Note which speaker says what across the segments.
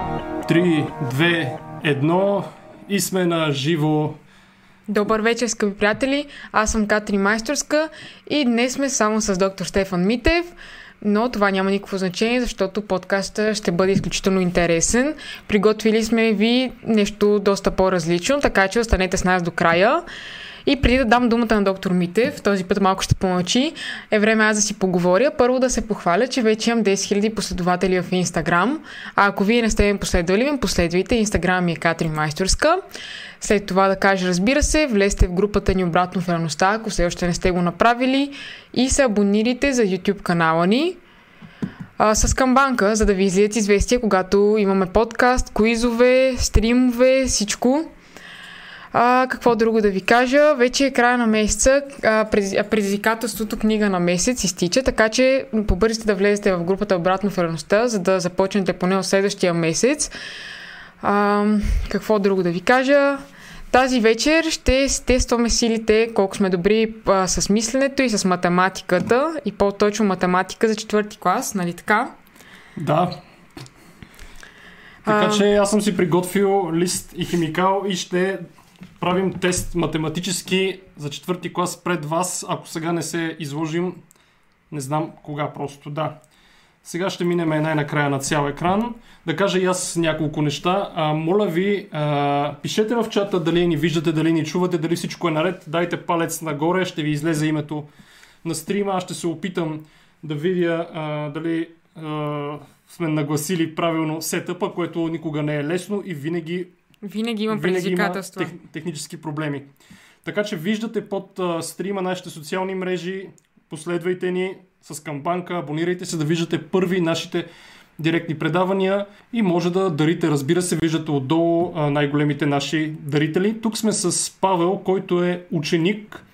Speaker 1: 3, 2, 1 и сме на живо.
Speaker 2: Добър вечер, скъпи приятели! Аз съм Катри Майсторска и днес сме само с доктор Стефан Митев, но това няма никакво значение, защото подкаста ще бъде изключително интересен. Приготвили сме ви нещо доста по-различно, така че останете с нас до края. И преди да дам думата на доктор Митев, този път малко ще помълчи, е време аз да си поговоря. Първо да се похваля, че вече имам 10 000 последователи в Инстаграм. А ако вие не сте ме последвали, ме последвайте. Инстаграм ми е Катрин Майсторска. След това да кажа, разбира се, влезте в групата ни обратно в реалността, ако все още не сте го направили и се абонирайте за YouTube канала ни а, с камбанка, за да ви излият известия, когато имаме подкаст, куизове, стримове, всичко. А, какво друго да ви кажа? Вече е края на месеца. А, през, а, предизвикателството книга на месец изтича, така че побързайте да влезете в групата обратно в реалността, за да започнете поне от следващия месец. А, какво друго да ви кажа? Тази вечер ще тестваме силите, колко сме добри а, с мисленето и с математиката, и по-точно математика за четвърти клас, нали така?
Speaker 1: Да. Така
Speaker 2: А.
Speaker 1: че аз съм си приготвил лист и химикал и ще правим тест математически за четвърти клас пред вас. Ако сега не се изложим, не знам кога просто да. Сега ще минем най-накрая на цял екран. Да кажа и аз няколко неща. А, моля ви, а, пишете в чата дали ни виждате, дали ни чувате, дали всичко е наред. Дайте палец нагоре, ще ви излезе името на стрима. Аз ще се опитам да видя а, дали а, сме нагласили правилно сетъпа, което никога не е лесно и винаги
Speaker 2: Винаги има
Speaker 1: винаги има
Speaker 2: предизвикателства.
Speaker 1: тех, технически проблеми. Така че виждате под а, стрима нашите социални мрежи, последвайте ни с камбанка, абонирайте се да виждате първи нашите директни предавания и може да дарите, разбира се, виждате отдолу а, най-големите наши дарители. Тук сме с Павел, който е ученик.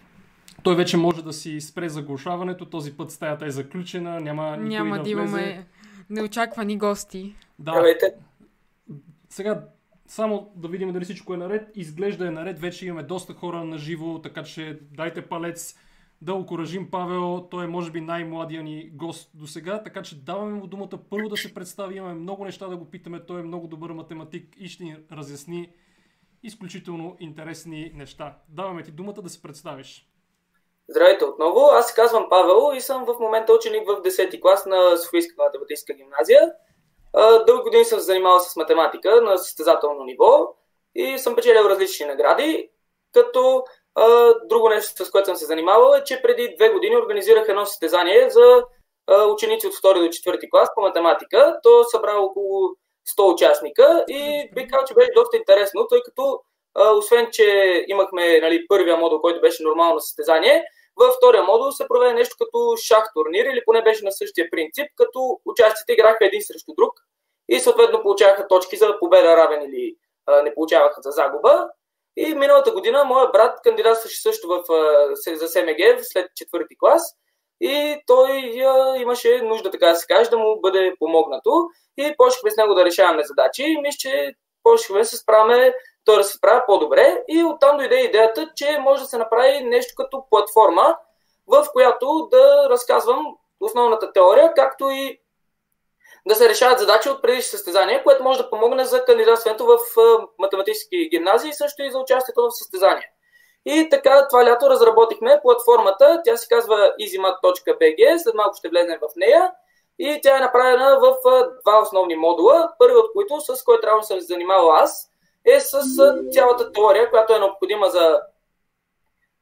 Speaker 1: Той вече може да си спре заглушаването, този път стаята е заключена, няма никой
Speaker 2: Няма
Speaker 1: да
Speaker 2: да
Speaker 1: влезе.
Speaker 2: имаме неочаквани гости.
Speaker 1: Да,
Speaker 3: Здравейте.
Speaker 1: Сега, само да видим дали всичко е наред. Изглежда е наред, вече имаме доста хора на живо, така че дайте палец да окоръжим Павел. Той е може би най-младия ни гост до сега, така че даваме му думата първо да се представи. Имаме много неща да го питаме. Той е много добър математик и ще ни разясни изключително интересни неща. Даваме ти думата да се представиш.
Speaker 3: Здравейте отново. Аз се казвам Павел и съм в момента ученик в 10-ти клас на Софийска математическа гимназия. А, Дълго години съм се занимавал с математика на състезателно ниво и съм печелил различни награди, като а, друго нещо, с което съм се занимавал е, че преди две години организирах едно състезание за а, ученици от 2 до 4 клас по математика. То събра около 100 участника и бих казал, че беше доста интересно, тъй като а, освен, че имахме нали, първия модул, който беше нормално състезание, във втория модул се проведе нещо като шах турнир или поне беше на същия принцип, като участите играха един срещу друг и съответно получаваха точки за победа равен или а, не получаваха за загуба. И миналата година моя брат кандидатстваше също в, а, се- за СМГ след четвърти клас и той а, имаше нужда, така да се каже, да му бъде помогнато и почнахме с него да решаваме задачи и мисля, че почнахме да се справяме той да се справя по-добре и оттам дойде идеята, че може да се направи нещо като платформа, в която да разказвам основната теория, както и да се решават задачи от предишни състезания, което може да помогне за кандидатстването в а, математически гимназии, също и за участието в състезания. И така, това лято разработихме платформата, тя се казва easymat.bg, след малко ще влезем в нея. И тя е направена в а, два основни модула, първи от които, с който трябва да съм се занимавал аз, е с а, цялата теория, която е необходима за,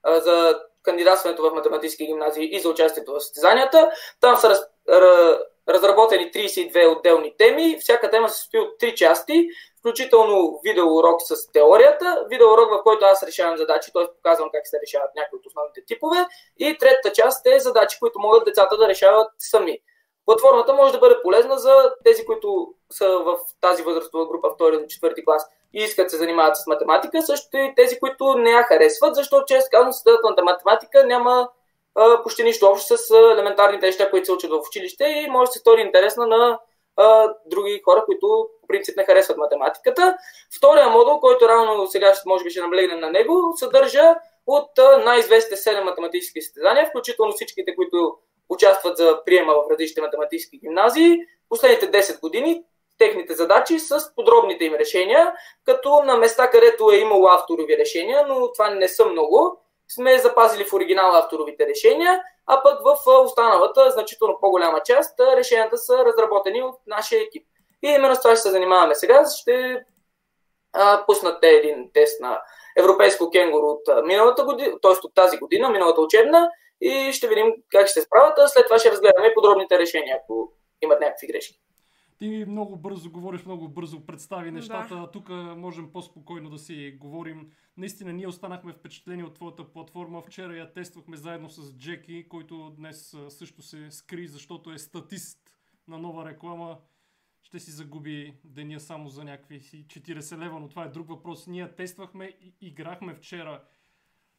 Speaker 3: а, за кандидатстването в математически гимназии и за участието в състезанията. Там са раз, ра- разработени 32 отделни теми. Всяка тема се състои от 3 части, включително видеоурок с теорията, видеоурок, в който аз решавам задачи, т.е. показвам как се решават някои от основните типове, и третата част е задачи, които могат децата да решават сами. Платформата може да бъде полезна за тези, които са в тази възрастова група 2 до 4 клас и искат да се занимават с математика, също и тези, които не я харесват, защото често казвам, състезателната математика няма а, почти нищо общо с а, елементарните неща, които се учат в училище и може да се стори интересна на а, други хора, които по принцип не харесват математиката. Втория модул, който рано сега ще- може би ще наблегнем на него, съдържа от а, най-известните 7 математически състезания, включително всичките, които участват за приема в различните математически гимназии. Последните 10 години техните задачи с подробните им решения, като на места, където е имало авторови решения, но това не са много, сме запазили в оригинал авторовите решения, а пък в останалата, значително по-голяма част, решенията са разработени от нашия екип. И именно с това ще се занимаваме сега. Ще а, пуснат те един тест на европейско кенгуру от миналата година, т.е. от тази година, миналата учебна, и ще видим как ще се справят, а след това ще разгледаме подробните решения, ако имат някакви грешки.
Speaker 1: Ти много бързо говориш, много бързо представи нещата. Да. Тук можем по-спокойно да си говорим. Наистина, ние останахме впечатлени от твоята платформа. Вчера я тествахме заедно с Джеки, който днес също се скри, защото е статист на нова реклама. Ще си загуби деня само за някакви 40 лева, но това е друг въпрос. Ние тествахме и играхме вчера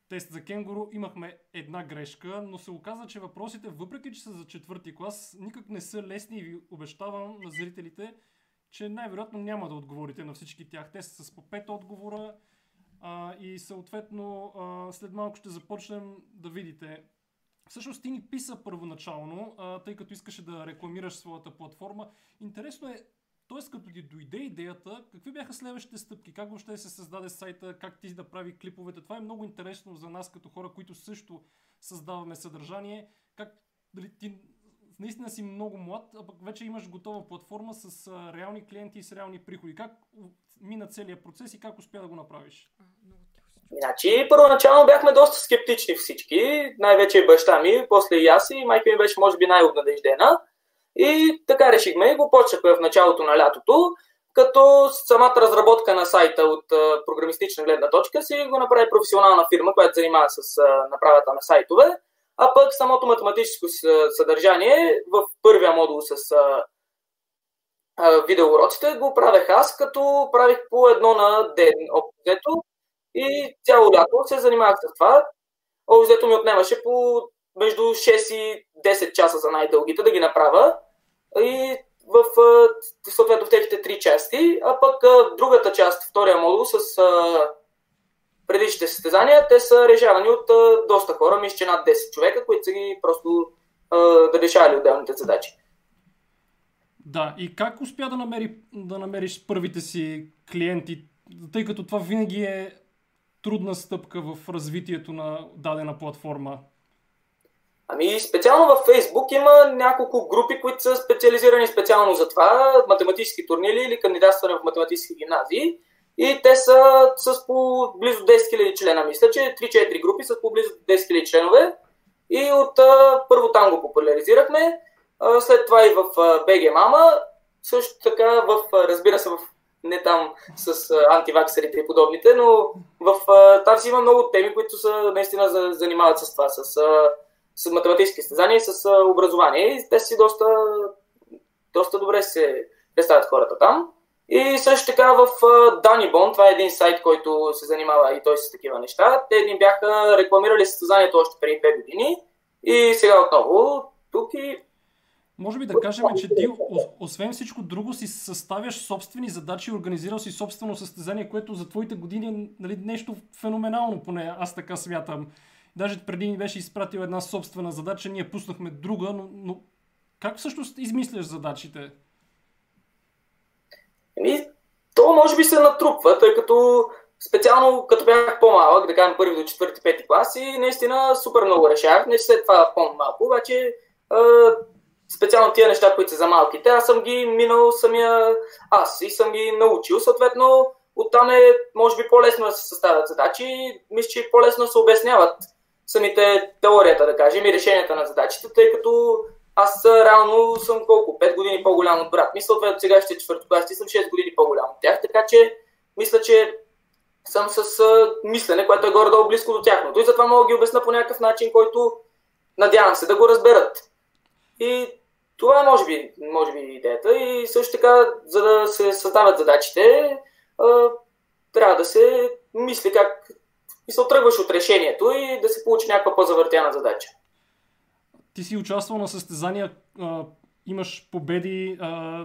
Speaker 1: тест за кенгуру, имахме една грешка, но се оказа, че въпросите, въпреки че са за четвърти клас, никак не са лесни и ви обещавам на зрителите, че най-вероятно няма да отговорите на всички тях. Те са с по 5 отговора а, и съответно а, след малко ще започнем да видите. Всъщност ти ни писа първоначално, а, тъй като искаше да рекламираш своята платформа. Интересно е Тоест, като ти дойде идеята, какви бяха следващите стъпки? Как въобще се създаде сайта? Как ти да прави клиповете? Това е много интересно за нас като хора, които също създаваме съдържание. Как дали ти наистина си много млад, а пък вече имаш готова платформа с а, реални клиенти и с реални приходи. Как мина целият процес и как успя да го направиш?
Speaker 3: Значи, първоначално бяхме доста скептични всички, най-вече баща ми, после и аз и майка ми беше може би най-обнадеждена. И така решихме и го почнахме в началото на лятото, като самата разработка на сайта от а, програмистична гледна точка си го направи професионална фирма, която занимава с а, направата на сайтове, а пък самото математическо съдържание в първия модул с а, видеоуроците го правех аз, като правих по едно на ден общо и цяло лято се занимавах с това. Общо ми отнемаше по между 6 и 10 часа за най-дългите да ги направя. И в, съответно в техните три части, а пък другата част, втория модул с а, предишните състезания, те са решавани от а, доста хора, мисля, че над 10 човека, които са ги просто а, да решавали отделните задачи.
Speaker 1: Да, и как успя да, намери, да намериш първите си клиенти, тъй като това винаги е трудна стъпка в развитието на дадена платформа?
Speaker 3: Ами специално във Фейсбук има няколко групи, които са специализирани специално за това, математически турнири или кандидатстване в математически гимназии. И те са с по близо 10 000 члена. Мисля, че 3-4 групи са с по близо 10 000 членове. И от а, първо там го популяризирахме, а, след това и в а, БГ Мама, също така в, а, разбира се, в не там с а, антиваксерите и подобните, но в, а, там си има много теми, които са наистина за, занимават с това, с а, с математически състезания и с образование. И те си доста, доста добре се представят хората там. И също така в Данибон, това е един сайт, който се занимава и той с такива неща, те ни бяха рекламирали състезанието още преди 2 години и сега отново тук и
Speaker 1: може би да кажем, че ти, освен всичко друго, си съставяш собствени задачи, организирал си собствено състезание, което за твоите години е нали, нещо феноменално, поне аз така смятам. Даже преди ни беше изпратил една собствена задача, ние пуснахме друга, но, но как всъщност измисляш задачите?
Speaker 3: Еми, Ами, то може би се натрупва, тъй като специално като бях по-малък, да кажем първи до четвърти, пети клас и наистина супер много решавах, не че след това по-малко, обаче е, специално тия неща, които са за малките, аз съм ги минал самия аз и съм ги научил, съответно оттам е, може би, по-лесно да се съставят задачи, мисля, че по-лесно се обясняват самите теорията, да кажем, и решенията на задачите, тъй като аз реално съм колко? 5 години по-голям от брат ми, съответно сега ще е четвъртокласти съм 6 години по-голям от тях, така че мисля, че съм с а, мислене, което е горе-долу близко до тяхното и затова мога да ги обясна по някакъв начин, който надявам се да го разберат. И това е може би, може би идеята и също така, за да се създават задачите, а, трябва да се мисли как и се отръгваш от решението и да се получи някаква по-завъртяна задача.
Speaker 1: Ти си участвал на състезания, а, имаш победи. А,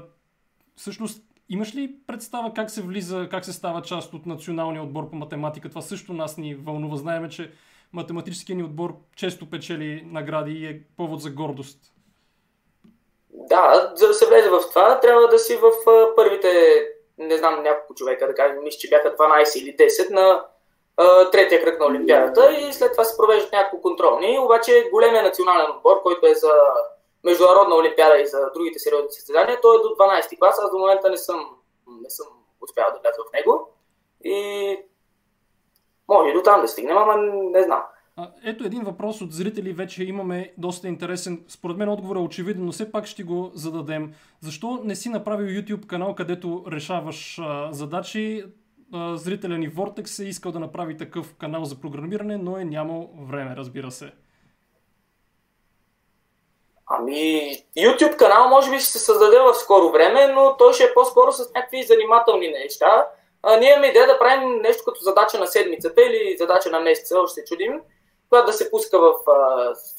Speaker 1: всъщност, имаш ли представа как се влиза, как се става част от националния отбор по математика? Това също нас ни вълнува. Знаеме, че математическият ни отбор често печели награди и е повод за гордост.
Speaker 3: Да, за да се влезе в това, трябва да си в първите, не знам, няколко човека, да кажем, мисля, че бяха 12 или 10 на а, третия кръг на Олимпиадата и след това се провеждат няколко контролни. Обаче големия национален отбор, който е за международна олимпиада и за другите сериозни състезания, той е до 12 клас. Аз до момента не съм, не съм успял да вляза в него. И може и до там да стигнем, ама не знам.
Speaker 1: Ето един въпрос от зрители, вече имаме доста интересен. Според мен отговорът е очевиден, но все пак ще го зададем. Защо не си направил YouTube канал, където решаваш а, задачи? А, зрителя ни Vortex е искал да направи такъв канал за програмиране, но е нямал време, разбира се.
Speaker 3: Ами, YouTube канал може би ще се създаде в скоро време, но той ще е по-скоро с някакви занимателни неща. А, ние имаме идея да правим нещо като задача на седмицата или задача на месеца, още чудим която да се пуска в а,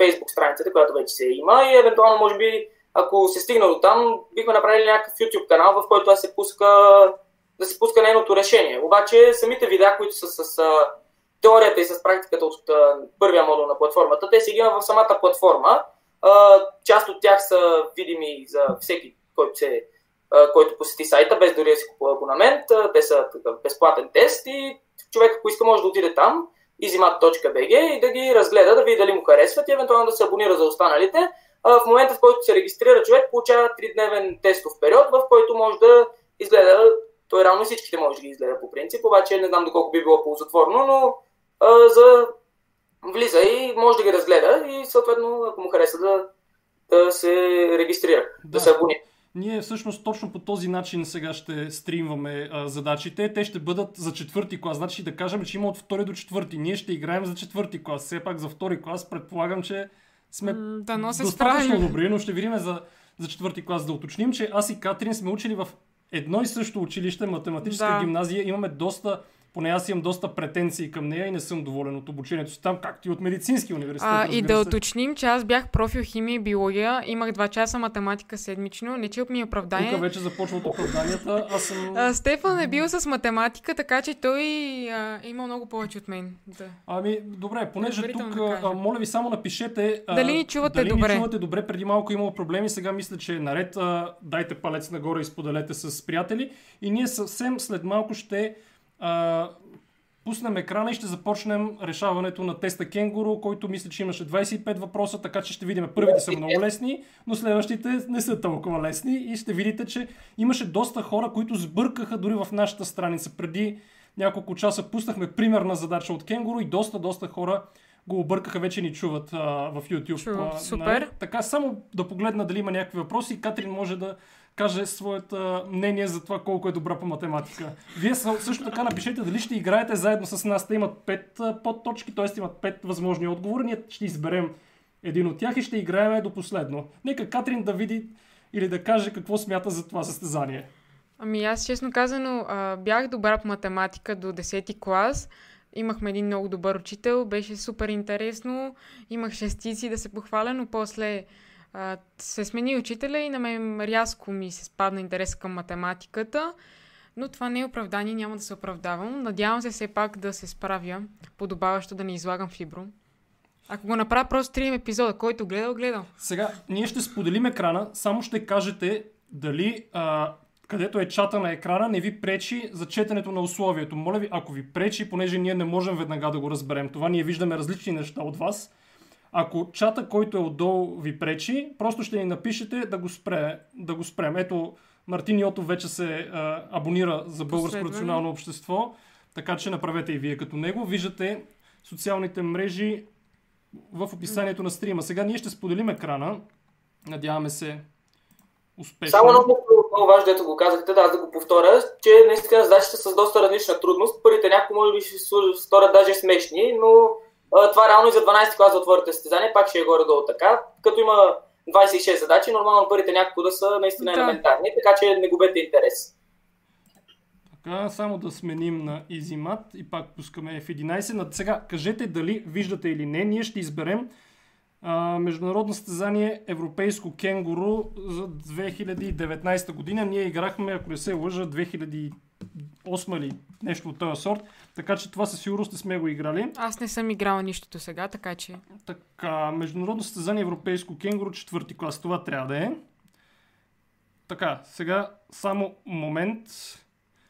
Speaker 3: Facebook страницата, която вече се има и евентуално, може би, ако се стигна до там, бихме направили някакъв YouTube канал, в който да се пуска, да се пуска нейното решение. Обаче самите видеа, които са с а, теорията и с практиката от а, първия модул на платформата, те се ги има в самата платформа. А, част от тях са видими за всеки, който, се, а, който посети сайта, без дори да си купува абонамент. А, те са такъв безплатен тест и човек, ако иска, може да отиде там izmat.bg и да ги разгледа, да види дали му харесват и евентуално да се абонира за останалите. А, в момента, в който се регистрира човек, получава 3-дневен тестов период, в който може да изгледа, той реално всичките може да ги изгледа по принцип, обаче не знам доколко би било ползотворно, но а, за влиза и може да ги разгледа и съответно, ако му хареса, да, да се регистрира, да, да се абонира.
Speaker 1: Ние всъщност точно по този начин сега ще стримваме а, задачите. Те ще бъдат за четвърти клас. Значи да кажем, че има от втори до четвърти. Ние ще играем за четвърти клас. Все пак за втори клас предполагам, че сме
Speaker 2: да,
Speaker 1: но се достатъчно справим. добри, но ще видим за, за четвърти клас. Да уточним, че аз и Катрин сме учили в едно и също училище, математическа да. гимназия. Имаме доста поне аз имам доста претенции към нея и не съм доволен от обучението си там, както и от медицински университет.
Speaker 2: А, и да се. уточним, че аз бях профил химия и биология, имах 2 часа математика седмично, не че ми е оправдание.
Speaker 1: Тук вече започват оправданията. Аз съм...
Speaker 2: а, Стефан е бил с математика, така че той а, е има много повече от мен. Да.
Speaker 1: Ами, добре, понеже Добрително тук, да а, моля ви само напишете.
Speaker 2: А, дали ни чувате
Speaker 1: дали
Speaker 2: добре?
Speaker 1: Ни чувате добре, преди малко имало проблеми, сега мисля, че е наред. А, дайте палец нагоре и споделете с приятели. И ние съвсем след малко ще а, пуснем екрана и ще започнем решаването на теста Кенгуру, който мисля, че имаше 25 въпроса, така че ще видим. Първите са много лесни, но следващите не са толкова лесни и ще видите, че имаше доста хора, които сбъркаха дори в нашата страница. Преди няколко часа пуснахме примерна задача от Кенгуру и доста, доста хора го объркаха, вече ни чуват а, в YouTube. нали?
Speaker 2: Чу, а, супер. На,
Speaker 1: така, само да погледна дали има някакви въпроси. Катрин може да каже своето мнение за това колко е добра по математика. Вие също така напишете дали ще играете заедно с нас. Те имат 5 подточки, т.е. имат 5 възможни отговори. Ние ще изберем един от тях и ще играем до последно. Нека Катрин да види или да каже какво смята за това състезание.
Speaker 2: Ами аз честно казано бях добра по математика до 10 клас. Имахме един много добър учител, беше супер интересно, имах шестици да се похваля, но после а, се смени учителя и на мен рязко ми се спадна интерес към математиката, но това не е оправдание, няма да се оправдавам. Надявам се все пак да се справя, подобаващо да не излагам фибро. Ако го направя просто 3 епизода, който гледал, гледал.
Speaker 1: Сега, ние ще споделим екрана, само ще кажете дали а, където е чата на екрана, не ви пречи за четенето на условието. Моля ви, ако ви пречи, понеже ние не можем веднага да го разберем, това ние виждаме различни неща от вас, ако чата, който е отдолу ви пречи, просто ще ни напишете да го, спре, да го спрем. Ето, Мартин Йотов вече се а, абонира за Българско национално общество, така че направете и вие като него. Виждате социалните мрежи в описанието на стрима. Сега ние ще споделим екрана. Надяваме се успешно.
Speaker 3: Само много, много важно, ето го казахте, да, аз да го повторя, че наистина задачите са с доста различна трудност. Първите някои може би ще сторят даже смешни, но това реално и за 12 клас за отворите състезания пак ще е горе-долу така. Като има 26 задачи, нормално първите няколко да са наистина да. елементарни, така че не губете интерес.
Speaker 1: Така, само да сменим на EasyMat и пак пускаме F11. Над сега, кажете дали виждате или не, ние ще изберем а, международно състезание Европейско кенгуру за 2019 година. Ние играхме, ако не се лъжа, 2000 осма или нещо от този сорт. Така че това със сигурност не сме го играли.
Speaker 2: Аз не съм играла нищо до сега, така че...
Speaker 1: Така, международно състезание европейско кенгуру, четвърти клас, това трябва да е. Така, сега само момент.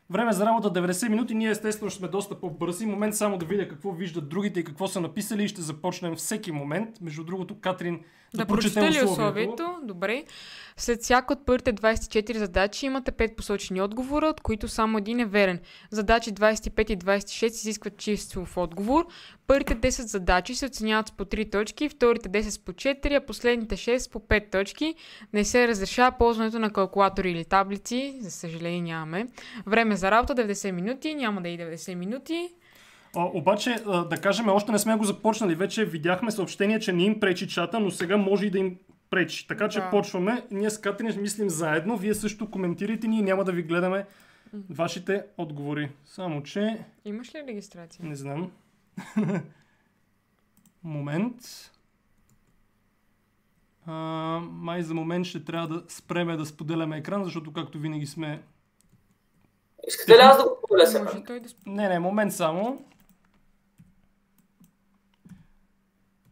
Speaker 1: Време за работа 90 минути. Ние естествено ще сме доста по-бързи. Момент само да видя какво виждат другите и какво са написали и ще започнем всеки момент. Между другото, Катрин,
Speaker 2: Да, прочета ли условието? Добре. След всяка от първите 24 задачи имате 5 посочени отговора, от които само един е верен. Задачи 25 и 26 изискват числов отговор. Първите 10 задачи се оценяват с по 3 точки, вторите 10 с по 4, а последните 6 с по 5 точки. Не се разрешава ползването на калкулатори или таблици. За съжаление нямаме. Време за работа 90 минути. Няма да и 90 минути.
Speaker 1: А, обаче, а, да кажем, още не сме го започнали. Вече видяхме съобщение, че не им пречи чата, но сега може и да им пречи. Така че
Speaker 2: Да.
Speaker 1: почваме. Ние с Катрин ще мислим заедно. Вие също коментирайте, ние няма да ви гледаме вашите отговори. Само, че
Speaker 2: Имаш ли регистрация?
Speaker 1: не знам. момент. А, май за момент ще трябва да спреме да споделяме екран, защото както винаги сме...
Speaker 3: Искате ли аз да го споделя сега?
Speaker 2: Може той да сп-
Speaker 1: Не, не, момент само.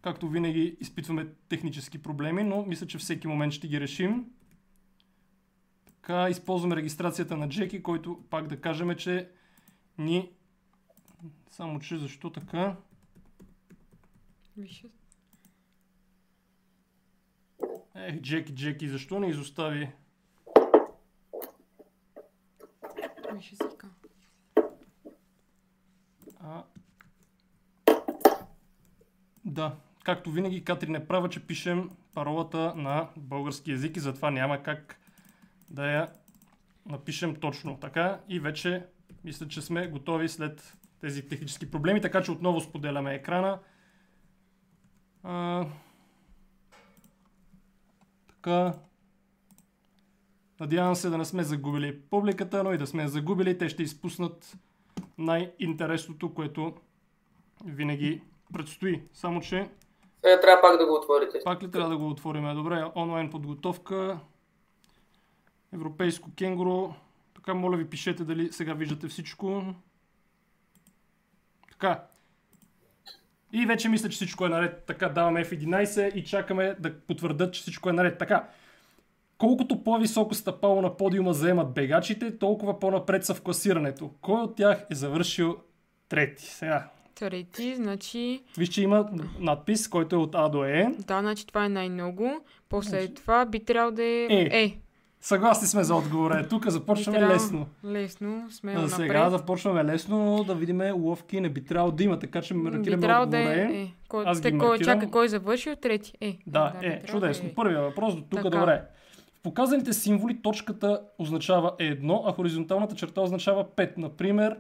Speaker 1: Както винаги изпитваме технически проблеми, но мисля, че всеки момент ще ги решим. Така, използваме регистрацията на Джеки, който пак да кажем, е, че ни... Само, че защо така?
Speaker 2: Виж,
Speaker 1: Ех, Е, Джеки, Джеки, защо не изостави?
Speaker 2: виж езика.
Speaker 1: А... Да, както винаги Катрин е права, че пишем паролата на български язик и затова няма как да я напишем точно така. И вече мисля, че сме готови след тези технически проблеми, така че отново споделяме екрана. А... Така. Надявам се да не сме загубили публиката, но и да сме я загубили, те ще изпуснат най-интересното, което винаги предстои. Само, че
Speaker 3: Е, трябва пак да го отворите.
Speaker 1: пак ли трябва да го отворим? Добре, онлайн подготовка, европейско кенгуру. Така, моля ви, пишете дали сега виждате всичко. Така. И вече мисля, че всичко е наред. Така, даваме F11 и чакаме да потвърдят, че всичко е наред. Така. Колкото по-високо стъпало на подиума заемат бегачите, толкова по-напред са в класирането. Кой от тях е завършил трети? Сега,
Speaker 2: Трети, значи...
Speaker 1: Виж, че има надпис, който е от А до Е.
Speaker 2: Да, значи това е най-много. После това би трябвало да е...
Speaker 1: Значи- Е.
Speaker 2: е.
Speaker 1: Съгласни сме за отговора. Е, Тук започваме
Speaker 2: трябва-
Speaker 1: лесно.
Speaker 2: Лесно, смело
Speaker 1: За
Speaker 2: напред.
Speaker 1: сега започваме лесно, но да видим ловки не би трябвало да има, така че
Speaker 2: би
Speaker 1: маркираме
Speaker 2: трябвало
Speaker 1: отговора
Speaker 2: да е... е. Кой,
Speaker 1: Аз ги
Speaker 2: те, кой,
Speaker 1: маркирам.
Speaker 2: чака, кой е завършил? Трети. Е.
Speaker 1: Да,
Speaker 2: би
Speaker 1: е,
Speaker 2: трябвало
Speaker 1: чудесно.
Speaker 2: да е.
Speaker 1: Първия въпрос до тук,
Speaker 2: Така.
Speaker 1: добре. В показаните символи точката означава едно, а хоризонталната черта означава 5. Например,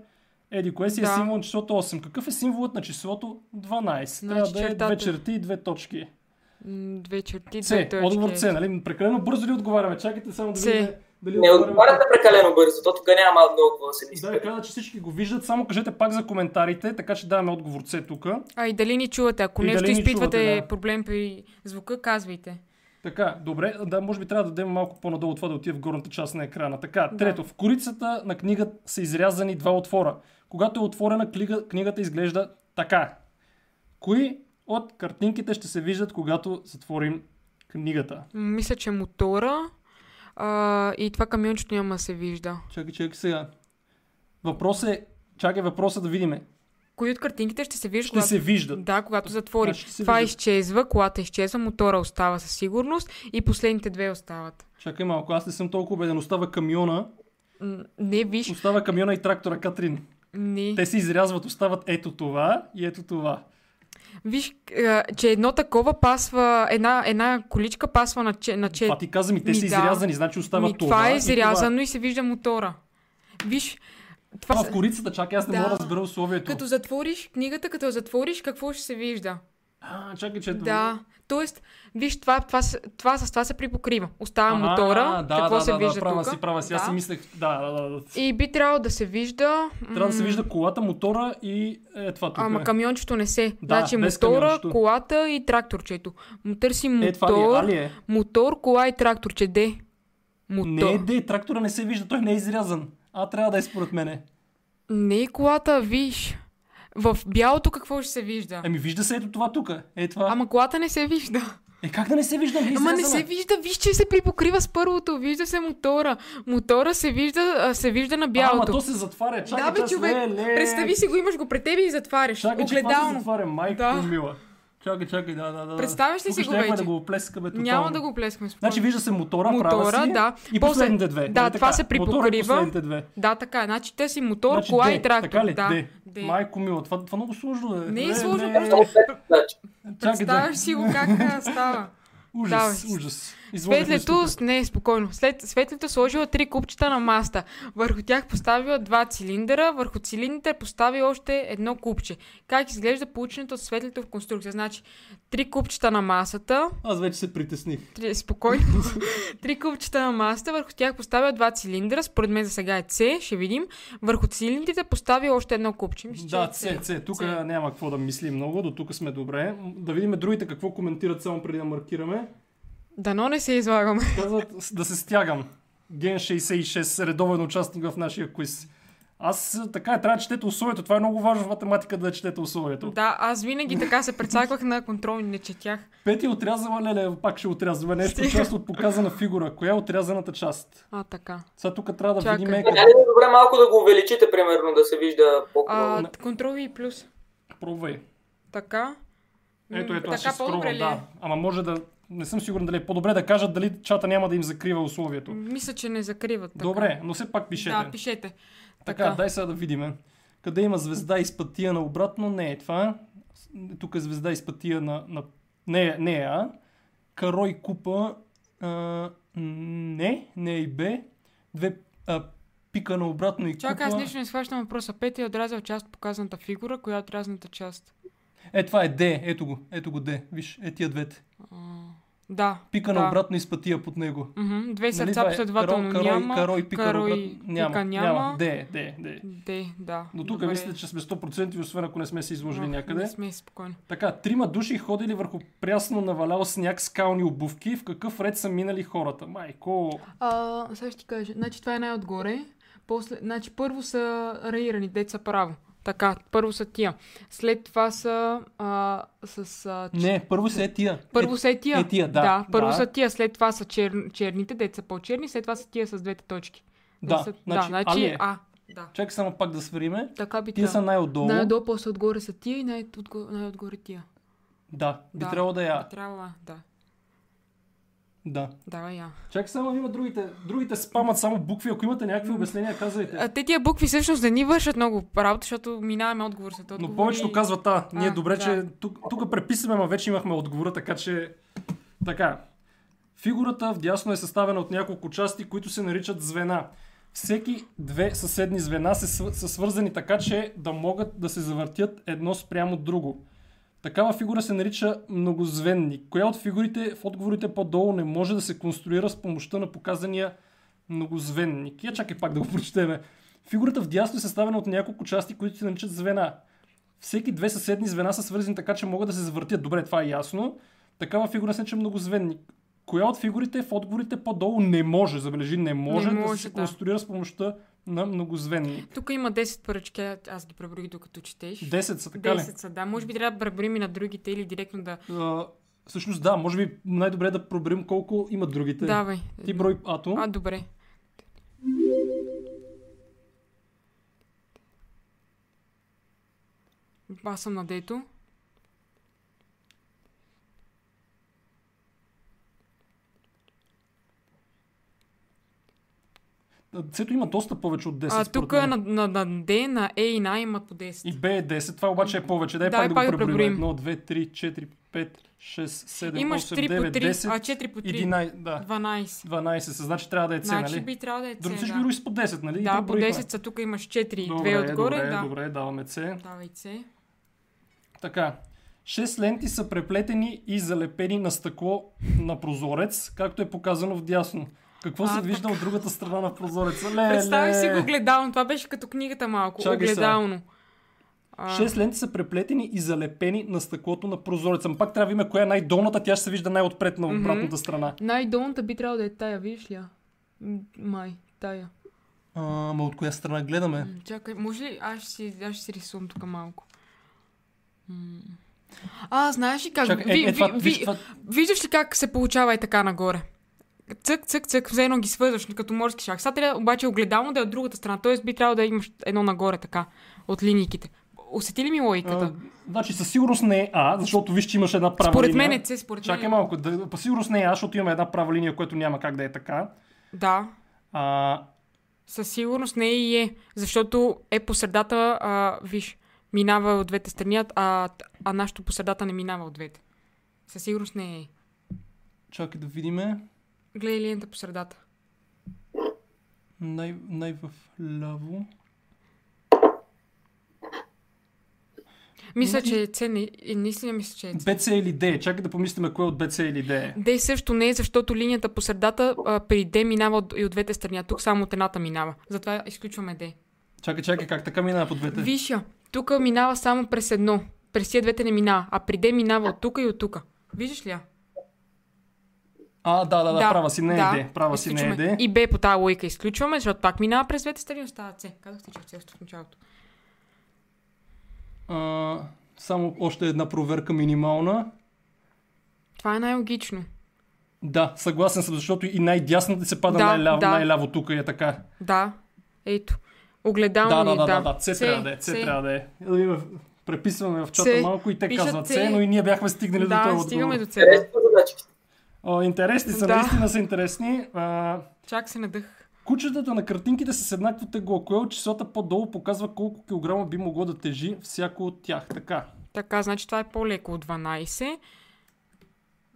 Speaker 1: еди, кое си е
Speaker 2: Да.
Speaker 1: символ на числото 8? Какъв е символът на числото 12? Трябва
Speaker 2: Значи
Speaker 1: да е две
Speaker 2: чертата.
Speaker 1: черти и две точки.
Speaker 2: е. М, Две черти,
Speaker 1: С,
Speaker 2: две точки.
Speaker 1: отговор С, нали? Прекалено бързо ли отговаряме? Чакайте само да
Speaker 2: С.
Speaker 1: видим дали
Speaker 3: Не отговаряте прекалено бързо, то тук няма много какво да се мисли.
Speaker 1: Да, каза, че всички го виждат, само кажете пак за коментарите, така че даваме отговор С тук.
Speaker 2: А и дали ни чувате? Ако
Speaker 1: И
Speaker 2: нещо
Speaker 1: дали ни
Speaker 2: изпитвате
Speaker 1: чувате, да.
Speaker 2: проблем при звука, казвайте.
Speaker 1: Така, добре, да, може би трябва да дадем малко по-надолу това да отиде в горната част на екрана. Така, трето, в корицата на книгата са изрязани два отвора. Когато е отворена, книга, книгата изглежда така. Кои от картинките ще се виждат, когато затворим книгата?
Speaker 2: М, Мисля, че мотора а, и това камиончето няма да се вижда.
Speaker 1: Чакай, чакай сега. Въпрос е, чакай въпроса да видиме.
Speaker 2: Кои от картинките ще се виждат?
Speaker 1: Ще се виждат.
Speaker 2: Да, когато затвори.
Speaker 1: Значи ще се
Speaker 2: Това
Speaker 1: виждат.
Speaker 2: изчезва, колата изчезва, мотора остава със сигурност и последните две остават.
Speaker 1: Чакай малко, аз не съм толкова убеден. Остава камиона,
Speaker 2: М, Не, виж,
Speaker 1: остава камиона и трактора, Катрин.
Speaker 2: не.
Speaker 1: Те се изрязват, остават ето това и ето това.
Speaker 2: Виж, а, че едно такова пасва, една, една количка пасва на, че, на че...
Speaker 1: Това ти казвам и те
Speaker 2: ми
Speaker 1: са
Speaker 2: да.
Speaker 1: изрязани, значи остава
Speaker 2: Ми,
Speaker 1: това.
Speaker 2: това е
Speaker 1: и
Speaker 2: изрязано и се вижда мотора. Виж, това
Speaker 1: Това,
Speaker 2: са-
Speaker 1: в корицата, чакай, аз не
Speaker 2: Да.
Speaker 1: мога да разбера условието.
Speaker 2: като затвориш книгата, като я затвориш, какво ще се вижда?
Speaker 1: А, чакай, че е
Speaker 2: Да. Тоест, виж, това, това, с- това с това се припокрива. Остава
Speaker 1: А,
Speaker 2: мотора,
Speaker 1: да,
Speaker 2: какво
Speaker 1: да,
Speaker 2: се
Speaker 1: да,
Speaker 2: вижда
Speaker 1: да, права
Speaker 2: тука.
Speaker 1: си, права си. Аз си мислех, да, да, да. да.
Speaker 2: И би трябвало да се вижда... м,
Speaker 1: Трябва да се вижда колата, мотора и е, това тук.
Speaker 2: Ама камиончето не се.
Speaker 1: Да,
Speaker 2: значи
Speaker 1: без
Speaker 2: мотора,
Speaker 1: камиончето.
Speaker 2: колата и тракторчето. Му търси мотор,
Speaker 1: Е, това ли е? А ли е?
Speaker 2: мотор, кола и тракторче. Де?
Speaker 1: Не,
Speaker 2: Мотор.
Speaker 1: е, де, трактора не се вижда, той не е изрязан. А, трябва да е според мене.
Speaker 2: не е колата, виж. В бялото какво ще се вижда?
Speaker 1: Ами вижда се ето това тук. Е, това.
Speaker 2: Ама колата не се вижда.
Speaker 1: Е, как да не се виждам?
Speaker 2: Ама не се вижда, виж, че се припокрива с първото, вижда се мотора. Мотора се вижда, а, се вижда на
Speaker 1: бялото. Ама
Speaker 2: бялото.
Speaker 1: то се затваря. Чакай,
Speaker 2: да, бе,
Speaker 1: аз-
Speaker 2: човек,
Speaker 1: не, не.
Speaker 2: представи си го, имаш го пред тебе и затваряш.
Speaker 1: Чакай, че това се
Speaker 2: Огледално.
Speaker 1: затваря, майко
Speaker 2: Да.
Speaker 1: мила. Чакай, чакай, да, да, да.
Speaker 2: Представяш ли
Speaker 1: Тук
Speaker 2: си го
Speaker 1: щяхме
Speaker 2: вече?
Speaker 1: да го оплеска, бе, тотално.
Speaker 2: Няма да го плескаме. спокойно.
Speaker 1: Значи вижда се мотора, права
Speaker 2: Мотора,
Speaker 1: си
Speaker 2: да.
Speaker 1: и
Speaker 2: После-
Speaker 1: последните две.
Speaker 2: да,
Speaker 1: нали
Speaker 2: това се
Speaker 1: Мотора и
Speaker 2: припокрива.
Speaker 1: последните две.
Speaker 2: Да, така. Значи те си мотор,
Speaker 1: Значи
Speaker 2: кола
Speaker 1: Д,
Speaker 2: и трактор.
Speaker 1: Така ли?
Speaker 2: Да.
Speaker 1: Д.
Speaker 2: Д.
Speaker 1: Майко мила, това, това много сложно е.
Speaker 2: Не е сложно, просто-
Speaker 3: Много бедно, значи.
Speaker 1: Чакай, да.
Speaker 2: Представяш си го как а, става.
Speaker 1: Ужас,
Speaker 2: Давай.
Speaker 1: ужас. Изложихме
Speaker 2: Светлето,
Speaker 1: стотата.
Speaker 2: не, спокойно. След светлето сложила три купчета на маста. Върху тях поставила два цилиндъра, върху цилиндър постави още едно купче. Как изглежда полученото от светлето в конструкция? Значи, три купчета на масата,
Speaker 1: Аз вече се притесних.
Speaker 2: три, спокойно, три купчета на масата, върху тях поставя два цилиндъра, според мен за сега е С, ще видим. Върху цилиндрите постави още едно купче. Мисля, че
Speaker 1: Да,
Speaker 2: е С.
Speaker 1: це, це. Тук
Speaker 2: Це.
Speaker 1: няма какво да мислим много, до тук сме добре. Да видим другите какво коментират само преди да маркираме.
Speaker 2: Дано не се излагаме.
Speaker 1: Казват с- да се стягам. Ген 66, редовен участник в нашия квиз. Аз а, така е, трябва да четете условието. Това е много важно в математика да четете условието.
Speaker 2: да, аз винаги така се прецаквах на контролни, не четях.
Speaker 1: Пети е отрязала леле, пак ще отрязваме нещо, част от показана фигура. Коя е отрязаната част?
Speaker 2: А, така.
Speaker 1: Сега тук трябва да
Speaker 2: Чакай.
Speaker 1: видим
Speaker 3: Е,
Speaker 1: къде...
Speaker 3: нали е добре малко да го увеличите, примерно, да се вижда по-хубаво.
Speaker 2: А, контрол и плюс.
Speaker 1: Пробвай.
Speaker 2: Така.
Speaker 1: Ето,
Speaker 2: М,
Speaker 1: ето, аз ще
Speaker 2: така по-добре
Speaker 1: скровам,
Speaker 2: ли
Speaker 1: да.
Speaker 2: е?
Speaker 1: Ама може да... Не съм сигурен дали е по-добре да кажат дали чата няма да им закрива условието.
Speaker 2: е? Мисля, че не закриват. Така.
Speaker 1: Добре, но все пак пишете.
Speaker 2: Да, пишете.
Speaker 1: Така, дай сега да видим. Къде има звезда из пътия на обратно? Не е това. Тук е звезда из пътия на... на... Не, е- не е А. Карой купа. А, не, не е и Б. Две а, пика на обратно и
Speaker 2: Чакай,
Speaker 1: купа.
Speaker 2: аз нищо не схващам въпроса. Пети е отрязал част от показаната фигура, коя е отрязаната част.
Speaker 1: Е, това е Д. Ето го. Ето го Д. Виж, е тия двете.
Speaker 2: Да.
Speaker 1: Пика
Speaker 2: да.
Speaker 1: на обратно из пътия под него.
Speaker 2: Мгм, Две
Speaker 1: Нали
Speaker 2: сърца
Speaker 1: това е?
Speaker 2: последователно
Speaker 1: Карой,
Speaker 2: няма.
Speaker 1: Карой, пика на
Speaker 2: Карой,
Speaker 1: обратно. Няма,
Speaker 2: пика
Speaker 1: няма.
Speaker 2: няма.
Speaker 1: Д, Д, Д. е.
Speaker 2: Де, да.
Speaker 1: Но тук
Speaker 2: добре.
Speaker 1: мисля, че сме 100% освен ако не сме се изложили
Speaker 2: Ох,
Speaker 1: някъде.
Speaker 2: Не сме спокойно.
Speaker 1: Така, трима души ходили върху прясно навалял сняг скални обувки. В какъв ред са минали хората? Майко,
Speaker 2: А, сега ще ти кажа. Значи това е най-отгоре. После, значи първо са раирани, деца право. Така, първо са тия. След това са а, с... А, ч-
Speaker 1: не, първо се е тия.
Speaker 2: Първо
Speaker 1: Е,
Speaker 2: са е тия.
Speaker 1: е тия, да,
Speaker 2: да първо
Speaker 1: да.
Speaker 2: са тия, след това са чер... черните, деца по-черни, след това са тия с двете точки.
Speaker 1: Да,
Speaker 2: са...
Speaker 1: значи,
Speaker 2: да,
Speaker 1: али
Speaker 2: значи
Speaker 1: е.
Speaker 2: а, да.
Speaker 1: Чакай само пак да свариме.
Speaker 2: Така би
Speaker 1: Тия са
Speaker 2: трябвало.
Speaker 1: най-отдолу.
Speaker 2: Най-отдолу, после отгоре са тия и най-отго- най-отгоре тия.
Speaker 1: Да, би
Speaker 2: Да,
Speaker 1: трябвало да е А.
Speaker 2: Би трябвало, да.
Speaker 1: Да.
Speaker 2: Да, я.
Speaker 1: Чакай само има другите. Другите спамат само букви. Ако имате някакви обяснения, казвайте.
Speaker 2: А, те тия букви всъщност не ни вършат много работа, защото минаваме отговор след отговор.
Speaker 1: Но повечето
Speaker 2: и-
Speaker 1: казват А. Ние
Speaker 2: А,
Speaker 1: добре,
Speaker 2: да.
Speaker 1: че тук, тук преписваме, ама вече имахме отговора, така че... Така. Фигурата вдясно е съставена от няколко части, които се наричат звена. Всеки две съседни звена се св- са свързани така, че да могат да се завъртят едно спрямо друго. Такава фигура се нарича многозвенник. Коя от фигурите в отговорите по-долу не може да се конструира с помощта на показания многозвенник? Я чакай пак да го прочетеме. Фигурата вдясно е съставена от няколко части, които се наричат звена. Всеки две съседни звена са свързани така, че могат да се завъртят. Добре, това е ясно. Такава фигура се нарича многозвенник. Коя от фигурите е в отговорите по-долу не може, забележи, не може,
Speaker 2: Не
Speaker 1: да
Speaker 2: може,
Speaker 1: се
Speaker 2: да.
Speaker 1: конструира с помощта на многозвенник.
Speaker 2: Тук има 10 поръчки, а- аз ги преброих докато четеш.
Speaker 1: 10 са така ли?
Speaker 2: 10 са, да. Може би трябва да преброим и на другите или директно да...
Speaker 1: А, всъщност да, може би най-добре е да проверим колко имат другите.
Speaker 2: Давай.
Speaker 1: Ти брой Ато.
Speaker 2: А, добре. Аз съм на дето.
Speaker 1: Цето има доста повече от 10.
Speaker 2: А
Speaker 1: според
Speaker 2: тук е
Speaker 1: мен.
Speaker 2: на, на, на D, на E и на A имат по 10.
Speaker 1: И Б е 10, това обаче е повече. Дай
Speaker 2: Да,
Speaker 1: пак
Speaker 2: и
Speaker 1: да
Speaker 2: пак
Speaker 1: го
Speaker 2: да
Speaker 1: преброим.
Speaker 2: преброим.
Speaker 1: 1, 2, 3, 4, 5, 6, 7,
Speaker 2: Имаш
Speaker 1: 8,
Speaker 2: 3 по
Speaker 1: 9,
Speaker 2: 3,
Speaker 1: 10,
Speaker 2: а 4 по 3.
Speaker 1: 11, да.
Speaker 2: 12.
Speaker 1: 12 са, значи трябва да е С,
Speaker 2: Значи
Speaker 1: нали?
Speaker 2: би трябвало да е
Speaker 1: Друг всички
Speaker 2: C, да.
Speaker 1: брои с по 10, нали? И
Speaker 2: Да, по
Speaker 1: преброихме.
Speaker 2: 10 са, тук имаш 4 и 2
Speaker 1: Добре,
Speaker 2: отгоре,
Speaker 1: добре,
Speaker 2: да.
Speaker 1: добре, даваме С.
Speaker 2: Давай C.
Speaker 1: Така. Шест ленти са преплетени и залепени на стъкло на прозорец, както е показано в дясно. Какво
Speaker 2: А,
Speaker 1: се вижда от другата страна на прозореца? Ле,
Speaker 2: Представи си
Speaker 1: ле.
Speaker 2: го гледално, това беше като книгата малко.
Speaker 1: Чакай сега.
Speaker 2: огледално. А,
Speaker 1: Шест ленти са преплетени и залепени на стъклото на прозореца. Ама пак трябва да видим коя е най-долната, тя ще се вижда най-отпред на обратната страна.
Speaker 2: Най-долната би трябвало да е тая, видиш ли? я? М, Май, тая.
Speaker 1: А, Ама от коя страна гледаме?
Speaker 2: М, Чакай, може ли аз ще си, аз ще си рисувам тук малко? М, А, знаеш ли как?
Speaker 1: Чакай,
Speaker 2: ви,
Speaker 1: е, е, това,
Speaker 2: ви,
Speaker 1: виж
Speaker 2: ви,
Speaker 1: това,
Speaker 2: Виждаш ли как се получава и така нагоре? Цък, цък, цък, все едно ги свързваш като морски шах. Сега трябва обаче огледално да е от другата страна, т.е. би трябвало да имаш едно нагоре така, от линийките. Усети ли ми логиката?
Speaker 1: а, значи със сигурност не е А, защото виж, че имаш една права
Speaker 2: според
Speaker 1: линия.
Speaker 2: мен е це, според
Speaker 1: Чакай
Speaker 2: мен. е-
Speaker 1: малко, да, по сигурност не е А, защото имаме една права линия, която няма как да е така.
Speaker 2: Да,
Speaker 1: А,
Speaker 2: със сигурност не е и е, защото е по средата, а, виж, минава от двете страни, а, а нашето по средата не минава от двете. Със сигурност не е. е.
Speaker 1: чакай да видиме.
Speaker 2: Гледай линията по средата.
Speaker 1: Най, най в ляво.
Speaker 2: Мисля, че е це, не, и наистина мисля, че е це.
Speaker 1: BC или D. Чакай да помислиме кое от BC или D е.
Speaker 2: Дей също не е, защото линията по средата а, при Д минава от, и от двете страни, а тук само от едната минава. Затова изключваме Д.
Speaker 1: Чакай, чакай, как така мина по двете?
Speaker 2: Виж я, тук минава само през едно. През тия двете не минава, а при Д минава от тук и от тук. Виждаш ли я?
Speaker 1: А, да, да, да, права си, не е D. Права си, не е D.
Speaker 2: изключваме. И Б по тази логика изключваме, защото пак минава през двете страни и остава С. Казахте, че е С в началото.
Speaker 1: А, само още една проверка минимална.
Speaker 2: Това е най-логично.
Speaker 1: Да, съгласен съм, защото и най-дясната се пада
Speaker 2: Да,
Speaker 1: най-ляво,
Speaker 2: да.
Speaker 1: най-ляво тук е така.
Speaker 2: Да, ето. Огледално
Speaker 1: Да, да,
Speaker 2: ни,
Speaker 1: да, да, да. Це
Speaker 2: С,
Speaker 1: трябва да е, це
Speaker 2: С.
Speaker 1: трябва да е. Да видим, Преписваме в чата
Speaker 2: Це.
Speaker 1: малко и те
Speaker 2: Пишат
Speaker 1: казват
Speaker 2: Це.
Speaker 1: це, но и ние бяхме стигнали до
Speaker 2: Да,
Speaker 1: този
Speaker 2: стигаме
Speaker 1: Нали, е отговор.
Speaker 2: до С. да.
Speaker 3: Интересни задачки.
Speaker 1: О, интересни са,
Speaker 2: Да.
Speaker 1: наистина са интересни. А,
Speaker 2: Чак се надъх.
Speaker 1: Кучетата на картинките са с еднакво тегло. Кое от числата по-долу показва колко килограма би могло да тежи всяко от тях? Така.
Speaker 2: Така, значи това е по-леко от 12.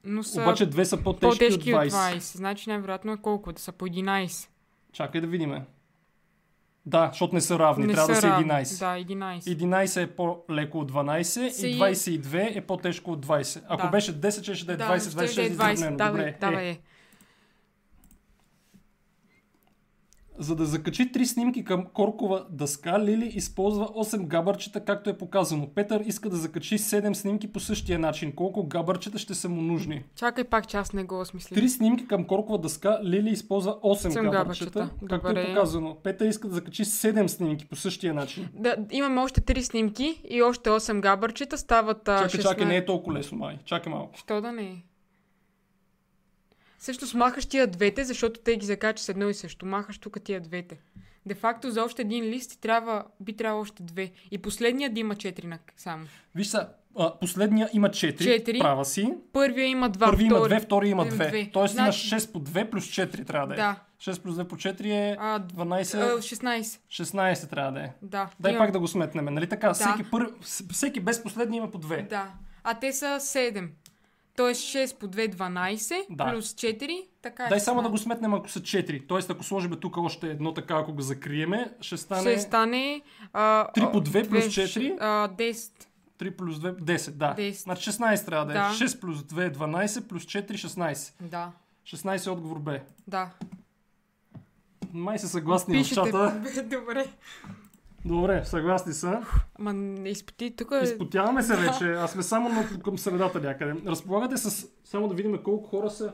Speaker 2: Но са
Speaker 1: Обаче две са по-тежки,
Speaker 2: по-тежки
Speaker 1: от
Speaker 2: от
Speaker 1: 20.
Speaker 2: 20. Значи най-вероятно е колко? Да са по 11.
Speaker 1: Чакай да видим. Да, защото не са равни.
Speaker 2: Не
Speaker 1: Трябва да
Speaker 2: са
Speaker 1: са
Speaker 2: равни.
Speaker 1: 11.
Speaker 2: Да, 11.
Speaker 1: 11 е по-леко от 12
Speaker 2: Си-
Speaker 1: и 22 е по-тежко от 20. Ако
Speaker 2: Да.
Speaker 1: беше 10, ще, ще да е 20, 26
Speaker 2: ще
Speaker 1: изравнено.
Speaker 2: Давай,
Speaker 1: Добре.
Speaker 2: давай.
Speaker 1: Е,
Speaker 2: е.
Speaker 1: за да закачи три снимки към коркова дъска, Лили използва 8 габърчета, както е показано. Петър иска да закачи 7 снимки по същия начин. Колко габърчета ще са му нужни?
Speaker 2: Чакай пак, че аз не го осмислих.
Speaker 1: Три снимки към коркова дъска. Лили използва 8
Speaker 2: Осем
Speaker 1: габърчета,
Speaker 2: габърчета.
Speaker 1: както е
Speaker 2: Добре.
Speaker 1: показано. Петър иска да закачи 7 снимки по същия начин.
Speaker 2: Да, имаме още 3 снимки и още 8 габърчета. Стават а,
Speaker 1: чакай,
Speaker 2: 16.
Speaker 1: чакай, не е толкова лесно, май. Чакай малко.
Speaker 2: Що да не е? Също смахаш тия двете, защото те ги закачаш с едно и също. Махаш тук тия двете. Де факто за още един лист ти трябва, би трябвало още две. И последният да има четири на само.
Speaker 1: Виж са, а, последния има 4,
Speaker 2: Четири.
Speaker 1: права си.
Speaker 2: Първия има два,
Speaker 1: Първи има
Speaker 2: втори.
Speaker 1: 2, втори има
Speaker 2: има
Speaker 1: 2.
Speaker 2: две.
Speaker 1: Тоест
Speaker 2: Значи-
Speaker 1: имаш 6 по 2 плюс 4 трябва да е.
Speaker 2: Да.
Speaker 1: 6 плюс 2 по 4 е
Speaker 2: А, д- а,
Speaker 1: 12,
Speaker 2: 16.
Speaker 1: 16 трябва да е.
Speaker 2: Да.
Speaker 1: Дай
Speaker 2: имам.
Speaker 1: пак да го сметнем, нали така? Всеки, пър... с- всеки без последния има по 2.
Speaker 2: Да. А те са 7. Тоест 6 по 2 12
Speaker 1: Да.
Speaker 2: плюс 4. Така е.
Speaker 1: Дай само да го сметнем, ако са 4. Тоест, ако сложим тук още едно така, ако го закриеме, ще стане
Speaker 2: Ще стане... А,
Speaker 1: Три по
Speaker 2: а,
Speaker 1: две плюс
Speaker 2: две,
Speaker 1: четири.
Speaker 2: А, 10.
Speaker 1: 3 плюс 2, 10, да.
Speaker 2: 10.
Speaker 1: Значи 16 трябва да е.
Speaker 2: Да.
Speaker 1: 6 плюс 2 е 12, плюс 4 16.
Speaker 2: Да.
Speaker 1: 16 е отговор Б.
Speaker 2: Да.
Speaker 1: Май са съгласни в
Speaker 2: Пишете.
Speaker 1: чата.
Speaker 2: Добре.
Speaker 1: Добре, съгласни са.
Speaker 2: Ма не изпити тук. е-
Speaker 1: Изпотяваме се вече. Аз сме само на, към средата някъде. Разполагате с... Само да видим колко хора са.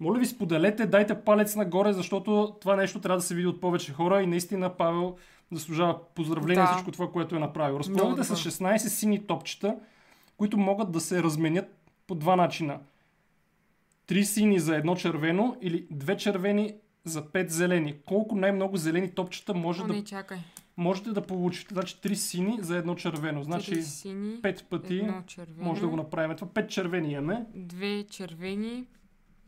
Speaker 1: Моля ви, споделете, дайте палец нагоре, защото това нещо трябва да се види от повече хора и наистина Павел заслужава поздравление за
Speaker 2: Да.
Speaker 1: всичко това, което е направил. Разполагате с
Speaker 2: добре.
Speaker 1: 16 сини топчета, които могат да се разменят по два начина. Три сини за едно червено или две червени за пет зелени. Колко най-много зелени топчета може
Speaker 2: О,
Speaker 1: да,
Speaker 2: не, чакай.
Speaker 1: можете да получите? Значи три сини за едно червено. Значи...
Speaker 2: Три сини,
Speaker 1: Пет пъти
Speaker 2: едно червено,
Speaker 1: може да го направим. Това пет червени имаме.
Speaker 2: Две червени,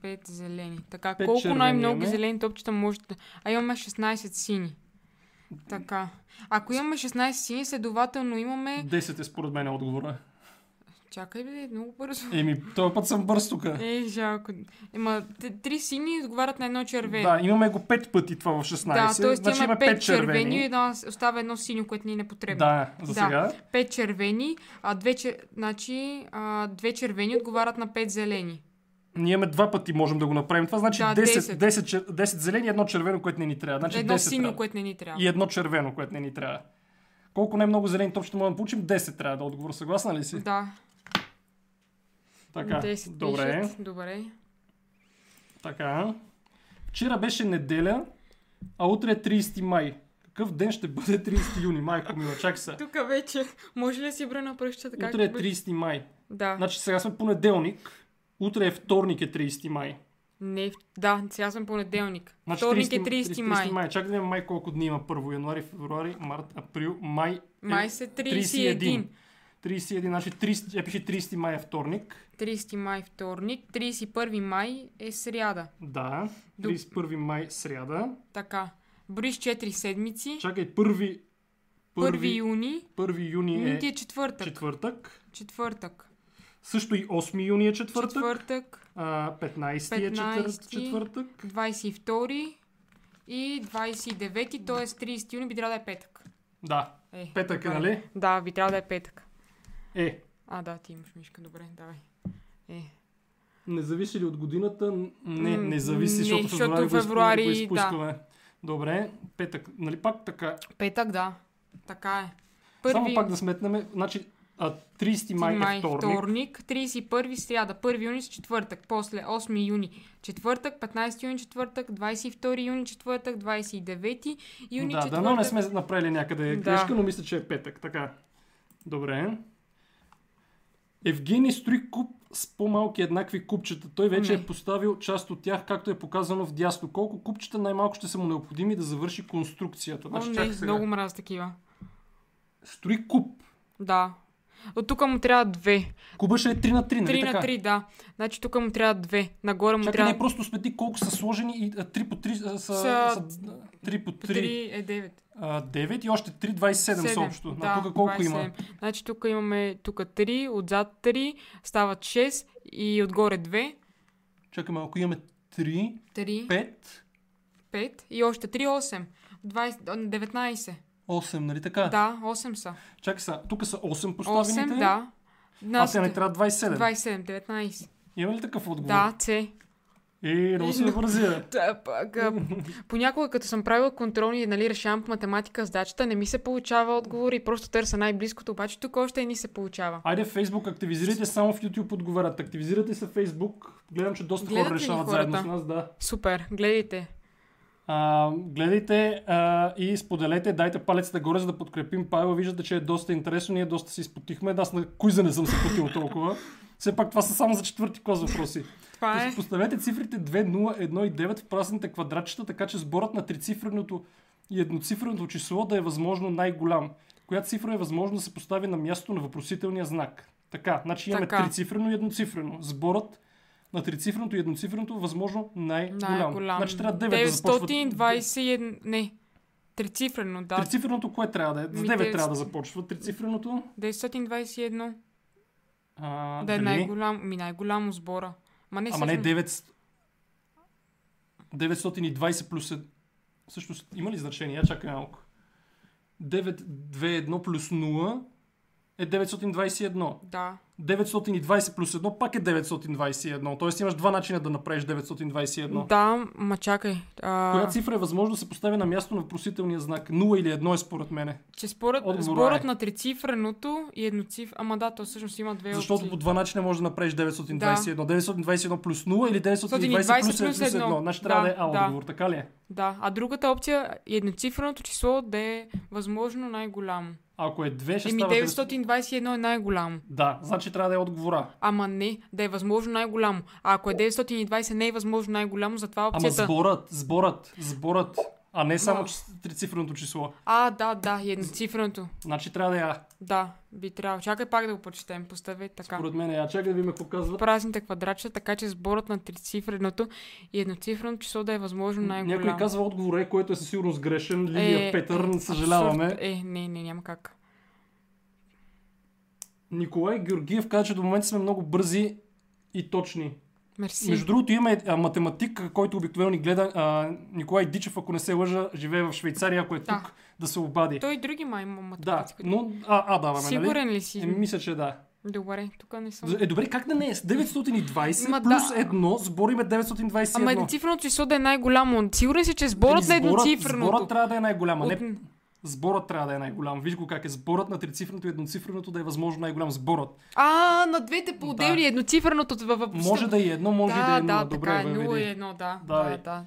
Speaker 2: пет зелени. Така,
Speaker 1: Пет
Speaker 2: колко
Speaker 1: червени
Speaker 2: най-много
Speaker 1: имаме.
Speaker 2: зелени топчета може да... А имаме 16 сини. Така. Ако имаме 16 сини, следователно имаме...
Speaker 1: 10 е според мен отговора.
Speaker 2: Чакай, бе, много бързо.
Speaker 1: Еми, този път съм бърз тук.
Speaker 2: Е, жалко. Ема, т- три сини отговарят на едно червено.
Speaker 1: Да, имаме го 5 пъти това в 16.
Speaker 2: да т.е.
Speaker 1: значи
Speaker 2: имаме
Speaker 1: има 5
Speaker 2: пет червени и
Speaker 1: червени.
Speaker 2: едно, остава едно синьо, което ни е непотребно.
Speaker 1: Да, за
Speaker 2: Да.
Speaker 1: сега.
Speaker 2: Пет червени, а две, чер... значи, а, две червени отговарят на пет зелени.
Speaker 1: Ние имаме два пъти можем да го направим. Това значи
Speaker 2: Да,
Speaker 1: 10, 10.
Speaker 2: 10.
Speaker 1: 10, зелени и едно червено, което не ни трябва. Значи
Speaker 2: едно
Speaker 1: 10
Speaker 2: синьо,
Speaker 1: трябва.
Speaker 2: което не ни трябва.
Speaker 1: И е едно червено, което не ни трябва. Колко най-много зелени точно можем да получим? 10 трябва да е отговор. Съгласна ли си?
Speaker 2: Да,
Speaker 1: Така.
Speaker 2: 10
Speaker 1: Добре.
Speaker 2: пишат. Добре.
Speaker 1: Така. Вчера беше неделя, а утре е 30 май. Какъв ден ще бъде 30 юни, майко мила, чак са.
Speaker 2: Тук вече, може ли да си бра на пръщата?
Speaker 1: Утре е 30 е май.
Speaker 2: Да.
Speaker 1: Значи сега сме понеделник, утре е вторник е 30 май.
Speaker 2: Не, е в- да, сега съм понеделник.
Speaker 1: Значи
Speaker 2: Вторник е 30 май.
Speaker 1: май. Чак да видим май колко дни има. 1 януари, февруари, март, април, май. е
Speaker 2: Май са 31.
Speaker 1: 31, значи 30, я пише 30 май е вторник.
Speaker 2: 30 май е вторник, 31 май е сряда.
Speaker 1: Да. 31 май сряда.
Speaker 2: Така. Бриш 4 седмици.
Speaker 1: Чакай, 1
Speaker 2: 1
Speaker 1: 1
Speaker 2: юни.
Speaker 1: юни
Speaker 2: Юни ти
Speaker 1: е
Speaker 2: е четвъртък.
Speaker 1: четвъртък.
Speaker 2: Четвъртък.
Speaker 1: Също и 8 юни е четвъртък.
Speaker 2: Четвъртък.
Speaker 1: А, 15 е четвър-
Speaker 2: 15.
Speaker 1: четвъртък.
Speaker 2: 22 и 29, т.е. 30 юни би трябва да е петък.
Speaker 1: Да.
Speaker 2: Е,
Speaker 1: Петък е,
Speaker 2: добре.
Speaker 1: нали?
Speaker 2: Да, би трябва да е петък.
Speaker 1: Е,
Speaker 2: А, да, ти имаш мишка, добре, давай. Е.
Speaker 1: Не зависи ли от годината? Н- Не,
Speaker 2: М,
Speaker 1: не зависи,
Speaker 2: не,
Speaker 1: защото,
Speaker 2: защото
Speaker 1: февруари, го изпу-
Speaker 2: февруари,
Speaker 1: го
Speaker 2: да.
Speaker 1: изпускаме. Добре, петък, нали пак така?
Speaker 2: Петък, да. Така е.
Speaker 1: Само пак да сметнем, значи а, 30 май,
Speaker 2: май
Speaker 1: е вторник.
Speaker 2: вторник, 31 сряда, 1 юни с четвъртък, после 8 юни четвъртък, 15 юни четвъртък, 22 юни четвъртък, 29 юни
Speaker 1: да,
Speaker 2: четвъртък.
Speaker 1: дано не сме направили някъде
Speaker 2: Да.
Speaker 1: грешка, но мисля, че е петък. Така. Добре. Евгений строи куп с по-малки еднакви купчета. Той вече
Speaker 2: Не.
Speaker 1: е поставил част от тях, както е показано в дясно. Колко купчета най-малко ще са му необходими да завърши конструкцията?
Speaker 2: О,
Speaker 1: Значи, чакай
Speaker 2: не,
Speaker 1: сега.
Speaker 2: Ами, много мраз такива.
Speaker 1: Строи куп.
Speaker 2: Да. От тук му трябва две.
Speaker 1: Куба ще е 3 на 3, нали
Speaker 2: 3
Speaker 1: така?
Speaker 2: на 3, да. Значи тук му трябва две. Нагоре му
Speaker 1: Чакай,
Speaker 2: трябва
Speaker 1: не, просто смети колко са сложени и 3 по 3 са,
Speaker 2: Са-
Speaker 1: са 3 по
Speaker 2: 3
Speaker 1: 3,
Speaker 2: е 9.
Speaker 1: 9 и още 3, 27 са
Speaker 2: Седем,
Speaker 1: общо.
Speaker 2: Да,
Speaker 1: а тук колко има?
Speaker 2: 27. Значи тук имаме тук 3, отзад 3, стават 6 и отгоре 2,
Speaker 1: Чакай малко, имаме 3,
Speaker 2: 3,
Speaker 1: 5,
Speaker 2: 5 и още 3, 8. 20, 19.
Speaker 1: 8, нали така?
Speaker 2: Да, 8 са.
Speaker 1: Чакай са, тук са 8 поставените.
Speaker 2: 8, да.
Speaker 1: А сега не
Speaker 2: Нас-
Speaker 1: трябва 27.
Speaker 2: 27, 19.
Speaker 1: Има ли такъв отговор?
Speaker 2: Да, С.
Speaker 1: Е, много се вързи. бе.
Speaker 2: Та, пък, а, Понякога, като съм правила контролни и нали, решавам по математика задачата, не ми се получава отговор и просто търся най-близкото, обаче тук още не се получава.
Speaker 1: Айде Facebook, активизирайте само в YouTube отговарят. Активизирайте се в Facebook. Гледам, че доста
Speaker 2: Гледат ли
Speaker 1: хора
Speaker 2: ни
Speaker 1: решават
Speaker 2: хората?
Speaker 1: заедно с нас, да.
Speaker 2: Супер, гледайте.
Speaker 1: А, гледайте а, и споделете, дайте палец нагоре, за да подкрепим Павел. Виждате, че е доста интересно, ние доста се изпотихме. Да, Аз на куиза не съм се потил толкова. Все пак това са само за четвърти клас въпроси.
Speaker 2: Това е.
Speaker 1: Поставете цифрите 2, 0, 1 и 9 в празните квадратчета, така че сборът на трицифреното и едноцифреното число да е възможно най-голям. Коя цифра е възможно да се постави на място на въпросителния знак? Така, значи имаме
Speaker 2: Така.
Speaker 1: трицифрено и едноцифрено. Сборът на трицифреното и едноцифреното е възможно
Speaker 2: е
Speaker 1: най-голям.
Speaker 2: Най-голям.
Speaker 1: Значи трябва 9 да започва.
Speaker 2: 921. Не. Трицифрено, да. Ами
Speaker 1: Трицифреното кое трябва да е? С
Speaker 2: Ми,
Speaker 1: 9
Speaker 2: 9.
Speaker 1: трябва да започва. Трицифреното.
Speaker 2: 921.
Speaker 1: А,
Speaker 2: Да е
Speaker 1: дали?
Speaker 2: най-голям. Ми най-голямо сбора. Ма не,
Speaker 1: Ама не
Speaker 2: всъщност-
Speaker 1: 9... 920 плюс... Е... Също има ли значение? Я чакай малко. 921 плюс 0 е 921.
Speaker 2: Да.
Speaker 1: 920 плюс 1 пак е 921. Тоест имаш два начина да направиш 921.
Speaker 2: Да, ма чакай. А,
Speaker 1: Коя цифра е възможно да се постави на място на въпросителния знак? 0 или 1 е според мене.
Speaker 2: че според,
Speaker 1: Отговора
Speaker 2: сборът
Speaker 1: е.
Speaker 2: на трицифреното и едноциф... Ама да, то всъщност има две
Speaker 1: Защото
Speaker 2: опции.
Speaker 1: по два начина може да направиш 921. 921 плюс 0 или 920
Speaker 2: 920
Speaker 1: плюс, плюс
Speaker 2: плюс
Speaker 1: 1.
Speaker 2: едно.
Speaker 1: Значи трябва да, е
Speaker 2: Да,
Speaker 1: А
Speaker 2: да.
Speaker 1: отговор, така ли е?
Speaker 2: Да, а другата опция е едноцифреното число да е възможно най-голямо.
Speaker 1: Ако е 2, ще
Speaker 2: Еми
Speaker 1: става 900...
Speaker 2: 921 е най-голямо.
Speaker 1: Да, значи трябва да е отговора.
Speaker 2: Ама не, да е възможно най-голямо. А ако е 920 не е възможно най-голямо, затова
Speaker 1: Ама
Speaker 2: опцията...
Speaker 1: сборът, сборът, сборът, а не само
Speaker 2: Ма.
Speaker 1: чис- трицифреното число.
Speaker 2: А, да, да, едноцифреното.
Speaker 1: Значи трябва да е А.
Speaker 2: Да, би трябвало. Чакай пак да го прочетем. Постави така.
Speaker 1: Поред мен е А. Чакай да видим какво казват.
Speaker 2: Празните квадратчета, така че сборът на трицифреното и едноцифрено число да е възможно най-голямо. Е,
Speaker 1: Някой казва отговор Е, което е със сигурност грешен. Лилия Петър, не
Speaker 2: абсурд.
Speaker 1: съжаляваме.
Speaker 2: Е, не, не, няма как.
Speaker 1: Николай Георгиев каза, че до момента сме много бързи и точни.
Speaker 2: Мерси.
Speaker 1: Между другото имаме а, математик, който обикновено ни гледа. А, Николай Дичев, ако не се лъжа, живее в Швейцария, ако е
Speaker 2: Да.
Speaker 1: тук, да се обади.
Speaker 2: Той и други май има
Speaker 1: Да,
Speaker 2: математика.
Speaker 1: но А, а даваме, нали?
Speaker 2: Сигурен ли си?
Speaker 1: Е, мисля, че да.
Speaker 2: Добре, тук не съм.
Speaker 1: Е, добре, как да не е? С 920
Speaker 2: Ма
Speaker 1: плюс
Speaker 2: да.
Speaker 1: 1, сборим е 921.
Speaker 2: Ама едноцифреното число да е най-голямо. Сигурен си, че сборът на
Speaker 1: Или
Speaker 2: едноцифреното.
Speaker 1: Е, Сборът трябва да е най-голям, а
Speaker 2: От-
Speaker 1: не... Сборът трябва да е най-голям. Виж го как е. Сборът на трицифреното и едноцифреното да е възможно най-голям сборът.
Speaker 2: А, на двете по-отделни, едноцифреното в въпроса.
Speaker 1: Може да е едно, може и да е
Speaker 2: да,
Speaker 1: едно.
Speaker 2: да,
Speaker 1: Добре,
Speaker 2: така е,
Speaker 1: въведи.
Speaker 2: 0 и 1, да.
Speaker 1: Давай.
Speaker 2: Да, да.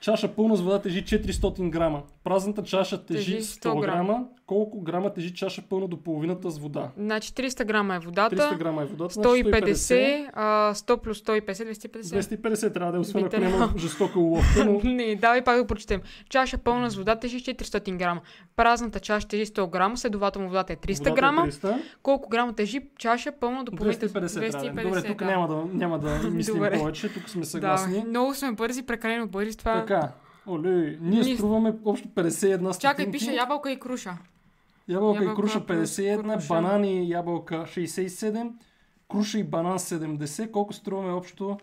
Speaker 1: Чаша пълна с вода тежи 400 грама. Празната чаша тежи
Speaker 2: Тежи
Speaker 1: 100
Speaker 2: 100
Speaker 1: грама. колко грама тежи чаша пълна до половината с вода?
Speaker 2: Значи 300 грама е водата,
Speaker 1: 300 грама е водата, значи 150,
Speaker 2: 150, а, 100 плюс 150, 250.
Speaker 1: 250 трябва да е, освен ако
Speaker 2: Би трябвало.
Speaker 1: няма жестока уловка, но
Speaker 2: Не, давай пак да прочетем. Чаша пълна с вода тежи 400 грама. Празната чаша тежи 100 грама, следователно водата е 300
Speaker 1: водата е
Speaker 2: грама.
Speaker 1: 300.
Speaker 2: Колко грама тежи чаша пълна до половината?
Speaker 1: 250 трябва да е.
Speaker 2: 250,
Speaker 1: Добре, тук
Speaker 2: да.
Speaker 1: няма да, няма да мислим
Speaker 2: Добре.
Speaker 1: повече, тук сме
Speaker 2: Да,
Speaker 1: съгласни.
Speaker 2: много сме бързи, прекалено бързи. Това...
Speaker 1: Така, оле, ние
Speaker 2: Ние-
Speaker 1: струваме общо 51 стотинки.
Speaker 2: Чакай, пише ябълка и круша.
Speaker 1: Ябълка и
Speaker 2: Ябълка
Speaker 1: круша
Speaker 2: плюс
Speaker 1: 51,
Speaker 2: круша.
Speaker 1: банан и ябълка 67, круша и банан 70. Колко струваме общо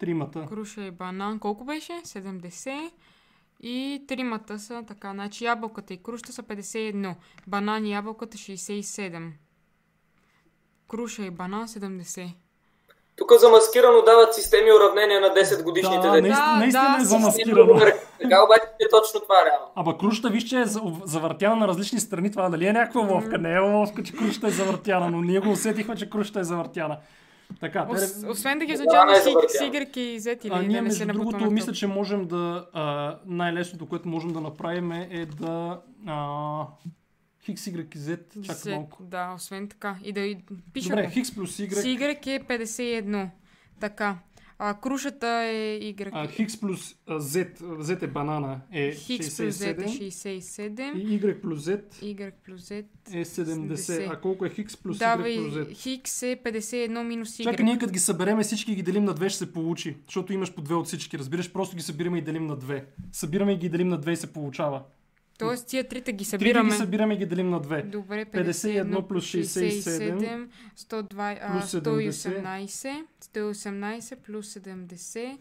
Speaker 1: тримата?
Speaker 2: Круша и банан. Колко беше? 70. И тримата са така. Значи ябълката и крушата са 51. Банан и ябълката 67. Круша и банан 70.
Speaker 3: Тук замаскирано дават системи уравнения на 10 годишните
Speaker 1: Да,
Speaker 3: деца.
Speaker 1: наистина,
Speaker 2: Да,
Speaker 1: наистина
Speaker 2: да,
Speaker 1: е
Speaker 2: с-
Speaker 1: замаскирано.
Speaker 3: Така обаче е точно това реално.
Speaker 1: Ама крушата виж, че е за- завъртяна на различни страни. Това дали е някаква ловка? Не е ловка, че крушата е завъртяна, но ние го усетихме, че крушата е завъртяна. Така, те-
Speaker 2: Ос, освен да ги
Speaker 3: Да,
Speaker 2: означаваме
Speaker 3: не
Speaker 2: си,
Speaker 3: забъртя.
Speaker 2: с игрки и зет или
Speaker 1: а, ние
Speaker 2: да не се
Speaker 1: между другото
Speaker 2: набутваме.
Speaker 1: мисля,
Speaker 2: Мисля...
Speaker 1: че можем да... А, най-лесното, което можем да направим е да... А, хикс, y, z, чакай малко.
Speaker 2: Да, освен така. И да и пиша.
Speaker 1: Добре,
Speaker 2: ако-
Speaker 1: хикс плюс
Speaker 2: С
Speaker 1: y.
Speaker 2: Y е 51. Така. А, крушата е Y.
Speaker 1: А, хикс плюс а, z, z е банана е
Speaker 2: Хикс плюс Z е
Speaker 1: 67.
Speaker 2: 67.
Speaker 1: И y плюс z
Speaker 2: Y плюс Z.
Speaker 1: е 70.
Speaker 2: 70.
Speaker 1: А колко е хикс плюс
Speaker 2: Давай,
Speaker 1: y плюс z?
Speaker 2: Хикс е 51 минус Y.
Speaker 1: Чакай, ние като ги събереме всички и ги делим на две, ще се получи. Защото имаш по две от всички, разбираш? Просто ги събираме и делим на две. Събираме и ги делим на две и се получава.
Speaker 2: Тоест тия трите ги
Speaker 1: Три да
Speaker 2: събираме.
Speaker 1: ги събираме и ги делим на две.
Speaker 2: Добре,
Speaker 1: 51
Speaker 2: 51
Speaker 1: плюс 67,
Speaker 2: 102, а,
Speaker 1: плюс
Speaker 2: 118, 118 плюс 70,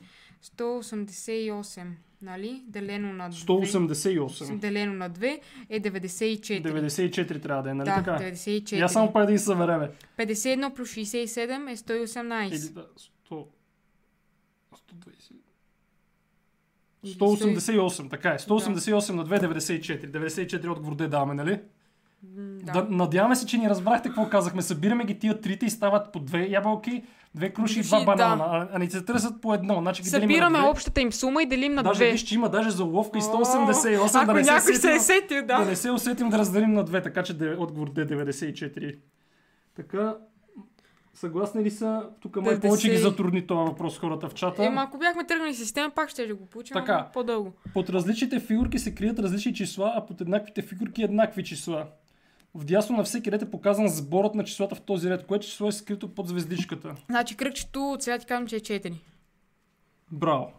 Speaker 2: 188, нали? Делено на 2.
Speaker 1: 188.
Speaker 2: Делено на 2 е 94.
Speaker 1: 94 трябва да е, нали
Speaker 2: да,
Speaker 1: така?
Speaker 2: 94.
Speaker 1: Я само пак да ги събереме.
Speaker 2: 51 плюс 67 е 118.
Speaker 1: Или да, 100... 120.
Speaker 2: Или
Speaker 1: 188, така е. 188 на 2, 94. 94 отговор да даваме, нали?
Speaker 2: М,
Speaker 1: Да. Надяваме се, че ни разбрахте какво казахме. Събираме ги тия трите и стават по две ябълки, две круши и
Speaker 2: Круши,
Speaker 1: два
Speaker 2: да.
Speaker 1: банана. А, а не се търсят по едно. Значи ги делим
Speaker 2: Събираме
Speaker 1: на две.
Speaker 2: общата им сума и делим на
Speaker 1: Даже
Speaker 2: 2.
Speaker 1: виж, че има даже за ловка и 188, да
Speaker 2: Ако
Speaker 1: не се
Speaker 2: някой се
Speaker 1: сетим,
Speaker 2: е сетил,
Speaker 1: да.
Speaker 2: да.
Speaker 1: не се усетим да разделим на две, така че де- отговор да е 94. Така, съгласни ли са? Тук май
Speaker 2: 90.
Speaker 1: повече ги затрудни това въпрос хората в чата.
Speaker 2: Ема, ако бяхме тръгнали с система, пак ще ли го получим
Speaker 1: Така.
Speaker 2: ама по-дълго.
Speaker 1: Под различните фигурки се крият различни числа, а под еднаквите фигурки е еднакви числа. Вдясно на всеки ред е показан сборът на числата в този ред, което число е скрито под звездичката.
Speaker 2: Значи кръгчето от сега ти казвам, че е 4.
Speaker 1: Браво!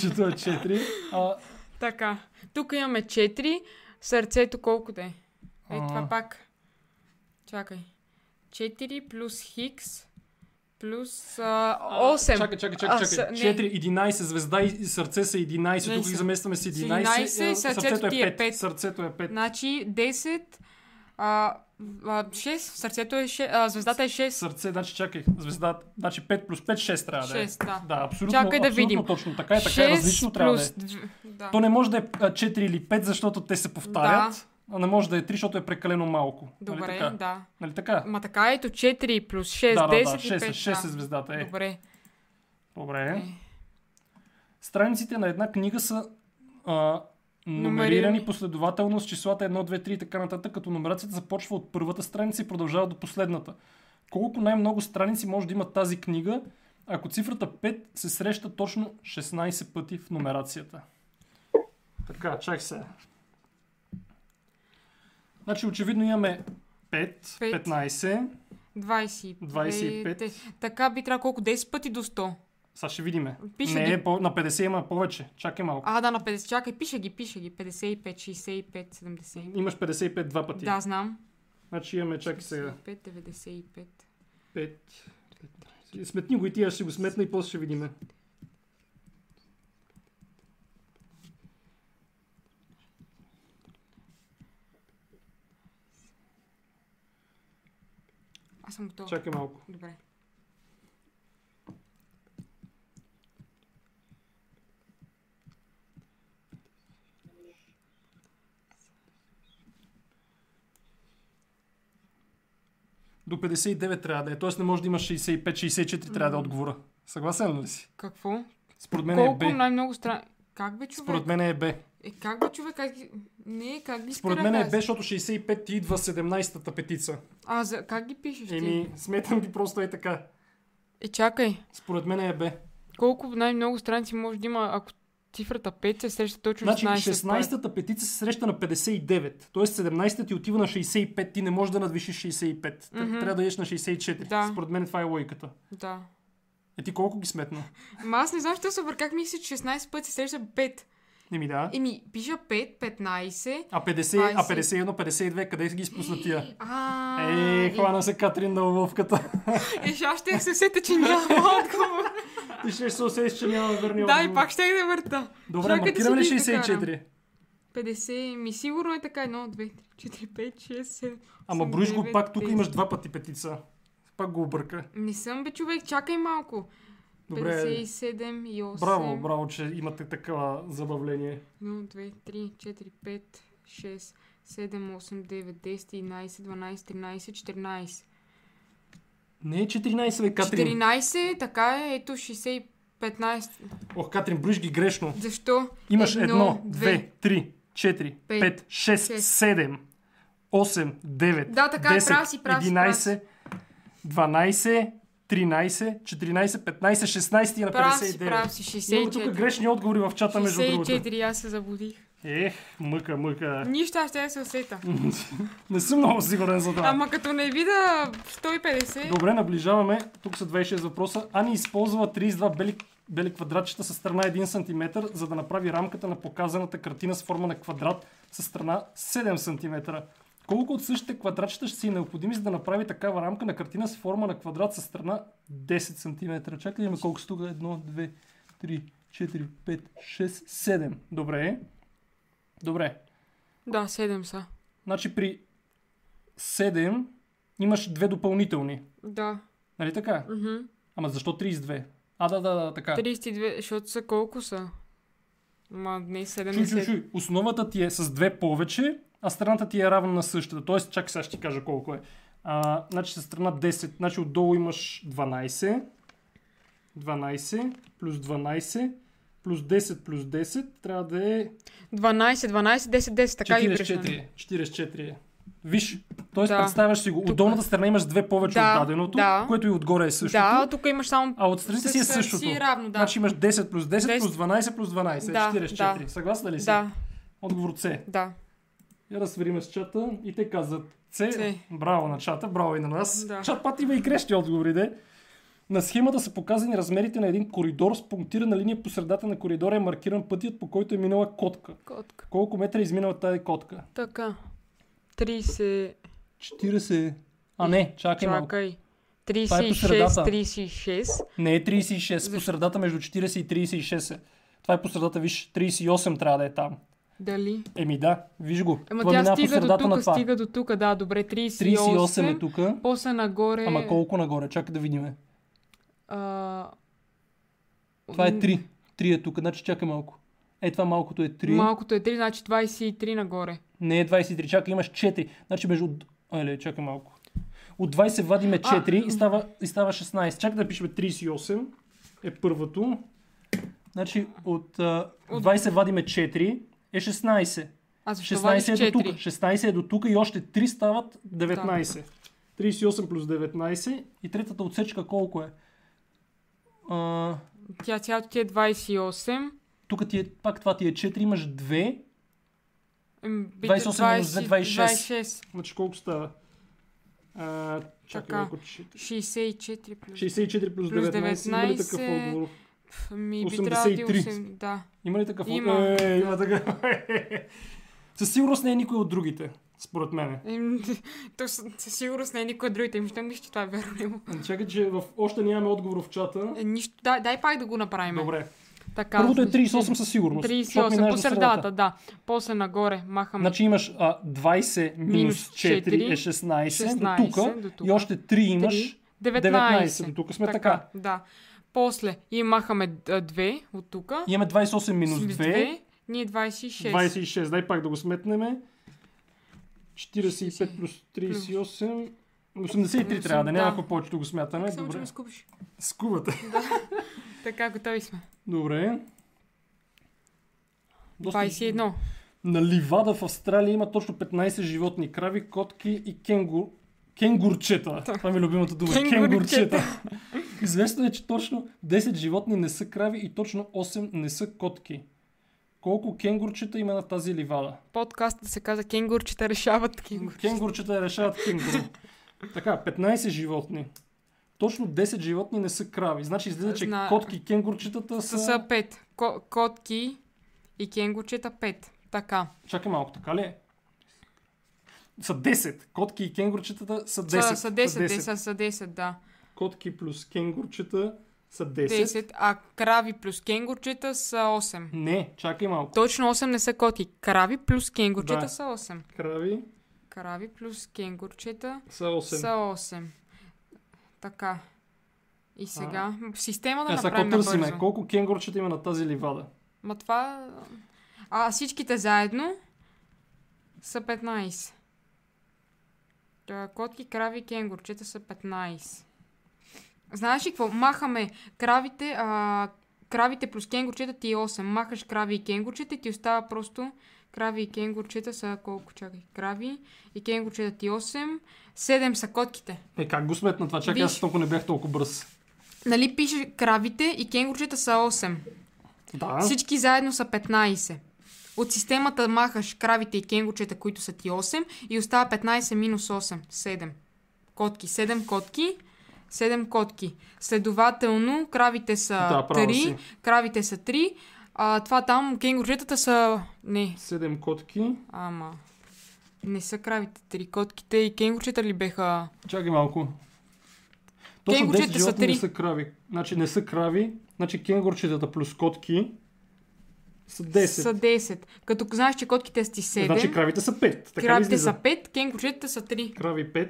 Speaker 1: Чето е 4. А,
Speaker 2: Така. Тук имаме 4. Сърцето колко да е? Е,
Speaker 1: А.
Speaker 2: това пак. Чакай. 4 плюс хикс плюс а, 8.
Speaker 1: Чакай, чакай, чакай,
Speaker 2: А, с-
Speaker 1: чакай.
Speaker 2: не.
Speaker 1: 4, 11 звезда и и сърце са 11. Тук
Speaker 2: Не,
Speaker 1: ги заместваме с 11.
Speaker 2: 11,
Speaker 1: Е,
Speaker 2: сърцето
Speaker 1: сърцето е
Speaker 2: ти е
Speaker 1: 5.
Speaker 2: пет.
Speaker 1: Сърцето е 5.
Speaker 2: Значи 10. А, а, 6. Сърцето е 6. А, звездата е 6.
Speaker 1: Сърце, значи чакай, звезда, значи 5 плюс 5, 6 трябва да е.
Speaker 2: Шест, да.
Speaker 1: Да, абсолютно,
Speaker 2: Чакай да
Speaker 1: абсолютно
Speaker 2: видим.
Speaker 1: точно така е, така е, различно трябва да е.
Speaker 2: Да.
Speaker 1: То не може да е а, 4 или 5, защото те се повтарят. А не може да е 3, защото е прекалено малко. нали
Speaker 2: Добре,
Speaker 1: така?
Speaker 2: да.
Speaker 1: Нали така?
Speaker 2: Ма така ето 4 плюс 6,
Speaker 1: да,
Speaker 2: 10
Speaker 1: да, да,
Speaker 2: и
Speaker 1: 6,
Speaker 2: 5.
Speaker 1: 6 е
Speaker 2: да.
Speaker 1: звездата. Е.
Speaker 2: Добре.
Speaker 1: Добре.
Speaker 2: Е.
Speaker 1: Страниците на една книга са а,
Speaker 2: Номерирани.
Speaker 1: номерирани последователно с числата 1, 2, 3 и така нататък, като номерацията започва от първата страница и продължава до последната. Колко най-много страници може да има тази книга, ако цифрата 5 се среща точно 16 пъти в номерацията? Така, чак се. Значи очевидно имаме 5,
Speaker 2: Пет.
Speaker 1: 15.
Speaker 2: 25.
Speaker 1: 25.
Speaker 2: Те- Така би трябвало колко? 10 пъти до 100.
Speaker 1: Сега ще видиме.
Speaker 2: Пише
Speaker 1: Не
Speaker 2: ги.
Speaker 1: е по- на 50 има повече. Чакай малко.
Speaker 2: А, да, на 50. Чакай, пише ги, пише ги. 55, 65, 70.
Speaker 1: Имаш 55 два пъти.
Speaker 2: Да, знам.
Speaker 1: Значи имаме, чакай сега.
Speaker 2: 55, 95.
Speaker 1: 5. Сметни го и ти, аз ще го сметна и после ще видиме.
Speaker 2: Аз съм готова.
Speaker 1: Чакай малко.
Speaker 2: Добре.
Speaker 1: До 59 трябва да е. Тоест не може да има 65, 64 трябва да е отговора. Съгласен ли си?
Speaker 2: Какво?
Speaker 1: Според мен е
Speaker 2: Колко
Speaker 1: Б.
Speaker 2: най-много страни... Как бе, човек?
Speaker 1: Според мен е Б.
Speaker 2: Е, как бе, човек? Как... ги- Не, как ги
Speaker 1: Според
Speaker 2: изкара
Speaker 1: мен е
Speaker 2: тази?
Speaker 1: Б, защото 65 ти идва 17-та петица.
Speaker 2: А, за... как ги пишеш ти?
Speaker 1: Еми, сметам ги просто е така.
Speaker 2: Е, чакай.
Speaker 1: Според мен е Б.
Speaker 2: Колко най-много страници може да има, ако цифрата 5 се среща точно
Speaker 1: Значи
Speaker 2: 16?
Speaker 1: 16-та петица се среща на 59. Тоест 17-та ти отива на 65. Ти не можеш да надвишиш 65. Тр-
Speaker 2: Мгм.
Speaker 1: Трябва да еш на 64.
Speaker 2: Да.
Speaker 1: Според мен това е логиката.
Speaker 2: Да.
Speaker 1: Е ти колко ги сметна?
Speaker 2: Ма аз не знам, защо се обърках, мисля, че 16 пъти се среща 5.
Speaker 1: Не ми да.
Speaker 2: Еми, пиша 5, 15.
Speaker 1: А 50, а
Speaker 2: 20.
Speaker 1: 51, 52, къде ги изпусна тия?
Speaker 2: А,
Speaker 1: Е,
Speaker 2: и-
Speaker 1: хвана се Катрин на ловката.
Speaker 2: Е, ще аз ще се сета, че няма отговор.
Speaker 1: Ти ще се усетиш, че няма верни
Speaker 2: да, и пак ще да върта.
Speaker 1: Добре,
Speaker 2: Чакай да
Speaker 1: маркираме ли
Speaker 2: си ги докарам.
Speaker 1: 64?
Speaker 2: 50, ми сигурно е така. 1, 2, 3, 4, 5, 6, 7.
Speaker 1: Ама броиш го пак, тук имаш два пъти петица. Пак го обърка.
Speaker 2: Не съм бе човек, чакай малко.
Speaker 1: Добре.
Speaker 2: 57 и 8.
Speaker 1: Браво, браво, че имате такава забавление.
Speaker 2: 1, 2, 3, 4, 5, 6, 7, 8, 9, 10, 11, 12, 13, 14.
Speaker 1: Не е 14, бе, Катрин.
Speaker 2: 14, така е, ето 60, 15.
Speaker 1: Ох, Катрин, броиш ги грешно.
Speaker 2: Защо?
Speaker 1: Имаш
Speaker 2: Едно,
Speaker 1: 1,
Speaker 2: две.
Speaker 1: 2, 3, 4,
Speaker 2: Пет,
Speaker 1: 5, 6,
Speaker 2: шест.
Speaker 1: 7, 8, 9,
Speaker 2: Да, така е,
Speaker 1: 10,
Speaker 2: прав си, прав си,
Speaker 1: 11, 12, 13, 14, 15, 16 и на
Speaker 2: Прав си,
Speaker 1: 59.
Speaker 2: прав си,
Speaker 1: Имаме тук
Speaker 2: 64.
Speaker 1: грешни отговори в чата, между другото.
Speaker 2: 64, аз се заблудих.
Speaker 1: Ех, мъка, мъка.
Speaker 2: Нищо, аз ще се усета.
Speaker 1: Не съм много сигурен за това.
Speaker 2: Ама като не вида 150,
Speaker 1: Добре, наближаваме. Тук са 26 въпроса. Ани използва 32 бели, бели квадратчета с страна 1 см, за да направи рамката на показаната картина с форма на квадрат с страна 7 см. Колко от същите квадратчета ще са и необходими, за да направи такава рамка на картина с форма на квадрат с страна 10 см? Чакай, имаме колко са тук? 1, 2, 3, 4, 5, 6, 7. Добре. Добре.
Speaker 2: да, 7 са.
Speaker 1: Значи при 7 имаш две допълнителни.
Speaker 2: Да.
Speaker 1: Нали така?
Speaker 2: Мгм.
Speaker 1: Ама защо 32? А, да, да, да, така.
Speaker 2: 32, защото са колко са? Ма не 70.
Speaker 1: Чуй, чуй, чуй. Основата ти е с две повече, а страната ти е равна на същата. Тоест, чак сега ще ти кажа колко е. А, значи с страна 10. Значи отдолу имаш 12. 12 плюс 12 плюс 10 плюс 10 трябва да е
Speaker 2: 12, 12, 10, 10, така ги пишем.
Speaker 1: 44. 44 е. Виж, т.е.
Speaker 2: Да.
Speaker 1: представяш си го. От
Speaker 2: Тук.
Speaker 1: долната страна имаш две повече
Speaker 2: Да,
Speaker 1: от даденото,
Speaker 2: да.
Speaker 1: което и отгоре е същото.
Speaker 2: Да, тук имаш само...
Speaker 1: А от страните си е същото.
Speaker 2: Си равно, да.
Speaker 1: Значи имаш 10 плюс 10,
Speaker 2: 10.
Speaker 1: плюс 12 плюс 12.
Speaker 2: Да,
Speaker 1: 44.
Speaker 2: да.
Speaker 1: Съгласна ли си?
Speaker 2: Да,
Speaker 1: Отговор С.
Speaker 2: да,
Speaker 1: Я да сверим с чата и те казват С.
Speaker 2: С.
Speaker 1: Браво на чата, браво и на нас.
Speaker 2: Да.
Speaker 1: Чат пат има и грешни отговори, де. На схемата са показани размерите на един коридор с пунктирана линия по средата на коридора е маркиран пътят, по който е минала котка.
Speaker 2: котка.
Speaker 1: Колко метра е изминала тази котка?
Speaker 2: Така. 30...
Speaker 1: 40. А не, чакай малко.
Speaker 2: Чакай.
Speaker 1: Това е по
Speaker 2: 36,
Speaker 1: средата.
Speaker 2: 36.
Speaker 1: Не е 36, по средата между 40 и 36 е. Това е по средата, виж, 38 трябва да е там.
Speaker 2: Дали?
Speaker 1: Еми да, виж го.
Speaker 2: Ема
Speaker 1: Това
Speaker 2: тя
Speaker 1: минава по
Speaker 2: стига до
Speaker 1: средата на
Speaker 2: тук,
Speaker 1: това.
Speaker 2: стига до тук, да, добре, 38.
Speaker 1: 38 е тук.
Speaker 2: После нагоре...
Speaker 1: Ама колко нагоре? Чакай да видим.
Speaker 2: А...
Speaker 1: Това е 3. 3 е тук, значи чакай малко. Е, това малкото е 3.
Speaker 2: Малкото е 3, значи 23 нагоре.
Speaker 1: Не е 23, чакай, имаш 4. Значи между... Еле, чакай малко. От 20 вадиме 4 и, става, и става 16. Чакай да пишем 38 е първото. Значи от а, 20 вадиме 4 е 16.
Speaker 2: А защо
Speaker 1: 16 е до тук.
Speaker 2: 24?
Speaker 1: 16 е до тук и още 3 стават 19. 38 плюс 19. И третата отсечка колко е? А,
Speaker 2: Тя цялото ти е 28.
Speaker 1: тук ти е, пак това ти е 4, имаш 2.
Speaker 2: М, бите
Speaker 1: 28 минус
Speaker 2: 20,
Speaker 1: 26. Значи колко става? А, чакай
Speaker 2: Така.
Speaker 1: малко, че-
Speaker 2: 64 плюс.
Speaker 1: 64 плюс
Speaker 2: Плюс
Speaker 1: 19. Има ли такъв
Speaker 2: 19.
Speaker 1: отговор?
Speaker 2: Пф, Ми би трябвало да ти
Speaker 1: 83.
Speaker 2: 8. Да.
Speaker 1: Има ли такъв
Speaker 2: Има.
Speaker 1: отговор? Е, има такъв. Със сигурност не е никой от другите, според мен.
Speaker 2: Ем, То с- със сигурност не е никой от другите. Им ще мисля, че това е вярно.
Speaker 1: Чакай, че в... още нямаме отговор в чата.
Speaker 2: Е, Нищо. Дай, дай пак да го направим.
Speaker 1: Добре.
Speaker 2: Така,
Speaker 1: Първото е
Speaker 2: значи,
Speaker 1: 38 със сигурност. защото
Speaker 2: 38.
Speaker 1: минаваш
Speaker 2: По
Speaker 1: до
Speaker 2: средата, да. После нагоре махаме.
Speaker 1: Значи имаш а, 20 минус
Speaker 2: Минус
Speaker 1: 4 е 16,
Speaker 2: 16,
Speaker 1: до
Speaker 2: до
Speaker 1: тук
Speaker 2: тука.
Speaker 1: и още 3 имаш.
Speaker 2: 19.
Speaker 1: 19. До тук сме така.
Speaker 2: Да. После и махаме 2 от тук.
Speaker 1: И Имаме 28 минус
Speaker 2: С
Speaker 1: 2,
Speaker 2: Ние 26.
Speaker 1: 26. Дай пак да го сметнем. 45 плюс 38, 83 трябва да не,
Speaker 2: Да.
Speaker 1: ако повечето го смятаме.
Speaker 2: Само, че
Speaker 1: Добре.
Speaker 2: ме скупиш.
Speaker 1: Скубата.
Speaker 2: Така, готови сме.
Speaker 1: Добре. Доста-
Speaker 2: 21.
Speaker 1: На Ливада в Австралия има точно 15 животни. Крави, котки и кенгур... кенгурчета. Това ми е любимата дума.
Speaker 2: Кенгурчета.
Speaker 1: Кенгурчета. Известно е, че точно 10 животни не са крави и точно 8 не са котки. Колко кенгурчета има на тази ливада?
Speaker 2: Подкастът се каза Кенгурчета решават кенгур.
Speaker 1: Кенгурчета решават кенгуру. така, 15 животни. Точно 10 животни не са крави. Значи излиза, че
Speaker 2: Зна-
Speaker 1: котки и кенгурчетата
Speaker 2: С
Speaker 1: са...
Speaker 2: 5. Ко- котки и кенгурчета 5. Така.
Speaker 1: Чакай малко, така ли е? Са 10. Котки и кенгурчетата са 10.
Speaker 2: Са, са 10, 10. Са, са 10, да.
Speaker 1: Котки плюс кенгурчета са 10.
Speaker 2: 10, а крави плюс кенгурчета са 8.
Speaker 1: Не, чакай малко.
Speaker 2: Точно 8 не са коти. Крави плюс кенгурчета
Speaker 1: Да.
Speaker 2: са 8.
Speaker 1: Крави
Speaker 2: Крави плюс кенгурчета
Speaker 1: са 8.
Speaker 2: са 8. Така. И сега система да
Speaker 1: а, Е, сега
Speaker 2: направим
Speaker 1: какво търсиме?
Speaker 2: набързо.
Speaker 1: Колко кенгурчета има на тази ливада?
Speaker 2: Ма това... А всичките заедно са 15. Та, Котки, крави, кенгурчета са 15. Знаеш ли какво? Махаме кравите, а, кравите плюс кенгурчета ти е 8. Махаш крави и кенгурчета и ти остава просто крави и кенгурчета са колко? Чакай, крави и кенгурчета ти е 8. 7 са котките.
Speaker 1: Е, как го сметна това? Чакай,
Speaker 2: Виж.
Speaker 1: аз толкова не бях толкова бърз.
Speaker 2: Нали пише кравите и кенгурчета са 8.
Speaker 1: Да.
Speaker 2: Всички заедно са 15. От системата махаш кравите и кенгучета, които са ти 8 и остава 15 минус 8. 7. Котки. 7 котки. 7 котки. Следователно, кравите са
Speaker 1: Да, права
Speaker 2: 3,
Speaker 1: си.
Speaker 2: кравите са 3, а това там кенгурчетата са... Не,
Speaker 1: 7 котки.
Speaker 2: ама... Не са кравите 3, котките и кенгурчета ли беха...
Speaker 1: Чакай малко. Точно 10
Speaker 2: Кенгурчетата са
Speaker 1: животни не
Speaker 2: три.
Speaker 1: са крави. Значи не са крави. Значи кенгурчетата плюс котки са 10.
Speaker 2: Са 10. Като знаеш, че котките са ти 7,
Speaker 1: Значи кравите са 5. Така
Speaker 2: кравите
Speaker 1: излиза.
Speaker 2: са 5, кенгурчетата са 3.
Speaker 1: Крави 5.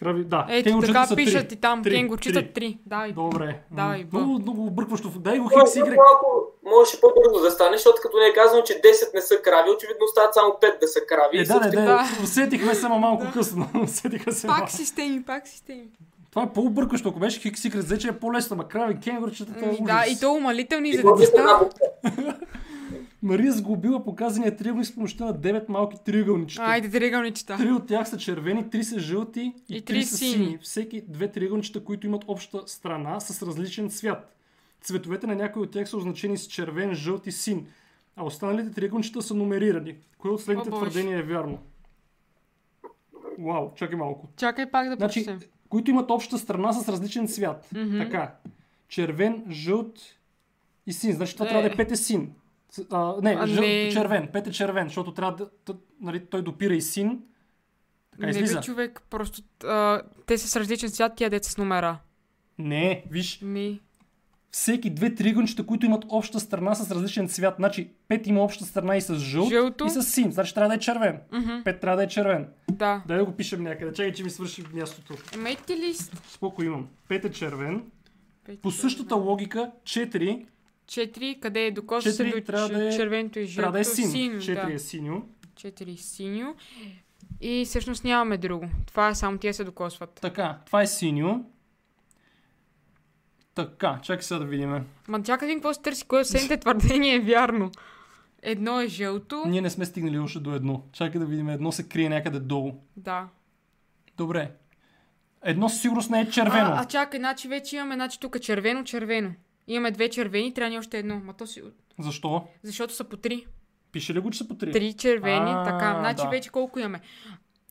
Speaker 1: Крави, да.
Speaker 2: Ето,
Speaker 1: кенгурчета
Speaker 2: Е, така
Speaker 1: са три.
Speaker 2: пишат и там.
Speaker 1: Три,
Speaker 2: Кенгурчета
Speaker 1: три.
Speaker 2: 3. Да, и
Speaker 1: Добре.
Speaker 2: Давай,
Speaker 1: М,
Speaker 2: Б.
Speaker 1: много, много объркващо. Дай го хикс
Speaker 3: Може
Speaker 1: игрек.
Speaker 3: малко, можеше по-бързо да стане, защото като не е казано, че 10 не са крави, очевидно остават само 5 да са крави.
Speaker 1: Е,
Speaker 3: И
Speaker 1: да, да,
Speaker 3: също-
Speaker 1: да.
Speaker 2: Да.
Speaker 1: Усетихме се, ама малко късно. Усетихме се. малко.
Speaker 2: Пак системи, пак системи.
Speaker 1: Това е по-объркващо. Ако беше хикс игрек, взе, че е по-лесно. Ма крави кенгурчетата е
Speaker 2: Ми,
Speaker 1: ужас.
Speaker 2: Ами да, и то умалителни за
Speaker 3: И
Speaker 1: Е,
Speaker 3: може една
Speaker 2: деца.
Speaker 3: буква.
Speaker 1: Мария сгубила показания триъгълник с помощта на 9 малки триъгълничета.
Speaker 2: Айде, триъгълничета.
Speaker 1: Три от тях са червени, три са жълти и,
Speaker 2: И три
Speaker 1: три са
Speaker 2: сини.
Speaker 1: сини. Всеки две триъгълничета, които имат обща страна с различен цвят. Цветовете на някои от тях са означени с червен, жълт и син, а останалите триъгълничета са номерирани. Кое от следните
Speaker 2: О, Боже.
Speaker 1: твърдения е вярно? Вау, чакай малко.
Speaker 2: Чакай пак да
Speaker 1: Значи,
Speaker 2: прочетем.
Speaker 1: които имат обща страна с различен цвят. Така. Червен, жълт и син. Значи това
Speaker 2: Е.
Speaker 1: трябва да е пете син. Ц- А, не,
Speaker 2: А,
Speaker 1: жълт,
Speaker 2: не.
Speaker 1: червен. Пете червен, защото трябва да, т- нали, той допира и син. Така
Speaker 2: Не бе
Speaker 1: излиза.
Speaker 2: човек, просто а, те са с различен цвят, тия деца с номера.
Speaker 1: Не, виж.
Speaker 2: Ми,
Speaker 1: Всеки две тригънчета, които имат обща страна с различен цвят. Значи пет има обща страна и с жълт
Speaker 2: Жълто.
Speaker 1: и с син. Значи трябва да е червен.
Speaker 2: Мгм.
Speaker 1: Пет трябва да е червен.
Speaker 2: да.
Speaker 1: Дай да го пишем някъде. Чакай, че ми свърши мястото.
Speaker 2: Имайте лист.
Speaker 1: Споко имам. Пет е червен. По същата логика, 4
Speaker 2: Четири, къде е докосва се
Speaker 1: Четири
Speaker 2: до
Speaker 1: трябва
Speaker 2: ч-
Speaker 1: да е-
Speaker 2: червеното и
Speaker 1: трябва
Speaker 2: жълто.
Speaker 1: да е син.
Speaker 2: синьо,
Speaker 1: 4
Speaker 2: да.
Speaker 1: е синьо.
Speaker 2: Четири синьо. И всъщност нямаме друго. Това е само тия се докосват.
Speaker 1: Така, това е синьо. Така, чакай сега да видим.
Speaker 2: Ма чакай един какво се търси, кое от седните твърдение е вярно. Едно е жълто.
Speaker 1: Ние не сме стигнали още до едно. Чакай да видим. Едно се крие някъде долу.
Speaker 2: Да.
Speaker 1: Добре. Едно със сигурност не е червено.
Speaker 2: А, а чакай, значи вече имаме, значи тук червено, червено. Имаме две червени, трябва ни още едно. Ма то си...
Speaker 1: Защо?
Speaker 2: Защото са по три.
Speaker 1: Пише ли го, че са по три?
Speaker 2: Три червени,
Speaker 1: А,
Speaker 2: така. Значи
Speaker 1: да.
Speaker 2: вече колко имаме?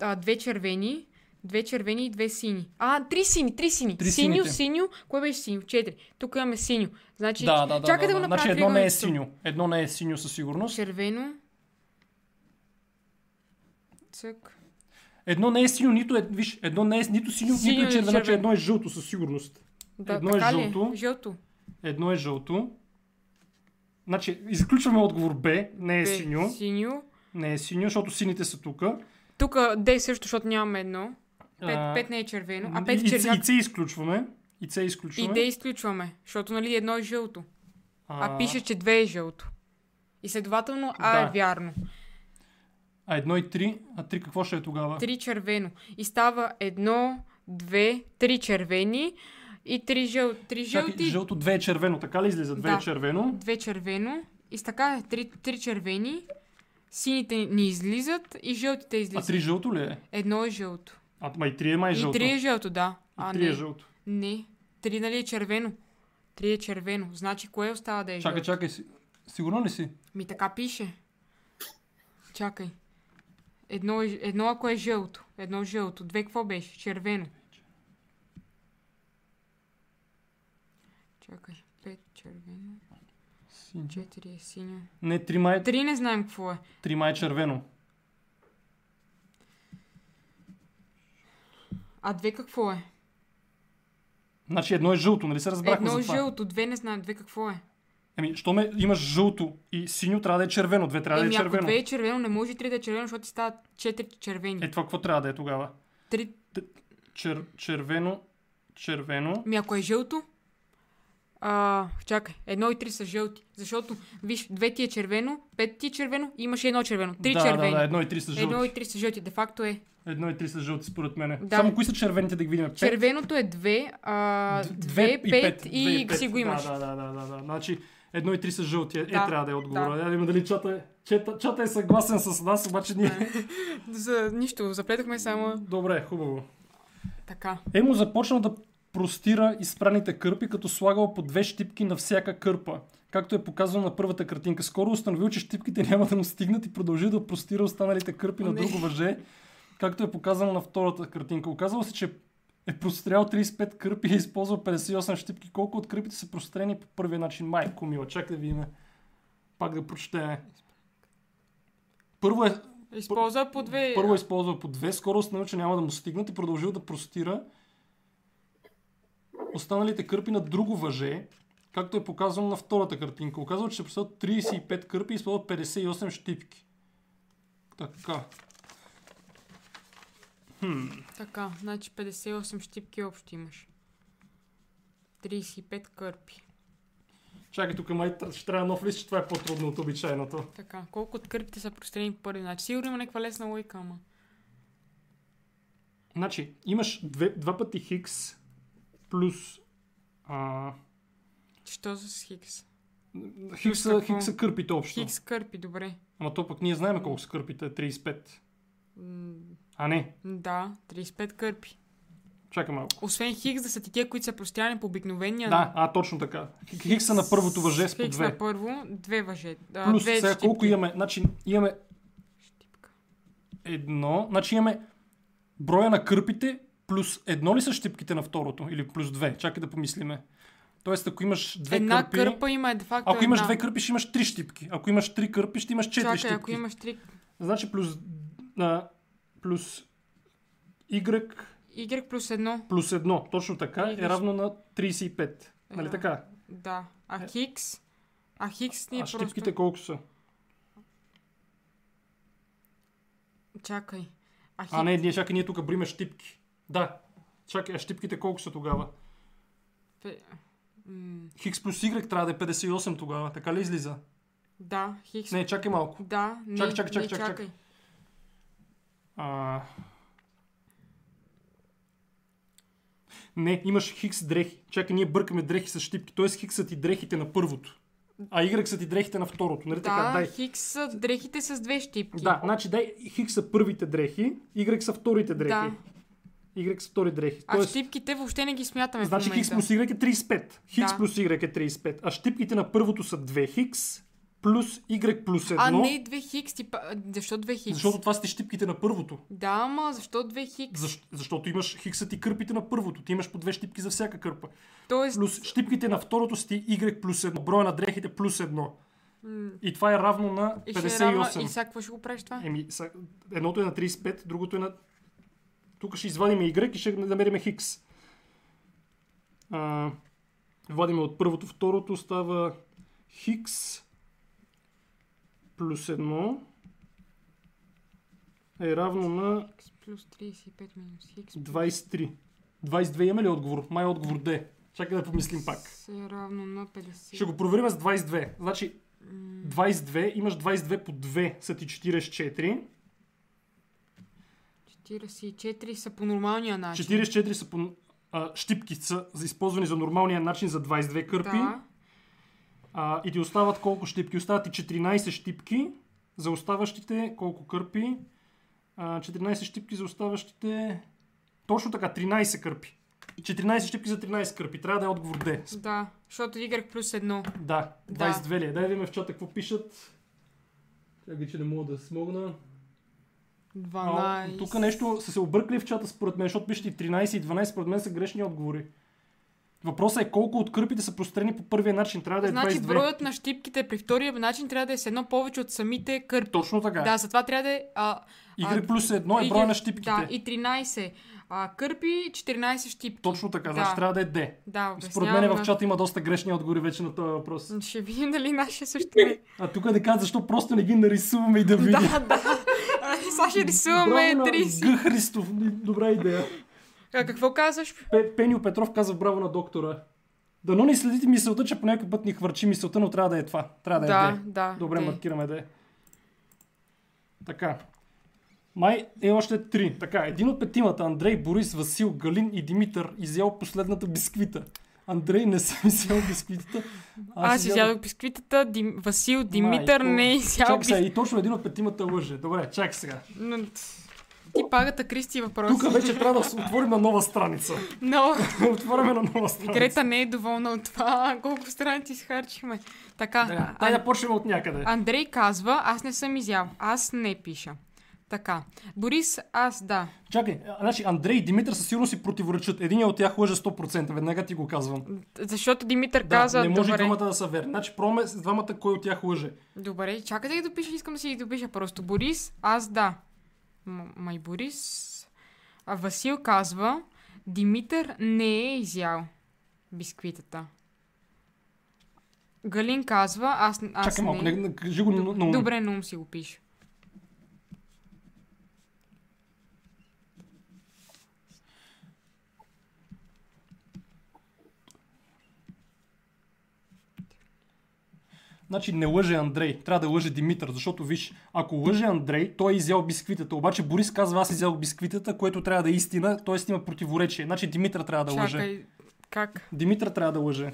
Speaker 2: А, две червени, две червени и две сини. А, три сини, три сини.
Speaker 1: Три
Speaker 2: синьо,
Speaker 1: сините.
Speaker 2: синьо, кое беше синьо? Четири. Тук имаме синьо. Значи,
Speaker 1: Да, да, да.
Speaker 2: чакай
Speaker 1: да,
Speaker 2: да, го
Speaker 1: да.
Speaker 2: направя
Speaker 1: Значи едно не е
Speaker 2: триъгълничето.
Speaker 1: синьо. Едно не е синьо със сигурност.
Speaker 2: Червено. Цък.
Speaker 1: Едно не е синьо, нито е, виж, едно не е нито синьо,
Speaker 2: Синьо
Speaker 1: нито
Speaker 2: или
Speaker 1: е червено, значи
Speaker 2: червено.
Speaker 1: едно е жълто със сигурност.
Speaker 2: Да,
Speaker 1: Едно е
Speaker 2: така ли
Speaker 1: жълто.
Speaker 2: Жълто.
Speaker 1: Едно е жълто. Значи, изключваме отговор Б, не е
Speaker 2: Две
Speaker 1: синьо.
Speaker 2: Синьо.
Speaker 1: Не е синьо, защото сините са тук.
Speaker 2: Тук Д също, защото нямаме едно. Пет, пет не е червено, а пет
Speaker 1: и,
Speaker 2: е
Speaker 1: и,
Speaker 2: червяк.
Speaker 1: и С изключваме. И С
Speaker 2: И
Speaker 1: изключваме.
Speaker 2: да изключваме, защото нали едно е жълто. А,
Speaker 1: а,
Speaker 2: пише, че две е жълто. И следователно А е
Speaker 1: Да.
Speaker 2: вярно.
Speaker 1: а едно и три. А три какво ще е тогава?
Speaker 2: Три червено. И става едно, две, три червени и три, жъл... три
Speaker 1: Чакай,
Speaker 2: жълти.
Speaker 1: жълто две е червено, така ли излиза? Две
Speaker 2: Да.
Speaker 1: е червено.
Speaker 2: Две червено. И с така, три, три червени, сините ни излизат и жълтите
Speaker 1: А
Speaker 2: излизат.
Speaker 1: три жълто ли е?
Speaker 2: Едно е жълто.
Speaker 1: А, ма и три е май
Speaker 2: и
Speaker 1: жълто.
Speaker 2: три е жълто, да. А,
Speaker 1: И три
Speaker 2: не.
Speaker 1: е жълто.
Speaker 2: Не. Три, нали е червено? Три е червено. Значи кое остава да е
Speaker 1: Чакай,
Speaker 2: жълто?
Speaker 1: чакай. си- Сигурно ли си?
Speaker 2: Ми така пише. Чакай. Едно, е ж- едно ако е жълто. Едно жълто. Две какво беше? Червено. Чакай. Пет червено.
Speaker 1: Син-
Speaker 2: Четири е синьо.
Speaker 1: Не, три май,
Speaker 2: Три не знаем какво е.
Speaker 1: три май е червено.
Speaker 2: А две какво е?
Speaker 1: Значи едно е жълто, нали се разбрахме
Speaker 2: Едно е
Speaker 1: за това?
Speaker 2: жълто. Две не знаем. Две какво е?
Speaker 1: Еми, що ме имаш жълто и синьо, трябва да е червено. Две трябва
Speaker 2: Еми,
Speaker 1: да е
Speaker 2: ако
Speaker 1: червено.
Speaker 2: две е червено, не може и три да е червено, защото ти стават четири червени.
Speaker 1: Е, това какво трябва да е тогава?
Speaker 2: Три...
Speaker 1: Чер... Червено, червено.
Speaker 2: Ми ако е жълто, а, чакай, едно и три са жълти. Защото, виж, две ти е червено, пет ти е червено, имаше едно червено. Три
Speaker 1: да,
Speaker 2: червени.
Speaker 1: да, да, едно и три са жълти.
Speaker 2: едно и три са жълти. Де факто е.
Speaker 1: Едно и три са жълти, според мен.
Speaker 2: Да.
Speaker 1: Само кои са червените да ги видим? Пет?
Speaker 2: Червеното е две, а,
Speaker 1: Д-
Speaker 2: две,
Speaker 1: и
Speaker 2: пет
Speaker 1: пет. Две
Speaker 2: и
Speaker 1: пет.
Speaker 2: си го имаш.
Speaker 1: Да, да, да, да, да, да. Значи, едно и три са жълти. Е,
Speaker 2: Да,
Speaker 1: е трябва да е отговора.
Speaker 2: да.
Speaker 1: Да. видим дали чата, е- чета, чата е съгласен с нас, обаче ние...
Speaker 2: За нищо, заплетахме само
Speaker 1: Добре, хубаво.
Speaker 2: така.
Speaker 1: Емо започнал Е да простира изпраните кърпи, като слагал по две щипки на всяка кърпа, както е показано на първата картинка. Скоро е установил, че щипките няма да му стигнат и продължи да простира останалите кърпи на
Speaker 2: Не.
Speaker 1: друго въже, както е показано на втората картинка. Оказало се, че е прострял 35 кърпи и е използвал 58 щипки. Колко от кърпите са прострени по първия начин? Майко мила, чакай да видим. Пак да прочетем. Първо е
Speaker 2: Използва по две.
Speaker 1: първо е използвал по две, скоро установил, че няма да му стигнат и продължил да простира останалите кърпи на друго въже, както е показано на втората картинка. Оказва, че се простират 35 кърпи и използвал 58 щипки. Така.
Speaker 2: Така, значи 58 щипки общо имаш. 35 кърпи.
Speaker 1: Чакай, тук май тр- ще трябва нов лист, че това е по-трудно от обичайното.
Speaker 2: Така, колко от кърпите са прострени по първи начин? Сигурно има някаква лесна лойка, ама.
Speaker 1: Значи, имаш две, два пъти хикс плюс... А,
Speaker 2: Що за хикс?
Speaker 1: хикса,
Speaker 2: какво?
Speaker 1: хикса кърпите общо.
Speaker 2: Хикс кърпи, добре.
Speaker 1: Ама то пък ние знаем колко са кърпите. 35.
Speaker 2: М,
Speaker 1: А не,
Speaker 2: Да, 35 кърпи.
Speaker 1: чакай малко.
Speaker 2: Освен хикс да са ти тия, които са простяни по обикновения.
Speaker 1: Да, а точно така. Хикса на първото въже с по
Speaker 2: Хикс
Speaker 1: две.
Speaker 2: на първо, две въже. А,
Speaker 1: Плюс
Speaker 2: две
Speaker 1: сега
Speaker 2: щипки.
Speaker 1: колко имаме? Значи имаме
Speaker 2: Щипка.
Speaker 1: едно, значи имаме броя на кърпите плюс едно ли са щипките на второто или плюс две? Чакай да помислиме. Тоест ако имаш две
Speaker 2: Една
Speaker 1: кърпи,
Speaker 2: кърпа има е де факто
Speaker 1: ако имаш
Speaker 2: една.
Speaker 1: две кърпи ще имаш три щипки. Ако имаш три кърпи ще имаш четири
Speaker 2: Чакай,
Speaker 1: щипки.
Speaker 2: ако имаш три...
Speaker 1: Значи плюс а, плюс Y
Speaker 2: Y плюс едно,
Speaker 1: плюс едно, точно така,
Speaker 2: Или-
Speaker 1: е равно на 35. Нали
Speaker 2: Да.
Speaker 1: така?
Speaker 2: да. А хикс... А хикс ни е
Speaker 1: Е. А
Speaker 2: просто...
Speaker 1: щипките колко са?
Speaker 2: Чакай. А хикс...
Speaker 1: А, не, ние чакай, ние тук бриме щипки. Да. Чакай, а щипките колко са тогава?
Speaker 2: пе- м,
Speaker 1: Хикс плюс Y трябва да е 58 тогава. Така ли излиза?
Speaker 2: Да, хикс...
Speaker 1: Не, чакай малко.
Speaker 2: Да, не,
Speaker 1: Чакай, чакай, чакай,
Speaker 2: не,
Speaker 1: чакай,
Speaker 2: чакай.
Speaker 1: А... Не, имаш хикс дрехи. Чакай, ние бъркаме дрехи с щипки. Тоест хиксът и дрехите на първото. А Y са ти дрехите на второто. Нали така?
Speaker 2: Да,
Speaker 1: Дай.
Speaker 2: хикс са дрехите с две щипки.
Speaker 1: Да, значи дай хикс са първите дрехи, Y са вторите дрехи.
Speaker 2: Да.
Speaker 1: Y са втори дрехи.
Speaker 2: А щипките въобще не ги смятаме
Speaker 1: Значи
Speaker 2: в
Speaker 1: хикс
Speaker 2: момента.
Speaker 1: плюс y е 35. Хикс
Speaker 2: Да.
Speaker 1: плюс y е 35. А щипките на първото са 2 хикс плюс y плюс 1.
Speaker 2: А, не, две хикс ти... па- Защо две хикс?
Speaker 1: Защото това са ти щипките на първото.
Speaker 2: Да, ама защо две хикс?
Speaker 1: Защ, защото имаш хиксът и кърпите на първото. Ти имаш по две щипки за всяка кърпа.
Speaker 2: Тоест,
Speaker 1: Плюс щипките на второто са ти y плюс 1. Броя на дрехите плюс 1.
Speaker 2: м,
Speaker 1: И това е равно на
Speaker 2: и ще е равно-
Speaker 1: 58.
Speaker 2: И сега какво ще го правиш това?
Speaker 1: Еми, са- едното е на 35, другото е на... Тук ще извадим Y и ще намерим Хикс. А, вадиме от първото, второто става Хикс плюс 1 е равно на
Speaker 2: Хикс плюс 35 минус хикс
Speaker 1: 23. 22 има ли отговор? Май отговор Д. Чакай да помислим пак.
Speaker 2: се е равно на 50.
Speaker 1: Ще го проверим с 22. Значи 22, имаш 22 по 2 са ти 44.
Speaker 2: 44 са по нормалния начин.
Speaker 1: 44 са по, а, щипки са за използвани за нормалния начин за 22 кърпи.
Speaker 2: Да.
Speaker 1: А, и ти остават колко щипки? Остават ти 14 щипки за оставащите, колко кърпи. А, 14 щипки за оставащите. Точно така, 13 кърпи. 14 щипки за 13 кърпи. Трябва да е отговор Д.
Speaker 2: Да, защото Y плюс 1.
Speaker 1: Да,
Speaker 2: Да.
Speaker 1: 22 ли е? Дай да видим в чата какво пишат. Чакай, че не мога да смогна. А,
Speaker 2: 12.
Speaker 1: Тук нещо е са се объркали в чата според мен, защото пишете и 13 и 12, според мен са грешни отговори. Въпросът е колко от кърпите са прострени по първия начин. Трябва да е
Speaker 2: Значи
Speaker 1: 22.
Speaker 2: броят на щипките при втория начин трябва да е с едно повече от самите кърпи.
Speaker 1: Точно така.
Speaker 2: Да, затова трябва да е... А,
Speaker 1: Игри
Speaker 2: а,
Speaker 1: плюс едно е
Speaker 2: Y-
Speaker 1: броя на щипките.
Speaker 2: Да, и 13. А, кърпи 14 щипки.
Speaker 1: Точно така,
Speaker 2: Да.
Speaker 1: значи трябва да е Д.
Speaker 2: Да,
Speaker 1: Според мен е в
Speaker 2: обяснявам.
Speaker 1: чата има доста грешни отговори вече на този въпрос.
Speaker 2: Ще видим дали нашия също не.
Speaker 1: А тук да кажат защо просто не ги нарисуваме и да видим.
Speaker 2: да, да. А, Сега ще рисуваме
Speaker 1: Браво на
Speaker 2: 30.
Speaker 1: Г. Христов, добра идея.
Speaker 2: А, какво казваш?
Speaker 1: Пе- Пенио Петров каза браво на доктора. Дано не следите мисълта, че по някой път ни хвърчи мисълта, но трябва да е това. Трябва да, е
Speaker 2: Да,
Speaker 1: Д.
Speaker 2: да,
Speaker 1: Добре,
Speaker 2: Д.
Speaker 1: маркираме да е. Така. Май е още три. Така, един от петимата, Андрей, Борис, Васил, Галин и Димитър, изял последната бисквита. Андрей не съм изял бисквитата.
Speaker 2: Аз
Speaker 1: изядох-
Speaker 2: изядох бисквитата, Дим... Васил Димитър
Speaker 1: Майко.
Speaker 2: не е изял
Speaker 1: Чакай сега,
Speaker 2: бисквитата.
Speaker 1: и точно един от петимата лъже. Добре, чакай сега.
Speaker 2: Ти пагата Кристи въпрос.
Speaker 1: Тук вече трябва да отворим на нова страница.
Speaker 2: Но
Speaker 1: Отваряме на нова страница.
Speaker 2: Грета не е доволна от това. Колко страници изхарчихме. Така,
Speaker 1: Да,
Speaker 2: Ан-
Speaker 1: Е, дай да почнем от някъде.
Speaker 2: Андрей казва, аз не съм изял. Аз не пиша. Така. Борис, аз да.
Speaker 1: Чакай, а, значи Андрей и Димитър със сигурност си противоречат. Един от тях лъже 100%, веднага ти го казвам.
Speaker 2: Защото Димитър
Speaker 1: Да,
Speaker 2: каза,
Speaker 1: не може и
Speaker 2: добре,
Speaker 1: двамата да са верни. Значи пробваме с двамата кой от тях лъже.
Speaker 2: добре, чакай да ги допиша, искам да си ги допиша просто. Борис, аз да. М- май Борис. А Васил казва, Димитър не е изял бисквитата. Галин казва, аз, аз
Speaker 1: Чакай малко,
Speaker 2: не.
Speaker 1: не, не, кажи го на, на ум.
Speaker 2: Добре, на ум си го пише.
Speaker 1: Значи не лъже Андрей, трябва да лъже Димитър, защото виж, ако лъже Андрей, той е изял бисквитата. Обаче Борис казва, аз изял бисквитата, което трябва да е истина, т.е. има противоречие. Значи Димитър трябва да лъже.
Speaker 2: Чакай, как?
Speaker 1: Димитър трябва да лъже.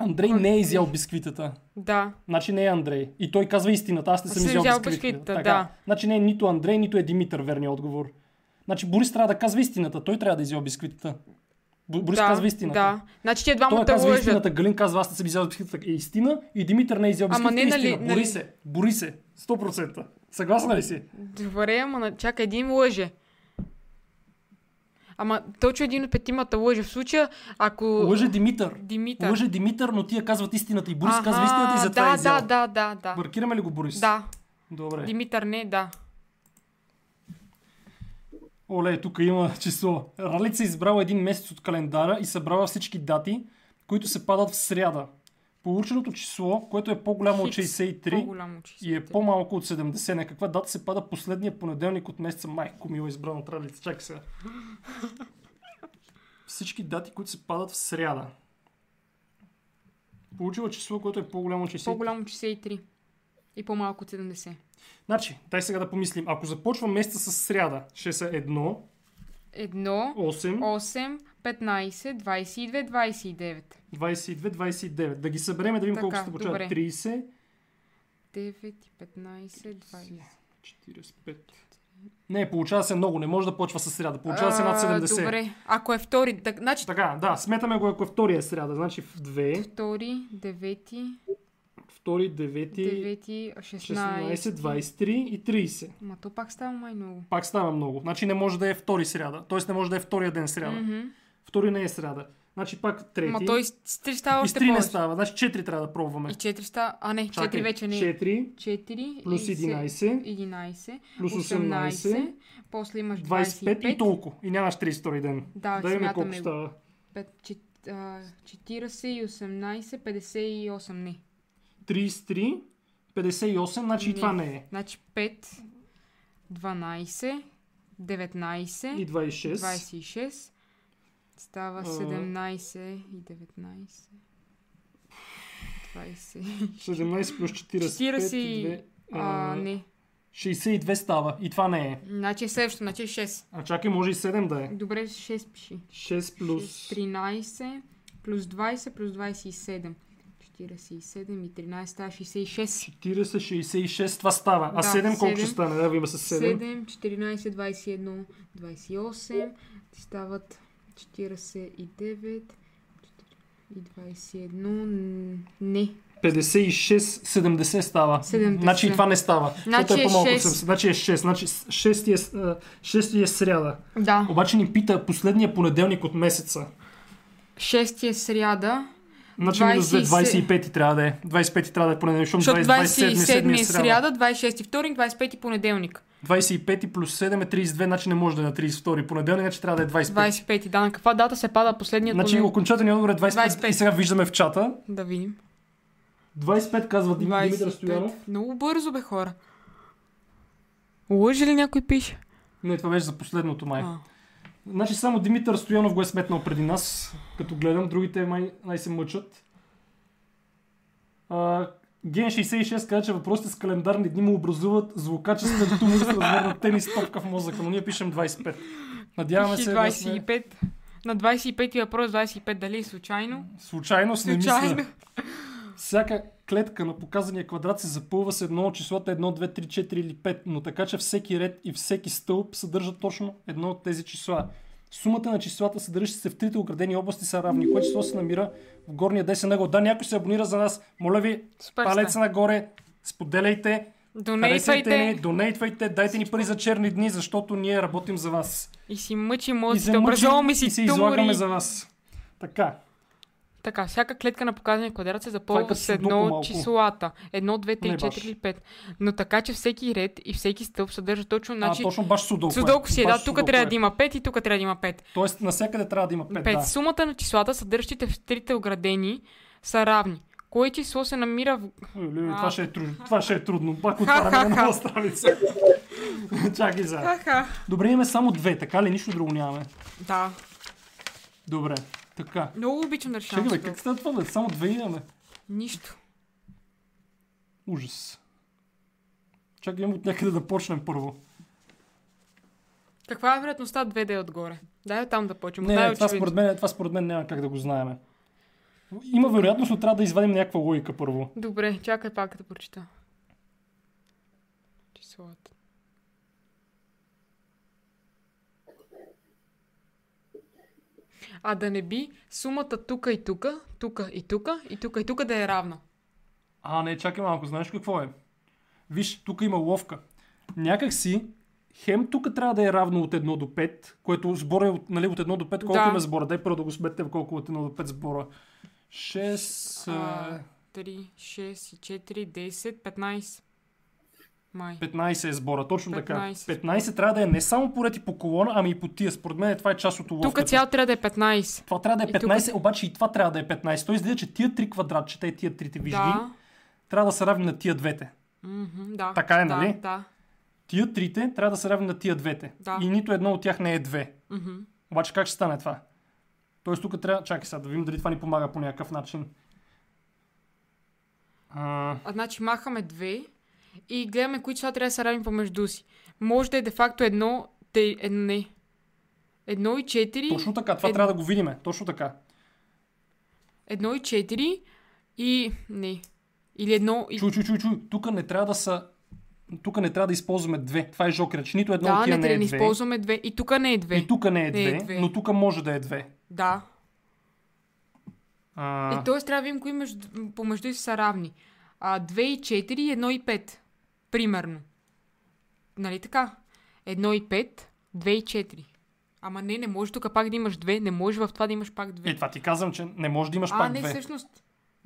Speaker 1: Андрей
Speaker 2: Кой
Speaker 1: не е
Speaker 2: ти?
Speaker 1: изял бисквитата.
Speaker 2: Да.
Speaker 1: Значи не е Андрей. И той казва истината, аз не съм
Speaker 2: Аз съм
Speaker 1: изял
Speaker 2: изял
Speaker 1: бисквитата.
Speaker 2: бисквитата,
Speaker 1: Така.
Speaker 2: да.
Speaker 1: Значи не е нито Андрей, нито е Димитър верният отговор. Значи Борис трябва да казва истината, той трябва да изял бисквитата. Бо- Борис
Speaker 2: да,
Speaker 1: казва истината.
Speaker 2: Да. Значи те
Speaker 1: Той е
Speaker 2: двамата
Speaker 1: казва
Speaker 2: лъжат.
Speaker 1: истината, Галин казва, аз не съм изял бисквитата, е истина и Димитър не е изял
Speaker 2: Ама
Speaker 1: бисквитата,
Speaker 2: не,
Speaker 1: е
Speaker 2: нали-
Speaker 1: истина.
Speaker 2: нали-
Speaker 1: Борис е, Борис е, 100%. Съгласна ли си?
Speaker 2: Добре, ама на- чакай, един лъже. Ама точно един от петимата лъже. В случая, ако...
Speaker 1: Лъже Димитър.
Speaker 2: Димитър.
Speaker 1: Лъже Димитър, но тия казват истината и Борис казва
Speaker 2: Аха,
Speaker 1: истината и затова е
Speaker 2: да,
Speaker 1: изял.
Speaker 2: да, да, да, да.
Speaker 1: Маркираме ли го Борис?
Speaker 2: Да,
Speaker 1: Добре.
Speaker 2: Димитър не, да.
Speaker 1: Оле, тук има число. Ралица е избрала един месец от календара и събрала всички дати, които се падат в сряда. Полученото число, което е по-голямо от
Speaker 2: Хикс,
Speaker 1: 63
Speaker 2: По-голямо от
Speaker 1: и е
Speaker 2: 63.
Speaker 1: по-малко от 70, на каква дата се пада последния понеделник от месеца? Майко мила избрана е от Ралица, чакай сега. Всички дати, които се падат в сряда. Получила число, което е по-голямо от 63.
Speaker 2: По-голямо от 63. И по-малко от 70.
Speaker 1: Значи, дай сега да помислим. Ако започва месеца с сряда, ще са 1,
Speaker 2: Едно,
Speaker 1: 8,
Speaker 2: 8, 15, 22, 29.
Speaker 1: 22-29. Да ги съберем, да видим
Speaker 2: Така,
Speaker 1: колко ще получава.
Speaker 2: добре.
Speaker 1: 30,
Speaker 2: 9, 15, 20.
Speaker 1: 45. Не, получава се много, не може да почва с сряда. Получава се над
Speaker 2: А,
Speaker 1: 70.
Speaker 2: Добре, ако е втори, так, значи е
Speaker 1: Така, да, сметаме го, ако е втория сряда. Значи в 2,
Speaker 2: втори, девети,
Speaker 1: 2, 9,
Speaker 2: девети,
Speaker 1: 16,
Speaker 2: 16.
Speaker 1: 23 и 30.
Speaker 2: Ма то пак става май много.
Speaker 1: Пак става много. Значи не може да е втори сряда. Тоест не може да е втория ден сряда.
Speaker 2: Мгм.
Speaker 1: Втори не е сряда. Значи пак трети.
Speaker 2: Ма той с с три става
Speaker 1: и с
Speaker 2: още
Speaker 1: 3 не
Speaker 2: повече.
Speaker 1: става. Значи 4 трябва да пробваме.
Speaker 2: И 4 става. А не, 4 вече не. е. 4,
Speaker 1: 4,
Speaker 2: 4
Speaker 1: плюс 11,
Speaker 2: 11,
Speaker 1: плюс
Speaker 2: 18, после имаш
Speaker 1: 25,
Speaker 2: 25
Speaker 1: и толкова. И нямаш 32 ден.
Speaker 2: Да, е
Speaker 1: да видим
Speaker 2: смятаме
Speaker 1: колко
Speaker 2: го.
Speaker 1: става.
Speaker 2: пет- чет- а, 40 и 18, 58 не.
Speaker 1: 33, 58, значи и
Speaker 2: Не.
Speaker 1: това не е.
Speaker 2: Значи 5, 12, 19,
Speaker 1: И 26.
Speaker 2: 26, става
Speaker 1: А.
Speaker 2: 17 и 19, 20.
Speaker 1: 17 плюс 40.
Speaker 2: 40 и- А, не.
Speaker 1: 62 става. И това не е.
Speaker 2: Значи е следващото, значи е 6.
Speaker 1: А чакай, може и 7 да е.
Speaker 2: Добре, 6 пиши.
Speaker 1: 6 плюс...
Speaker 2: 13 плюс 20 плюс 27. 47 и 13 става 66.
Speaker 1: 40-66 това става. А
Speaker 2: Да,
Speaker 1: 7 колко ще
Speaker 2: седем.
Speaker 1: стане? Да, има с 7.
Speaker 2: 7, 14, 21, 28, ти стават 49 и 21, н- не.
Speaker 1: 56-70 става.
Speaker 2: 70.
Speaker 1: Значи и това не става. Защото
Speaker 2: е
Speaker 1: по-малко от
Speaker 2: 6.
Speaker 1: 70. Значи е 6. Значи 6 е, 6 е сряда.
Speaker 2: Да.
Speaker 1: Обаче ни пита последния понеделник от месеца.
Speaker 2: Шестия е сряда,
Speaker 1: Значи минус 2,
Speaker 2: 27.
Speaker 1: 25 трябва да е. 25 трябва да е понеделник, защото
Speaker 2: защото
Speaker 1: 27
Speaker 2: 27
Speaker 1: е
Speaker 2: е
Speaker 1: сряда.
Speaker 2: сряда, 26 е вторник, 25 е понеделник.
Speaker 1: 25 плюс 7 е 32, значи не може да е на 32 понеделник, значи трябва да е 25.
Speaker 2: 25 да, на каква дата се пада последният
Speaker 1: Значи
Speaker 2: понеделник?
Speaker 1: окончателният отговор е 25.
Speaker 2: 25.
Speaker 1: И сега виждаме в чата.
Speaker 2: Да видим.
Speaker 1: 25 казва Дим, Димитър
Speaker 2: 25.
Speaker 1: Стоянов.
Speaker 2: Много бързо бе хора. Лъжи ли някой пише?
Speaker 1: Не, това беше за последното май.
Speaker 2: А.
Speaker 1: Значи само Димитър Стоянов го е сметнал преди нас, като гледам. Другите май най се мъчат. А, Ген 66 каза, че въпросите с календарни дни му образуват злокачествен тумор с размер на тенис топка в мозъка, но ние пишем 25. Надяваме
Speaker 2: Пиши
Speaker 1: се да сме...
Speaker 2: 25. На 25 въпрос 25 дали е случайно?
Speaker 1: Случайност не мисля.
Speaker 2: Случайно.
Speaker 1: Всяка клетка на показания квадрат се запълва с едно от числата 1, 2, 3, 4 или 5, но така, че всеки ред и всеки стълб съдържа точно едно от тези числа. Сумата на числата, съдържащи се в трите оградени области, са равни. Кое число се намира в горния десен ъгъл? Да, някой се абонира за нас. Моля ви,
Speaker 2: Супер
Speaker 1: палеца
Speaker 2: сте.
Speaker 1: нагоре, споделяйте, харесайте ни,
Speaker 2: Донейтвайте
Speaker 1: донейтвайте, дайте ни пари за черни дни, защото ние работим за вас.
Speaker 2: и си мъчи
Speaker 1: И се
Speaker 2: мозъците,
Speaker 1: мъчим,
Speaker 2: образуваме
Speaker 1: и
Speaker 2: си
Speaker 1: се
Speaker 2: тумори.
Speaker 1: излагаме за вас. Така.
Speaker 2: Така, всяка клетка на показания квадрат се
Speaker 1: Това е
Speaker 2: запълва
Speaker 1: като
Speaker 2: с
Speaker 1: судоку
Speaker 2: едно
Speaker 1: малко.
Speaker 2: от числата. Едно, две, три,
Speaker 1: Не, баш.
Speaker 2: четири или пет. Но така, че всеки ред и всеки стълб съдържа точно
Speaker 1: а,
Speaker 2: значи...
Speaker 1: точно баш судолко.
Speaker 2: Судолко си е, да, тук трябва да има 5 и тук трябва да има 5.
Speaker 1: Тоест, навсякъде трябва да има 5.
Speaker 2: 5.
Speaker 1: да.
Speaker 2: Сумата на числата, съдържащите в трите оградени, са равни. Кое число се намира в...
Speaker 1: Ой, Лили,
Speaker 2: А.
Speaker 1: това, ще е трудно. това ще е трудно. Пак
Speaker 2: Ха, ха,
Speaker 1: отваряме на
Speaker 2: ха.
Speaker 1: нова страница. Чакай за.
Speaker 2: Ха-ха.
Speaker 1: Добре, имаме само две, така ли? Нищо друго нямаме.
Speaker 2: Да.
Speaker 1: Добре, така.
Speaker 2: Много обичам да решавам
Speaker 1: Чакай, бе,
Speaker 2: судоку.
Speaker 1: как става това, бе? Само две имаме.
Speaker 2: Нищо.
Speaker 1: Ужас. Чакай, имам от някъде да почнем първо.
Speaker 2: Каква е вероятността 2 да е отгоре? Дай там да почнем.
Speaker 1: Не,
Speaker 2: Дай
Speaker 1: не това, според мен, това според мен няма как да го знаем. Има вероятност, но трябва да извадим някаква логика първо.
Speaker 2: Добре, чакай пак да прочита. Числата. А да не би сумата тука и тука, тука и тука и тука и тука да е равна.
Speaker 1: А, не, чакай малко, знаеш какво е? Виж, тук има ловка. Някак си, хем тук трябва да е равно от 1 до 5, което сбора е от, нали, от 1 до 5, колко
Speaker 2: Да.
Speaker 1: има сбора? Дай първо да го сметнем колко от 1 до 5 сбора. 6,
Speaker 2: А, 3, 6, 4, 10, 15. Май.
Speaker 1: 15 е сбора, точно 15. така.
Speaker 2: 15.
Speaker 1: 15 трябва да е не само поред и по колона, ами и по тия. Според мен това е част от уловката.
Speaker 2: Тук цяло трябва да е 15.
Speaker 1: Това трябва да
Speaker 2: И
Speaker 1: е
Speaker 2: тук-
Speaker 1: 15, обаче и това трябва да е 15. Тоест, излиза, че тия три квадратчета и тия трите вижди,
Speaker 2: Да.
Speaker 1: трябва да са равни на тия двете.
Speaker 2: Мгм, да.
Speaker 1: Така е,
Speaker 2: да,
Speaker 1: нали?
Speaker 2: Да.
Speaker 1: Тия трите трябва да са равни на тия двете.
Speaker 2: Да.
Speaker 1: И нито едно от тях не е две.
Speaker 2: Мгм.
Speaker 1: Обаче как ще стане това? Тоест тук трябва... Чакай сега, да видим дали това ни помага по някакъв начин. А,
Speaker 2: А, значи махаме две и гледаме кои числа трябва да са равни помежду си. Може да е де-факто едно, те, едно, не. Едно и четири,
Speaker 1: точно така, това
Speaker 2: Е-
Speaker 1: трябва да го видиме. Точно така.
Speaker 2: едно и четири и не. Или едно и...
Speaker 1: Чуй, чуй, чуй, чуй. Тук не трябва да са... Тук не трябва да използваме две. Това е жокера, че нито едно
Speaker 2: да,
Speaker 1: от тия
Speaker 2: не,
Speaker 1: не,
Speaker 2: трябва
Speaker 1: е
Speaker 2: да
Speaker 1: две.
Speaker 2: използваме две. И тук не е две.
Speaker 1: И тук не е две,
Speaker 2: Не е две.
Speaker 1: но тук може да е две.
Speaker 2: Да.
Speaker 1: А,
Speaker 2: И т.е. Е, трябва да видим кои между, помежду си са равни. А, 2 и 4 и 1 и 5. Примерно. Нали така? 1 и 5, 2 и 4. Ама не, не може тук пак да имаш 2, не може в това да имаш пак 2.
Speaker 1: Е, това ти казвам, че не може да имаш
Speaker 2: А,
Speaker 1: пак
Speaker 2: не,
Speaker 1: две.
Speaker 2: всъщност.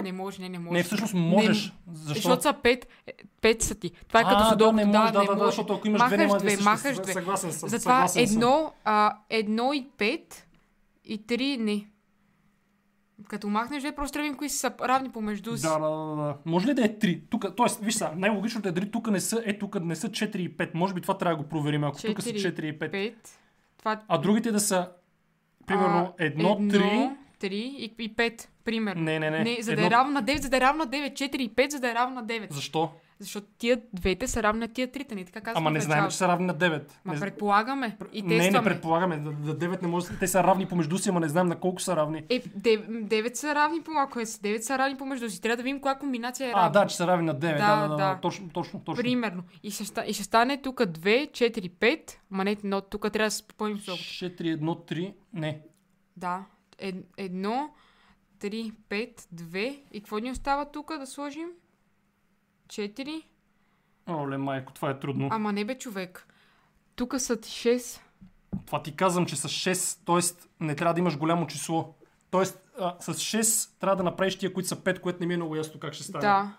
Speaker 2: Не може, не, не може.
Speaker 1: Не, всъщност можеш.
Speaker 2: Защо?
Speaker 1: Защо?
Speaker 2: Защото са пет, е, пет са ти. Това е като
Speaker 1: а, да,
Speaker 2: судок.
Speaker 1: не може, да, да, да, защото ако имаш две,
Speaker 2: махаш
Speaker 1: няма да
Speaker 2: две,
Speaker 1: е
Speaker 2: махаш две.
Speaker 1: Съгласен съм.
Speaker 2: Затова
Speaker 1: съгласен съм.
Speaker 2: едно, а, едно и пет и три не. Като махнеш две, просто трябва да видим кои са равни помежду си.
Speaker 1: Да, да, да, да. Може ли да е 3? Тук, тоест, виж сега, най-логичното е дали тук не са, е тук не са 4 и 5. Може би това трябва да го проверим, ако тук са 4 и 5.
Speaker 2: Пет. Това
Speaker 1: А другите да са, примерно, 1, 3.
Speaker 2: 3 и, и 5, примерно.
Speaker 1: Не, не, не.
Speaker 2: не за да
Speaker 1: Едно-
Speaker 2: е равна 9, за да е равна 9, 4 и 5, за да е равна 9.
Speaker 1: Защо?
Speaker 2: Защото тия двете са равни на тия трите, не така казваме.
Speaker 1: Ама не знаем, че са равни на 9.
Speaker 2: Ма
Speaker 1: не...
Speaker 2: предполагаме и
Speaker 1: не, не,
Speaker 2: тестваме.
Speaker 1: не предполагаме. Да, да 9 не може. да- Те са равни помежду си, ама не знам на колко са равни.
Speaker 2: Е, 9 са равни по малко, 9 са равни помежду си. Трябва да видим коя комбинация е равна.
Speaker 1: А, да, че са равни на 9. Да, да, да, да.
Speaker 2: да.
Speaker 1: Точно, точно, точно.
Speaker 2: Примерно. И ще, ста- и ще стане тук 2, 4, 5. Ма не, но тук трябва да се попълним срок.
Speaker 1: 4, 1, 3. Не.
Speaker 2: Да. Ед, едно, 3, 5, 2. И какво ни остава тук да сложим? 4.
Speaker 1: Оле, майко, това е трудно.
Speaker 2: Ама не бе човек. Тук са ти 6.
Speaker 1: Това ти казвам, че с 6, т.е. не трябва да имаш голямо число. Тоест, а, с 6 трябва да направиш тия, които са 5, което не ми е много ясно как ще стане.
Speaker 2: Да.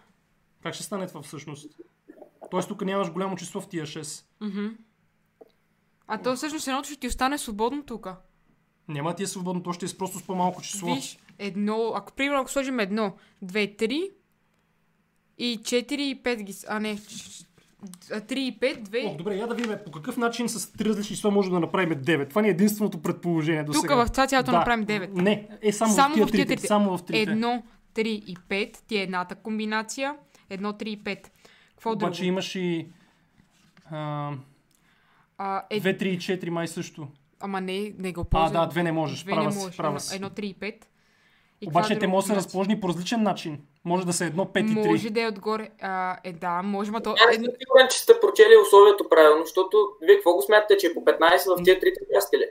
Speaker 1: Как ще стане това всъщност? Тоест, тук нямаш голямо число в тия 6.
Speaker 2: А то всъщност едното ще ти остане свободно тук.
Speaker 1: Няма ти е свободно, то ще е с просто с по-малко число.
Speaker 2: Виж, едно, ако примерно ако сложим едно, две, три и четири и пет ги... с- А не, ч- а, три и пет, две...
Speaker 1: О, добре, я да видим по какъв начин с три различни числа може да направим 9. Това ни е единственото предположение до
Speaker 2: Тук
Speaker 1: сега.
Speaker 2: в това цялото направим 9.
Speaker 1: Не, е само, в тия, трите. Само в трите.
Speaker 2: Едно, три и пет, ти е едната комбинация. Едно, три и пет. Какво
Speaker 1: Обаче
Speaker 2: друго?
Speaker 1: имаш и... А,
Speaker 2: А, е...
Speaker 1: 2, 3 и 4 май също.
Speaker 2: Ама не, не го
Speaker 1: А,
Speaker 2: ползвам.
Speaker 1: да, две не можеш.
Speaker 2: Две
Speaker 1: права
Speaker 2: не можеш.
Speaker 1: си, права
Speaker 2: едно,
Speaker 1: си.
Speaker 2: едно, три и пет. И е
Speaker 1: Обаче
Speaker 2: каква
Speaker 1: те
Speaker 2: друга
Speaker 1: могат да се
Speaker 2: комбинация?
Speaker 1: разположени по различен начин. Може да са едно, 5 и 3.
Speaker 2: Може да е отгоре. А, е, да, може, ма то...
Speaker 3: Аз
Speaker 2: Едно...
Speaker 3: съм сигурен, че сте прочели условието правилно, защото вие какво го смятате, че е по 15 в тия трите части ли?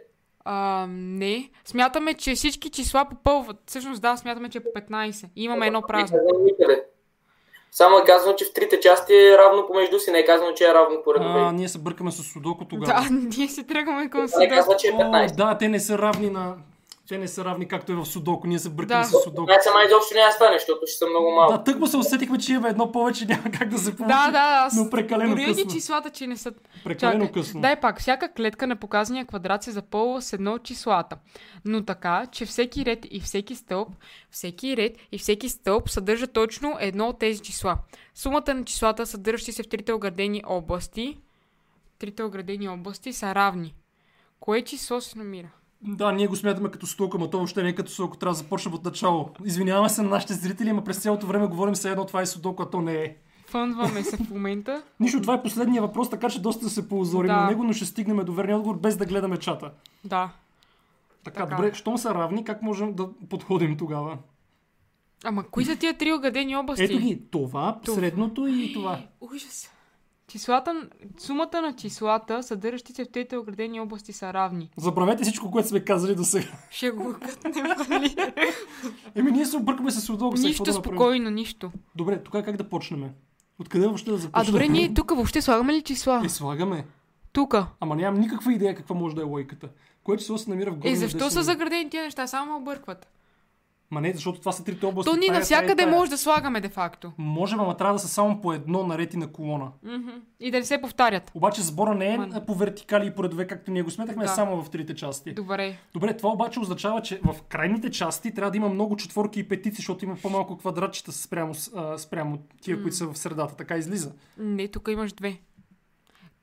Speaker 2: А, не. Смятаме, че всички числа попълват. Всъщност да, смятаме, че е по 15. И имаме едно празно.
Speaker 3: Не знам никъде. Само е казано, че в трите части е равно помежду си, не е казано, че е равно по редове.
Speaker 1: А, ние се бъркаме с Судоко тогава.
Speaker 2: Да, ние се тръгваме към
Speaker 3: Не
Speaker 2: сега.
Speaker 3: казва, че е
Speaker 1: О,
Speaker 3: 15.
Speaker 1: да, те не са равни на... Те не са равни както е в Судоко. Ние се бъркаме
Speaker 2: Да.
Speaker 1: с Судоко.
Speaker 3: 15 май изобщо няма да стане, защото ще са много е малко.
Speaker 1: Да, тъкмо се усетихме, че имаме едно повече, няма как да се получи.
Speaker 2: Да, да, аз.
Speaker 1: Но прекалено
Speaker 2: дори
Speaker 1: късно.
Speaker 2: ги числата, че не са.
Speaker 1: Прекалено
Speaker 2: Чакай,
Speaker 1: късно.
Speaker 2: Дай пак, всяка клетка на показания квадрат се запълва с едно от числата. Но така, че всеки ред и всеки стълб, всеки ред и всеки стълб съдържа точно едно от тези числа. Сумата на числата, съдържащи се в трите оградени области, трите оградени области са равни. Кое число се намира?
Speaker 1: Да, ние го смятаме като стока, но то въобще не е като стока, трябва да започнем от начало. Извиняваме се на нашите зрители, но през цялото време говорим все едно това е судоко, а то не е.
Speaker 2: Фънваме се в момента.
Speaker 1: Нищо, това е последния въпрос, така че доста се поозорим
Speaker 2: Да.
Speaker 1: на него, но ще стигнем до верния отговор без да гледаме чата.
Speaker 2: Да.
Speaker 1: Така,
Speaker 2: Така.
Speaker 1: добре, щом са равни, как можем да подходим тогава?
Speaker 2: Ама кои са тия три оградени области?
Speaker 1: Ето ги, това,
Speaker 2: Това.
Speaker 1: средното и това.
Speaker 2: Ужас. Числата, сумата на числата, съдържащи се в трите оградени области, са равни.
Speaker 1: Забравете всичко, което сме казали до сега.
Speaker 2: Ще го кътнем, нали?
Speaker 1: Еми, ние се объркаме с удобно. сега какво
Speaker 2: нищо
Speaker 1: да направим?
Speaker 2: спокойно, нищо.
Speaker 1: Добре, тогава как да почнем? Откъде въобще да
Speaker 2: А
Speaker 1: започнем?
Speaker 2: добре, ние тук въобще слагаме ли числа?
Speaker 1: Е, слагаме.
Speaker 2: Тука.
Speaker 1: Ама нямам никаква идея каква може да е лойката. Кое число се намира в горния
Speaker 2: Е, защо са
Speaker 1: десен ъгъл?
Speaker 2: заградени тия неща? Само ме объркват.
Speaker 1: Ма не, защото това са трите области.
Speaker 2: То ни
Speaker 1: тая, тая,
Speaker 2: навсякъде
Speaker 1: тая.
Speaker 2: може да слагаме, де факто.
Speaker 1: Може, ама трябва да са само по едно наред и на колона.
Speaker 2: Мгм. И да не се повтарят.
Speaker 1: Обаче сбора не е
Speaker 2: Ман.
Speaker 1: по вертикали и по редове, както ние го сметахме, а
Speaker 2: Да.
Speaker 1: само в трите части.
Speaker 2: Добре.
Speaker 1: Добре, това обаче означава, че в крайните части трябва да има много четворки и петици, защото има по-малко квадратчета спрямо, с- а, спрямо тия, които са в средата. Така излиза.
Speaker 2: Не, тук имаш две.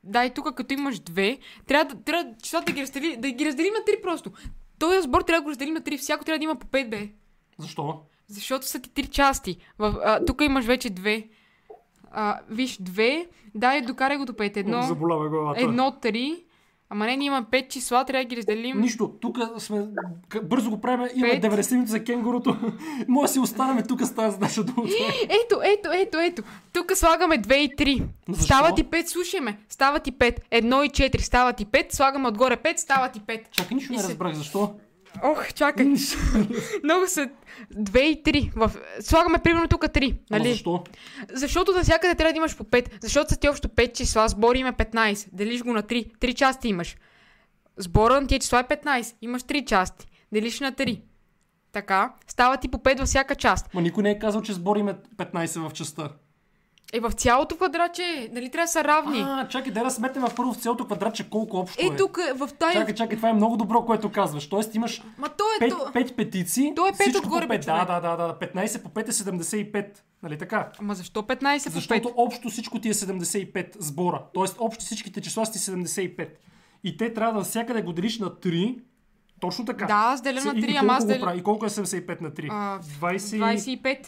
Speaker 2: Да, и тук като имаш две, трябва да, трябва числата да ги, раздели, да ги разделим на три просто. Този сбор трябва да го разделим на три. Всяко трябва да има по 5 бе.
Speaker 1: Защо?
Speaker 2: Защото са ти три части. В, а, тук имаш вече две. А, виж, две. Да, и докарай го до пет. Едно,
Speaker 1: Заболява главата.
Speaker 2: Е, едно, три. Ама не, ние имаме пет числа, трябва да ги разделим.
Speaker 1: Нищо, тук сме, к- бързо го правим, имаме
Speaker 2: Пет.
Speaker 1: 90 минути за кенгурото. Може да си останаме тук с тази задача до утре.
Speaker 2: Ето, ето, ето, ето. Тук слагаме 2 и 3.
Speaker 1: Но защо?
Speaker 2: Става ти 5, слушаме. Става ти 5. 1 и 4, става ти 5. Слагаме отгоре 5, става ти 5.
Speaker 1: Чакай, нищо
Speaker 2: И
Speaker 1: не
Speaker 2: се-
Speaker 1: разбрах, защо?
Speaker 2: Ох, чакай. Много са 2 и 3. В... Слагаме примерно тук 3.
Speaker 1: Ама
Speaker 2: Нали?
Speaker 1: защо?
Speaker 2: Защото навсякъде трябва да имаш по 5. Защото са ти общо 5 числа, сбори има 15. Делиш го на 3. 3 части имаш. Сбора на тия числа е 15. Имаш 3 части. Делиш на 3. Така, става ти по 5 във всяка част.
Speaker 1: Ма никой не е казал, че сбориме 15 в частта.
Speaker 2: Е, в цялото квадратче, нали трябва да са равни?
Speaker 1: А, чакай, да разметнем първо в цялото квадратче колко общо е.
Speaker 2: е, тук, в тази...
Speaker 1: Чакай, чакай, това е много добро, което казваш. Тоест имаш
Speaker 2: Ма то е...
Speaker 1: 5,
Speaker 2: то...
Speaker 1: 5 петици.
Speaker 2: То е пет
Speaker 1: всичко по
Speaker 2: отгоре,
Speaker 1: 5.
Speaker 2: бе,
Speaker 1: Да,
Speaker 2: човек.
Speaker 1: да, да, да. 15 по 5 е 75. Нали така?
Speaker 2: Ама защо 15 по 5?
Speaker 1: Защото общо всичко ти е 75 сбора. Тоест общо всичките числа са ти 75. И те трябва да всякъде го делиш на 3, Точно така.
Speaker 2: Да, аз деля
Speaker 1: Се-
Speaker 2: на
Speaker 1: и- и
Speaker 2: 3,
Speaker 1: колко
Speaker 2: ама аз
Speaker 1: го
Speaker 2: деля...
Speaker 1: прави? И колко е 75 на 3?
Speaker 2: А,
Speaker 1: 20...
Speaker 2: 25.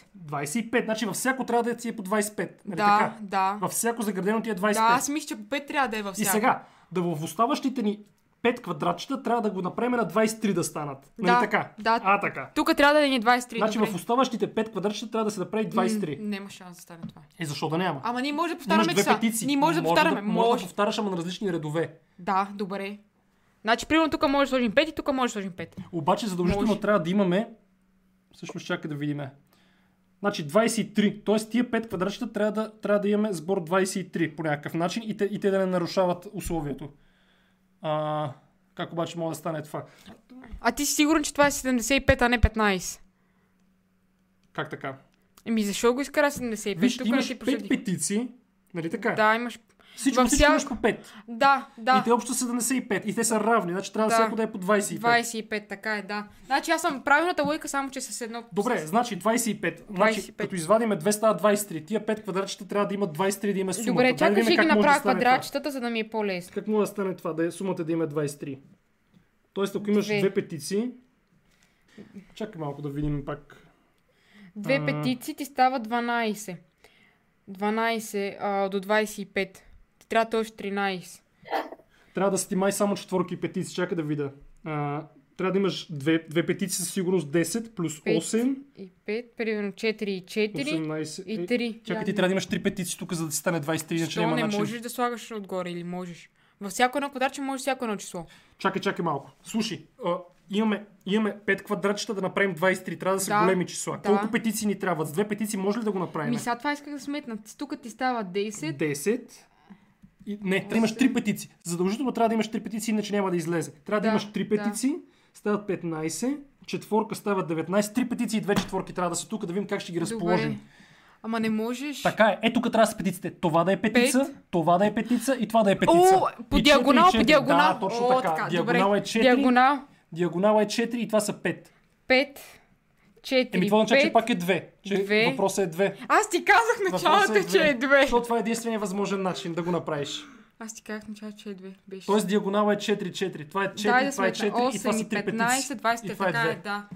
Speaker 1: 25. Значи във всяко трябва да ти е по 25. Нали
Speaker 2: Да,
Speaker 1: така?
Speaker 2: да.
Speaker 1: Във всяко заградено ти е 25.
Speaker 2: Да, аз мисля, че по 5 трябва да е във
Speaker 1: И
Speaker 2: всяко.
Speaker 1: сега, да в оставащите ни 5 квадратчета трябва да го направим на 23 да станат. Нали
Speaker 2: Да,
Speaker 1: така?
Speaker 2: да.
Speaker 1: А, така.
Speaker 2: Тук трябва да ни е 23.
Speaker 1: Значи
Speaker 2: добре.
Speaker 1: в оставащите 5 квадратчета трябва да се направи 23.
Speaker 2: М, Няма шанс да стане това.
Speaker 1: Е, защо да няма?
Speaker 2: Ама ние може да
Speaker 1: Имаш
Speaker 2: повтаряме
Speaker 1: две
Speaker 2: часа.
Speaker 1: петиции.
Speaker 2: Ние може да повтаряме.
Speaker 1: Може, да
Speaker 2: Може.
Speaker 1: повтаряш, ама на различни редове.
Speaker 2: Да, добре. Значи, примерно тук може да сложим 5 и тук може да сложим 5.
Speaker 1: Обаче задължително
Speaker 2: Може.
Speaker 1: трябва да имаме... Всъщност чакай да видим. Значи 23, т.е. тия 5 квадратчета трябва да, трябва да имаме сбор 23 по някакъв начин и те, и те да не нарушават условието. А, как обаче може да стане това?
Speaker 2: А ти си сигурен, че това е 75, а не 15?
Speaker 1: Как така?
Speaker 2: Еми, защо го изкара 75?
Speaker 1: Виж,
Speaker 2: Е, тук
Speaker 1: имаш
Speaker 2: ти
Speaker 1: 5
Speaker 2: пошеди.
Speaker 1: петиции, нали така?
Speaker 2: Да, имаш...
Speaker 1: Всичко,
Speaker 2: във
Speaker 1: всичко имаш
Speaker 2: всяко-
Speaker 1: по 5.
Speaker 2: Да, да.
Speaker 1: И е те общо 75. И те са равни, значи трябва да,
Speaker 2: Да.
Speaker 1: всяко да е по 25.
Speaker 2: 25, така е, да. Значи аз съм правилната логика, само че с едно...
Speaker 1: Добре, значи 25. Значи,
Speaker 2: 25.
Speaker 1: като извадиме 2 става 23. Тия 5 квадратчета трябва да имат 23 да има сумата. Дай
Speaker 2: Добре,
Speaker 1: да
Speaker 2: чакай,
Speaker 1: видим
Speaker 2: ще ги
Speaker 1: как може да
Speaker 2: направя
Speaker 1: стане това.
Speaker 2: квадратчетата, за да ми е по-лесно.
Speaker 1: Как може да стане това, да е, сумата да има 23? Тоест, ако имаш
Speaker 2: Две.
Speaker 1: две, петиции... Чакай малко да видим пак.
Speaker 2: Две
Speaker 1: А.
Speaker 2: петици ти става 12. 12 а, до 25. Ти трябва да още 13.
Speaker 1: Трябва да стимай само четворки и петиции. Чакай да видя. А, трябва да имаш две, две петиции със сигурност 10 плюс
Speaker 2: Пет
Speaker 1: 8.
Speaker 2: и 5, примерно 4 и 4
Speaker 1: 18.
Speaker 2: и
Speaker 1: Е,
Speaker 2: 3.
Speaker 1: Чакай, ти трябва да имаш три петиции тук, за да ти стане 23, иначе
Speaker 2: Що
Speaker 1: няма
Speaker 2: не
Speaker 1: начин.
Speaker 2: можеш да слагаш отгоре или можеш? Във всяко едно квадратче може всяко едно число.
Speaker 1: Чакай, чакай малко. Слушай, а, имаме, имаме 5 квадратчета да направим 23. Трябва да са
Speaker 2: Да,
Speaker 1: големи числа.
Speaker 2: да.
Speaker 1: Колко петиции ни трябва? С две петиции може ли да го направим?
Speaker 2: Ми Ами, сега това исках да сметна. Тук ти става 10.
Speaker 1: 10. И, не, трябва да имаш 3 петиции. Задължително трябва да имаш 3 петиции, иначе няма да излезе. Трябва да,
Speaker 2: Да,
Speaker 1: имаш 3
Speaker 2: да.
Speaker 1: петиции, стават 15, четворка стават 19, 3 петиции и 2 четворки трябва да са тук, да видим как ще ги разположим.
Speaker 2: Добре. Ама не можеш.
Speaker 1: Така е, ето тук трябва да са петиците. Това да е петица, това да е петица и това да е петица.
Speaker 2: О, по
Speaker 1: И четири,
Speaker 2: диагонал, по
Speaker 1: четири.
Speaker 2: диагонал.
Speaker 1: Да, точно
Speaker 2: О,
Speaker 1: така.
Speaker 2: така,
Speaker 1: Диагонал
Speaker 2: добре.
Speaker 1: е 4,
Speaker 2: Диагонал
Speaker 1: диагонал е 4 и това са 5.
Speaker 2: 5. 4.
Speaker 1: Еми, това означава, че пак е 2. Че
Speaker 2: Две.
Speaker 1: въпросът е 2.
Speaker 2: Аз ти казах
Speaker 1: Въпросът
Speaker 2: началото, че е
Speaker 1: две.
Speaker 2: 2.
Speaker 1: Защото това е единствения възможен начин да го направиш.
Speaker 2: Аз ти казах началото, че е 2. Беше.
Speaker 1: Тоест диагонала е 4-4. Това е 4,
Speaker 2: Дай да
Speaker 1: това е
Speaker 2: сметна.
Speaker 1: 4 и това са
Speaker 2: 8,
Speaker 1: 3
Speaker 2: 15, 20,
Speaker 1: и това е
Speaker 2: така е,
Speaker 1: 2.
Speaker 2: да.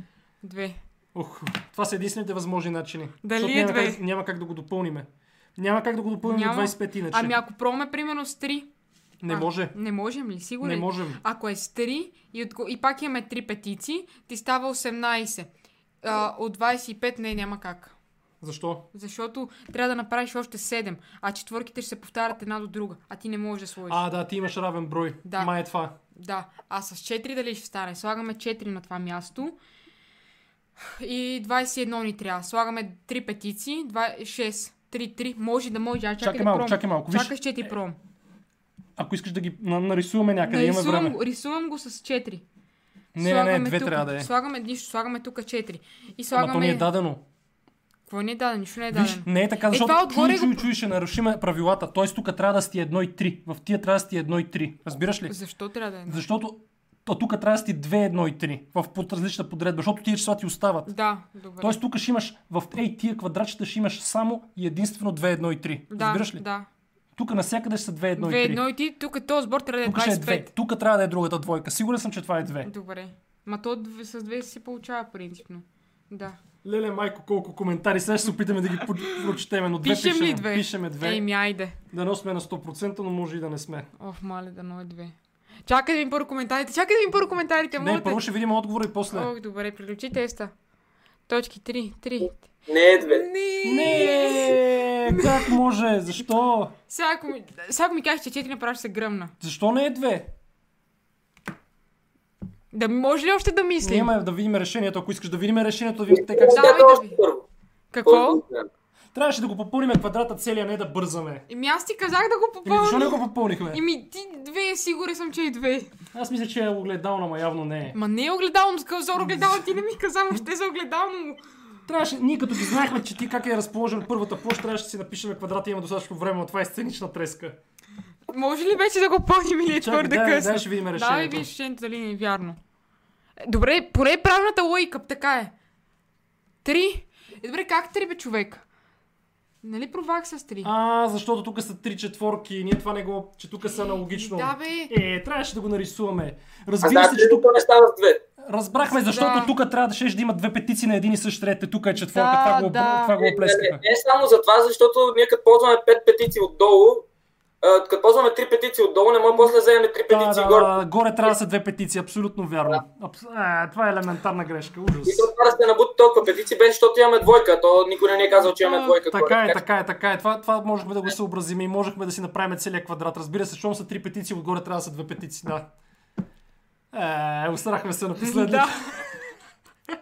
Speaker 2: 2.
Speaker 1: Ох, това са единствените възможни начини.
Speaker 2: Дали
Speaker 1: Защото
Speaker 2: е
Speaker 1: няма
Speaker 2: две?
Speaker 1: Как, няма как да го допълниме. Няма как да го допълним
Speaker 2: Няма.
Speaker 1: до 25 иначе.
Speaker 2: Ами ако пробваме примерно с 3.
Speaker 1: Не може.
Speaker 2: Не можем ли? Сигурен?
Speaker 1: Не можем.
Speaker 2: Ако е с 3 и, от, и пак имаме 3 петиции, ти става 18. А, от 25 не, няма как.
Speaker 1: Защо?
Speaker 2: Защото трябва да направиш още 7, а четвърките ще се повтарят една до друга, а ти не можеш да сложиш.
Speaker 1: А, да, ти имаш равен брой.
Speaker 2: Да.
Speaker 1: Май е това.
Speaker 2: Да, а с 4 дали ще стане? Слагаме 4 на това място. И 21 ни трябва. Слагаме 3 петиции, 2, 6, 3, 3. Може да може. А, чакай,
Speaker 1: Чакай
Speaker 2: да
Speaker 1: малко,
Speaker 2: пробвам.
Speaker 1: чакай малко. Виж.
Speaker 2: Чакай с 4 пром.
Speaker 1: Ако искаш да ги на- нарисуваме някъде, имаме
Speaker 2: Нарисувам,
Speaker 1: време.
Speaker 2: го, рисувам го с 4.
Speaker 1: Не, не, не,
Speaker 2: Слагаме
Speaker 1: две
Speaker 2: тук,
Speaker 1: трябва да е.
Speaker 2: Слагаме нищо, слагаме тук 4. И
Speaker 1: Ама
Speaker 2: слагаме...
Speaker 1: то ни е дадено.
Speaker 2: Какво не е дадено? Нищо не е дадено.
Speaker 1: Виж, не е така,
Speaker 2: Е,
Speaker 1: защото
Speaker 2: това отгоре
Speaker 1: чуй, чуй,
Speaker 2: го-
Speaker 1: чуй, ще нарушиме правилата. Тоест тук трябва да сти 1 и 3. В тия трябва да сти 1 и 3. Разбираш ли?
Speaker 2: Защо трябва да е?
Speaker 1: Защото то тук трябва да сти 2, 1 и 3. В под различна подредба, защото тия числа ти остават.
Speaker 2: Да, добре.
Speaker 1: Тоест тук ще имаш, в ей тия квадратчета ще имаш само и единствено 2, 1 и 3.
Speaker 2: да,
Speaker 1: Разбираш ли?
Speaker 2: Да.
Speaker 1: Тук навсякъде ще са 2, 1
Speaker 2: 2,
Speaker 1: и 3.
Speaker 2: 1 и ти, тук е този сбор трябва да е
Speaker 1: Тук ще е
Speaker 2: 25.
Speaker 1: 2. Тук трябва да е другата двойка. Сигурен съм, че това е 2.
Speaker 2: Добре. Ма то дв- с 2 се получава принципно. Да.
Speaker 1: Леле, майко, колко коментари. Сега ще се опитаме да ги по- прочетеме, но две
Speaker 2: Пишем ли две?
Speaker 1: Пишеме две.
Speaker 2: Ей, ми, айде.
Speaker 1: Да не сме на 100%, но може и да не сме.
Speaker 2: Оф, мале, да но е 2. Чакай да ми първо коментарите. Чакай да ми първо коментарите.
Speaker 1: Не,
Speaker 2: моля
Speaker 1: първо
Speaker 2: те.
Speaker 1: ще видим отговора и после.
Speaker 2: Ох, добре, приключи теста. Точки 3, 3.
Speaker 3: Не е две.
Speaker 2: Не.
Speaker 1: Не, как може? Защо?
Speaker 2: Сега ако ми, сега ако ми кажеш, че 4 направо ще се гръмна.
Speaker 1: Защо не е две?
Speaker 2: Да ми- може ли още да мислим?
Speaker 1: Снимаме да видим решението. Ако искаш да видим решението, да видим те как се...
Speaker 2: Да.
Speaker 3: Смятай
Speaker 2: да
Speaker 3: още
Speaker 2: ви.
Speaker 3: първо. е
Speaker 2: Какво?
Speaker 1: Трябваше да го попълним квадрата целия, не да бързаме.
Speaker 2: Еми аз ти казах да го
Speaker 1: Еми, защо не
Speaker 2: попълня.
Speaker 1: го попълнихме?
Speaker 2: Еми ти две, сигурен съм, че и две.
Speaker 1: Аз мисля, че е огледално, ама явно не е.
Speaker 2: Ма не е огледално, такъв зор огледално, ти не ми каза въобще за огледално.
Speaker 1: Трябваше, ние като ги знаехме, че ти как е разположен първата площ, трябваше да си напишем квадрата и има достатъчно време, но това е сценична треска.
Speaker 2: Може ли вече да го пълним или е
Speaker 1: Чакай,
Speaker 2: твърде
Speaker 1: дай-
Speaker 2: късно?
Speaker 1: дай ще видим
Speaker 2: Давай
Speaker 1: решението.
Speaker 2: виж решението дали не е вярно. Е, Добре, поне е правилната логика, така е. Три. Е, добре, как три бе човек? Нали провах с три?
Speaker 1: А, защото тук са три четворки и ние това не го... че тук са аналогично.
Speaker 2: Да бе.
Speaker 1: Е, трябваше да го нарисуваме.
Speaker 3: А
Speaker 1: Разбира се,
Speaker 3: значи
Speaker 1: че тук...
Speaker 3: то не става с две.
Speaker 1: Разбрахме, защото
Speaker 4: Да.
Speaker 1: да. тук трябва да ще да има две петиции на един и същ ред. Е, Тук е четворка,
Speaker 4: Да,
Speaker 1: да, това, го,
Speaker 4: да.
Speaker 1: да. това го
Speaker 3: Не, не,
Speaker 1: оплескаха.
Speaker 3: не е само за това, защото ние като ползваме пет петиции отдолу, а, като ползваме три петиции отдолу, не може после да вземем три
Speaker 1: Да,
Speaker 3: петиции
Speaker 1: да,
Speaker 3: горе.
Speaker 1: да, горе трябва да са две петиции, абсолютно вярно. Абс... А, това е елементарна грешка, ужас.
Speaker 3: И то това да се набути толкова петиции, беше, защото имаме двойка. а То никой не ни е казал, че имаме двойка. горе.
Speaker 1: Така е,
Speaker 3: че-
Speaker 1: така е, така е. Това, това можехме да го съобразим и можехме да си направим целият квадрат. Разбира се, щом са три петиции, отгоре трябва да са две петиции, да. Е, устрахме се на последния.
Speaker 4: Да.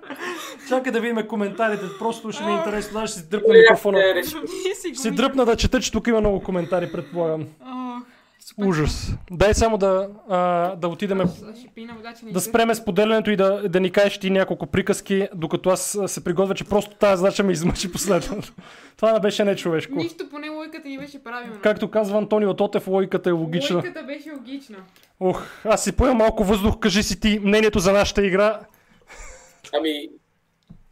Speaker 1: Чакай да видим коментарите, просто ще ми е интересно, даже ще си дръпна
Speaker 4: Е,
Speaker 3: Или
Speaker 1: микрофона.
Speaker 3: някакви решения.
Speaker 4: Ние си
Speaker 1: Ще си
Speaker 4: губим.
Speaker 1: дръпна да чета, че тук има много коментари, предполагам.
Speaker 4: Ох, супер.
Speaker 1: Ужас. Дай само да, а, да отидем,
Speaker 4: Аз Ще пина вода, че не
Speaker 1: да спреме споделянето и да, да ни кажеш ти няколко приказки, докато аз се приготвя, че просто тази задача ме измъчи последно. Това не беше нечовешко.
Speaker 4: Нищо, поне лойката ни беше правилна.
Speaker 1: Както казва Антонио Тотев, логиката е логична.
Speaker 4: Лойката беше логична.
Speaker 1: Ох, аз си поемам малко въздух, кажи си ти мнението за нашата игра.
Speaker 3: Ами,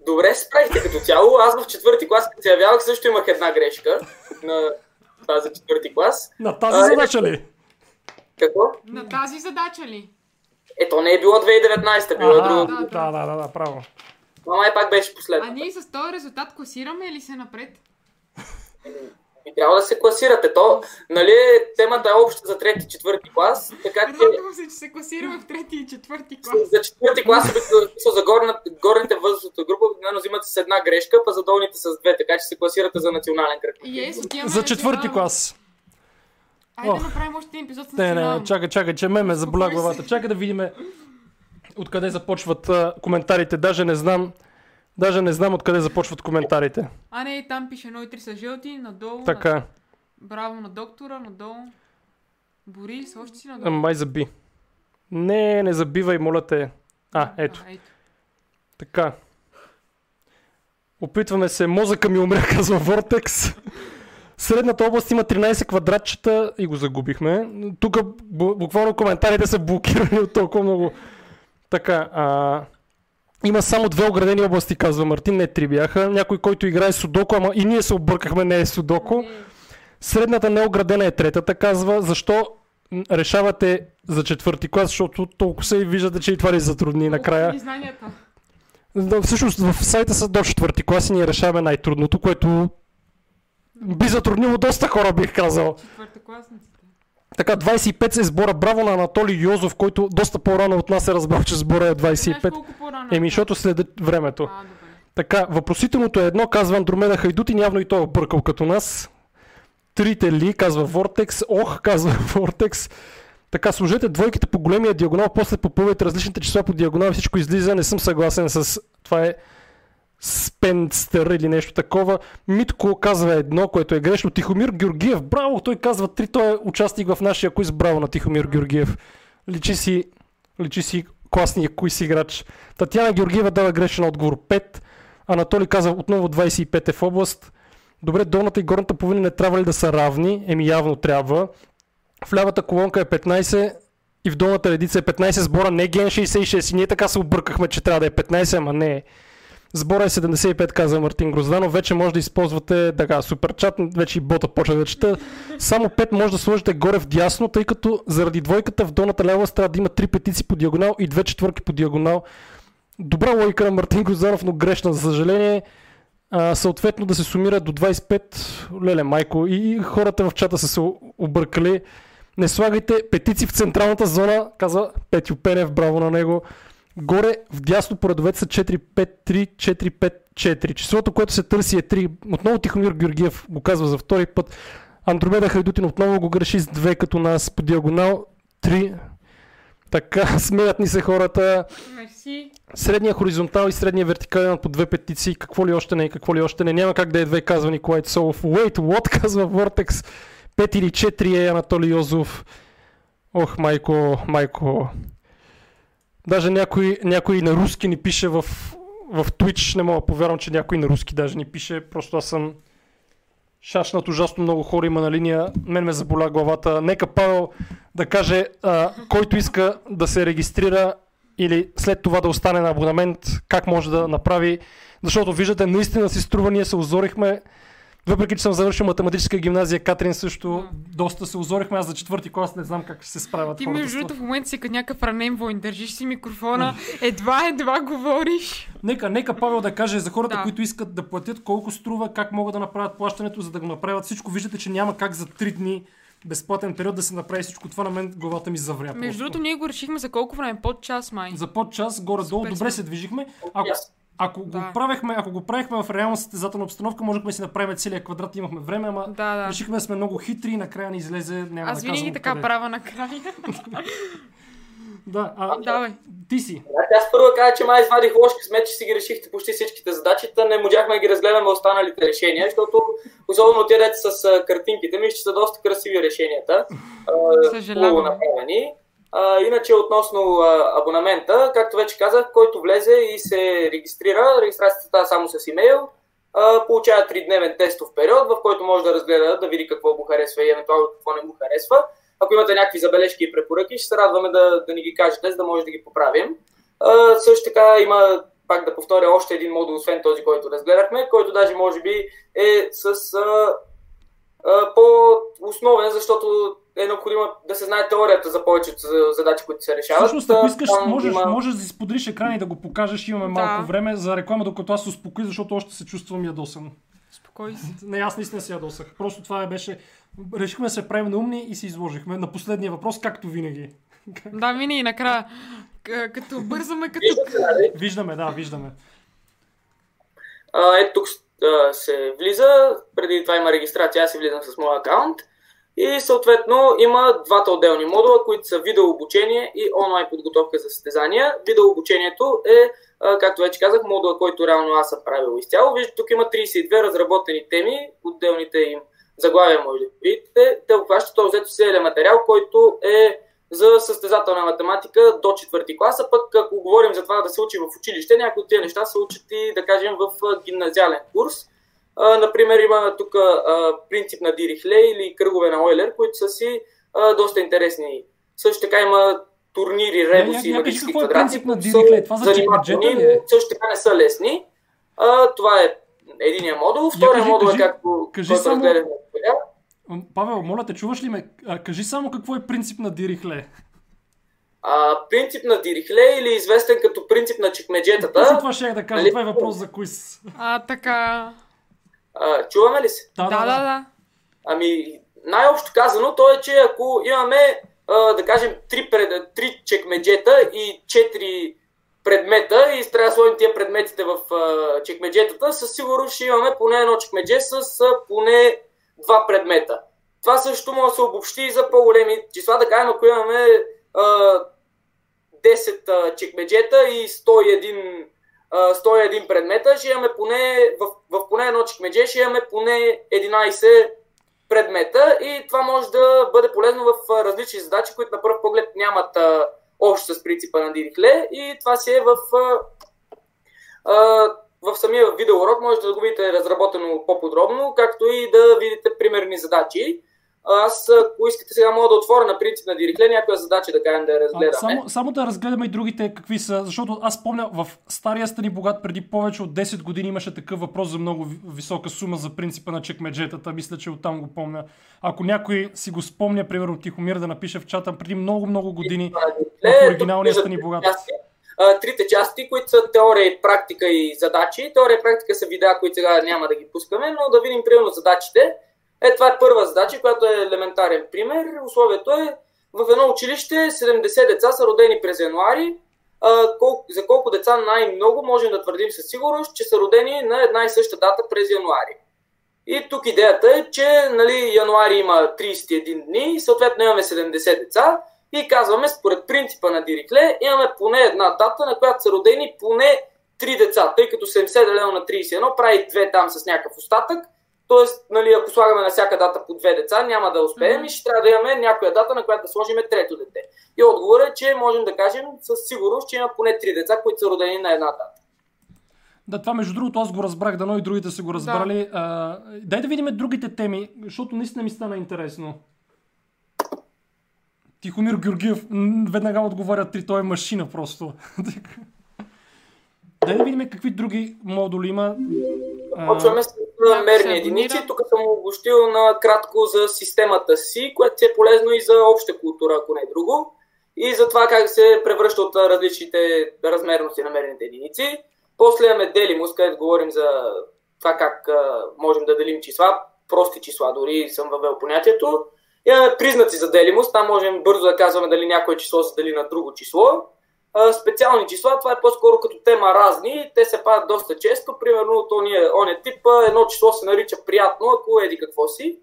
Speaker 3: добре се справихте като цяло. Аз в четвърти клас, като се явявах, също имах една грешка на тази четвърти клас.
Speaker 1: На
Speaker 3: А,
Speaker 1: тази задача
Speaker 4: е,
Speaker 1: ли?
Speaker 3: Какво?
Speaker 4: На тази задача ли?
Speaker 3: Ето не е било 2019, било е
Speaker 1: Ага,
Speaker 3: друго.
Speaker 4: да,
Speaker 1: да, да, да, да, право.
Speaker 3: Ама май пак беше
Speaker 4: А
Speaker 3: последно.
Speaker 4: ние с този резултат класираме ли се напред?
Speaker 3: И трябва да се класирате. То, нали, темата е обща за трети, четвърти клас, така че
Speaker 1: Е,
Speaker 4: Радвам се, че се класираме в трети и четвърти клас.
Speaker 3: за четвърти клас, обикновено за горна, горните възрастовата група, обикновено взимате с една грешка, па за долните с две, така че се класирате за национален кръг.
Speaker 4: И е, отиваме
Speaker 1: За
Speaker 4: на
Speaker 1: четвърти
Speaker 4: национално.
Speaker 1: клас.
Speaker 4: Айде да
Speaker 1: Ох.
Speaker 4: направим още един епизод с
Speaker 1: Не, не,
Speaker 4: национално.
Speaker 1: не, чакай, чакай, че ме ме заболя
Speaker 4: Успокой се.
Speaker 1: главата. Чакай да видим откъде започват а, коментарите. Даже не знам. Даже не знам откъде започват коментарите.
Speaker 4: А не, там пише 1 и 3 са жълти, надолу. На...
Speaker 1: Така,
Speaker 4: Браво на доктора, надолу. Борис, още си надолу.
Speaker 1: ама май заби. Не, не забивай, моля те. А, ето,
Speaker 4: А, ето.
Speaker 1: така. Опитваме се, мозъка ми умря, казва Вортекс. Средната област има 13 квадратчета и го загубихме. Тук бу- буквално коментарите са блокирани от толкова много. Така, а... Има само две оградени области, казва Мартин, не три бяха. Някой, който играе Судоко, ама и ние се объркахме, не е Судоко. Средната неоградена е третата, казва. Защо м, решавате за четвърти клас, защото толкова се и виждате, че и това ни затрудни накрая.
Speaker 4: Оцени знанията.
Speaker 1: Да, всъщност в сайта са до четвърти клас и ние решаваме най-трудното, което би затруднило доста хора, бих казал.
Speaker 4: Четвъртокласниците.
Speaker 1: Така, 25 е сбора. Браво на Анатолий Йозов, който доста по-рано от нас е разбрал, че сбора е
Speaker 4: Знаеш
Speaker 1: 25.
Speaker 4: колко по-рано?
Speaker 1: Еми, защото след времето.
Speaker 4: А, добре.
Speaker 1: Така, въпросителното е едно, казва Андромеда Хайдутин, явно и той е объркал като нас. Трите ли, казва Вортекс. Ох, казва Вортекс. Така, сложете двойките по големия диагонал, после попълвайте различните числа по диагонал, всичко излиза, не съм съгласен с... Това е Спенстър или нещо такова. Митко казва едно, което е грешно. Тихомир Георгиев, браво! Той казва три, той е участник в нашия куиз, браво на Тихомир Георгиев. Личи си, личи си класния куиз играч. Татьяна Георгиева дава грешен отговор 5. Анатолий казва отново 25 е в област. Добре, долната и горната половина не трябва ли да са равни? Еми явно трябва. В лявата колонка е 15 и в долната редица е 15. Сбора не е ген 66 и ние така се объркахме, че трябва да е 15, ама не е. Сбора е 75, каза Мартин Грозданов. Вече може да използвате така, суперчат, вече и бота почва да чета. Само 5 може да сложите горе в дясно, тъй като заради двойката в долната лява страна да има 3 петици по диагонал и 2 четвърки по диагонал. Добра логика на Мартин Грозданов, но грешна, за съжаление. А, съответно да се сумира до 25. Леле, майко, и и хората в чата са се о- объркали. Не слагайте петици в централната зона, казва Петю Пенев, браво на него. Горе в дясно по редовете са 4-5-3-4-5-4. Числото, което се търси е 3. Отново Тихомир Георгиев го казва за втори път. Андромеда Хайдутин отново го греши с 2 като нас по диагонал 3. Така, смеят ни се хората.
Speaker 4: Мерси.
Speaker 1: Средния хоризонтал и средния вертикален по две петиции. Какво ли още не и какво ли още не. Няма как да е две, казва Николай Цолов. Wait, what, казва Vortex. Пет или четири е Анатолий Йозов. Ох, майко, майко. Даже някой, някой на руски ни пише в, в Twitch. Не мога да повярвам, че някой на руски даже ни пише. Просто аз съм шашнат ужасно много хора има на линия. Мен ме заболя главата. Нека Павел да каже, а, който иска да се регистрира или след това да остане на абонамент, как може да направи. Защото виждате, наистина си струва, ние се озорихме.
Speaker 5: Въпреки, че съм завършил математическа гимназия, Катрин също.
Speaker 1: Доста се озорихме, аз за четвърти клас не знам как ще се справят
Speaker 4: Ти
Speaker 1: хората
Speaker 4: между
Speaker 1: с това.
Speaker 4: другото в момента си като някакъв ранен войн, държиш си микрофона, едва, едва говориш.
Speaker 1: Нека, нека Павел да каже за хората,
Speaker 4: Да.
Speaker 1: които искат да платят, колко струва, как могат да направят плащането, за да го направят всичко. Виждате, че няма как за 3 дни безплатен период да се направи всичко това. На мен главата ми завря.
Speaker 4: Между
Speaker 1: просто.
Speaker 4: другото ние го решихме за колко време, под час май.
Speaker 1: За подчас, горе-долу,
Speaker 4: Супер, супер.
Speaker 1: добре се движихме. Ако,
Speaker 3: Ясно.
Speaker 1: ако, го
Speaker 4: Да.
Speaker 1: правехме, ако го правихме в реална състезателна обстановка, можехме да си направим целия квадрат, имахме време, ама
Speaker 4: Да, да.
Speaker 1: решихме да сме много хитри и накрая ни излезе, няма
Speaker 4: Аз
Speaker 1: да казвам
Speaker 4: винаги така
Speaker 1: къде.
Speaker 4: правя накрая.
Speaker 1: Да, а,
Speaker 4: Давай.
Speaker 1: ти си.
Speaker 3: Значи аз първо кажа, че май извадих лош късмет, че си ги решихте почти всичките задачи, та не можахме да ги разгледаме останалите решения, защото особено те дете с а, картинките, мисля, че са доста красиви решенията. А,
Speaker 4: Съжалявам.
Speaker 3: хубаво направени. А, иначе относно а, абонамента, както вече казах, който влезе и се регистрира, регистрацията става само с имейл, а, получава 3-дневен тестов период, в който може да разгледа, да види какво му харесва и евентуално какво не му харесва. Ако имате някакви забележки и препоръки, ще се радваме да, да ни ги кажете, за да може да ги поправим. А, също така има, пак да повторя, още един модул, освен този, който разгледахме, който даже може би е с а, а, по-основен, защото е необходимо да се знае теорията за повечето за- задачи, които се решават.
Speaker 1: Всъщност, ако искаш,
Speaker 3: Там
Speaker 1: можеш,
Speaker 3: има-
Speaker 1: можеш да си споделиш екрана и да го покажеш. Имаме
Speaker 4: Да.
Speaker 1: малко време за реклама, докато аз се успокоя, защото още се чувствам ядосан.
Speaker 4: Спокой си.
Speaker 1: Не, аз наистина се ядосах. Просто това е беше... Решихме да се правим на умни и се изложихме на последния въпрос, както винаги.
Speaker 4: Да, винаги накрая. К- Като бързаме, като...
Speaker 3: Виждате, нали?
Speaker 1: Виждаме, да, виждаме.
Speaker 3: А, Ето тук а, се влиза, преди това има регистрация, аз си влизам с моя акаунт. И съответно има двата отделни модула, които са видеообучение и онлайн подготовка за състезания. Видеообучението е, а, както вече казах, модула, който реално аз съм правил изцяло. Виждате, тук има 32 разработени теми, отделните им заглавия му или видите. Те обхващат общо взето целият материал, който е за състезателна математика до четвърти клас, а пък ако говорим за това да се учи в училище, някои от тези неща се учат и, да кажем, в а, гимназиален курс. А, например, има тук а, принцип на Дирихле или кръгове на Ойлер, които са си а, доста интересни. Също така има турнири, ребуси,
Speaker 1: я- я кажи
Speaker 3: магически
Speaker 1: какво е
Speaker 3: квадрати,
Speaker 1: принцип на
Speaker 3: които са
Speaker 1: Дирихле? Това за
Speaker 3: занимателни,
Speaker 1: чекмеджета ли е?
Speaker 3: но също така не са лесни. А, това е единия модул. Втория
Speaker 1: кажи-
Speaker 3: модул е
Speaker 1: кажи-
Speaker 3: както
Speaker 1: кажи
Speaker 3: който
Speaker 1: само-
Speaker 3: разгледахме сега.
Speaker 1: М, Павел, моля те, чуваш ли ме? А, кажи само какво е принцип на Дирихле.
Speaker 3: А, принцип на Дирихле или известен като принцип на
Speaker 1: Точно
Speaker 3: чекмеджетата.
Speaker 1: това ще я да кажа.
Speaker 3: Нали?
Speaker 1: Това е въпрос за квиз.
Speaker 4: А, така...
Speaker 3: А, чуваме ли се?
Speaker 4: Да, да, да.
Speaker 3: Ами, най-общо казано, то е, че ако имаме, а, да кажем, три, пред, три чекмеджета и четири предмета и трябва да сложим тия предметите в а, чекмеджетата, със сигурност ще имаме поне едно чекмедже с а, поне два предмета. Това също може да се обобщи и за по-големи числа, да кажем, ако имаме а, 10 а, чекмеджета и 101, а, 101 предмета, ще имаме поне, в, в поне едно чекмедже ще имаме поне 11 предмета и това може да бъде полезно в а, различни задачи, които на пръв поглед нямат а, общо с принципа на Дирихле и това си е в, а, а, в самия видеоурок, може да го видите разработено по-подробно, както и да видите примерни задачи. Аз, ако искате сега, мога да отворя на принцип на Дирихле някоя задача, да кажем, да я
Speaker 1: А,
Speaker 3: разгледаме.
Speaker 1: само, само да разгледаме и другите какви са, защото аз помня в Стария Стани Богат преди повече от 10 години имаше такъв въпрос за много ви- висока сума за принципа на чекмеджетата. Мисля, че оттам го помня. Ако някой си го спомня, примерно Тихомир да напише в чата преди много-много години.
Speaker 3: Е,
Speaker 1: в оригиналния
Speaker 3: тук
Speaker 1: Стани
Speaker 3: виждате
Speaker 1: Богат.
Speaker 3: части. А, Трите части, които са теория, практика и задачи. Теория и практика са видеа, които сега няма да ги пускаме, но да видим примерно задачите. Е, това е първа задача, която е елементарен пример. Условието е в едно училище 70 деца са родени през януари. А, кол- за колко деца най-много можем да твърдим със сигурност, че са родени на една и съща дата през януари. И тук идеята е, че нали, януари има 31 дни и съответно имаме 70 деца и казваме, според принципа на Дирикле, имаме поне една дата, на която са родени поне 3 деца, тъй като 70 делено на 31 прави 2 там с някакъв остатък. Тоест, нали, ако слагаме на всяка дата по две деца, няма да успеем и ще трябва да имаме някоя дата, на която да сложим трето дете. И отговорът е, че можем да кажем със сигурност, че има поне 3 деца, които са родени на една дата.
Speaker 1: Да, това между другото аз го разбрах, дано и другите са го разбрали. Да. А, дай да видим другите теми, защото наистина ми стана интересно. Тихомир Георгиев м, веднага отговаря три, той е машина просто. Дай да видим какви други модули има. А,
Speaker 3: Почваме с са
Speaker 4: Ако се
Speaker 3: мерни
Speaker 4: абонира-
Speaker 3: единици. Тук съм обобщил на кратко за системата си, което си е полезно и за обща култура, ако не е друго. И за това как се превръща от а, различните размерности на мерените единици. После имаме делимус, където говорим за това как а, можем да делим числа, прости числа, дори съм въвел понятието. Имаме признаци за делимост, там можем бързо да казваме дали някое число се дели на друго число. А, специални числа, това е по-скоро като тема разни, те се падат доста често, примерно от ония, ония тип, а, едно число се нарича приятно, ако еди какво си,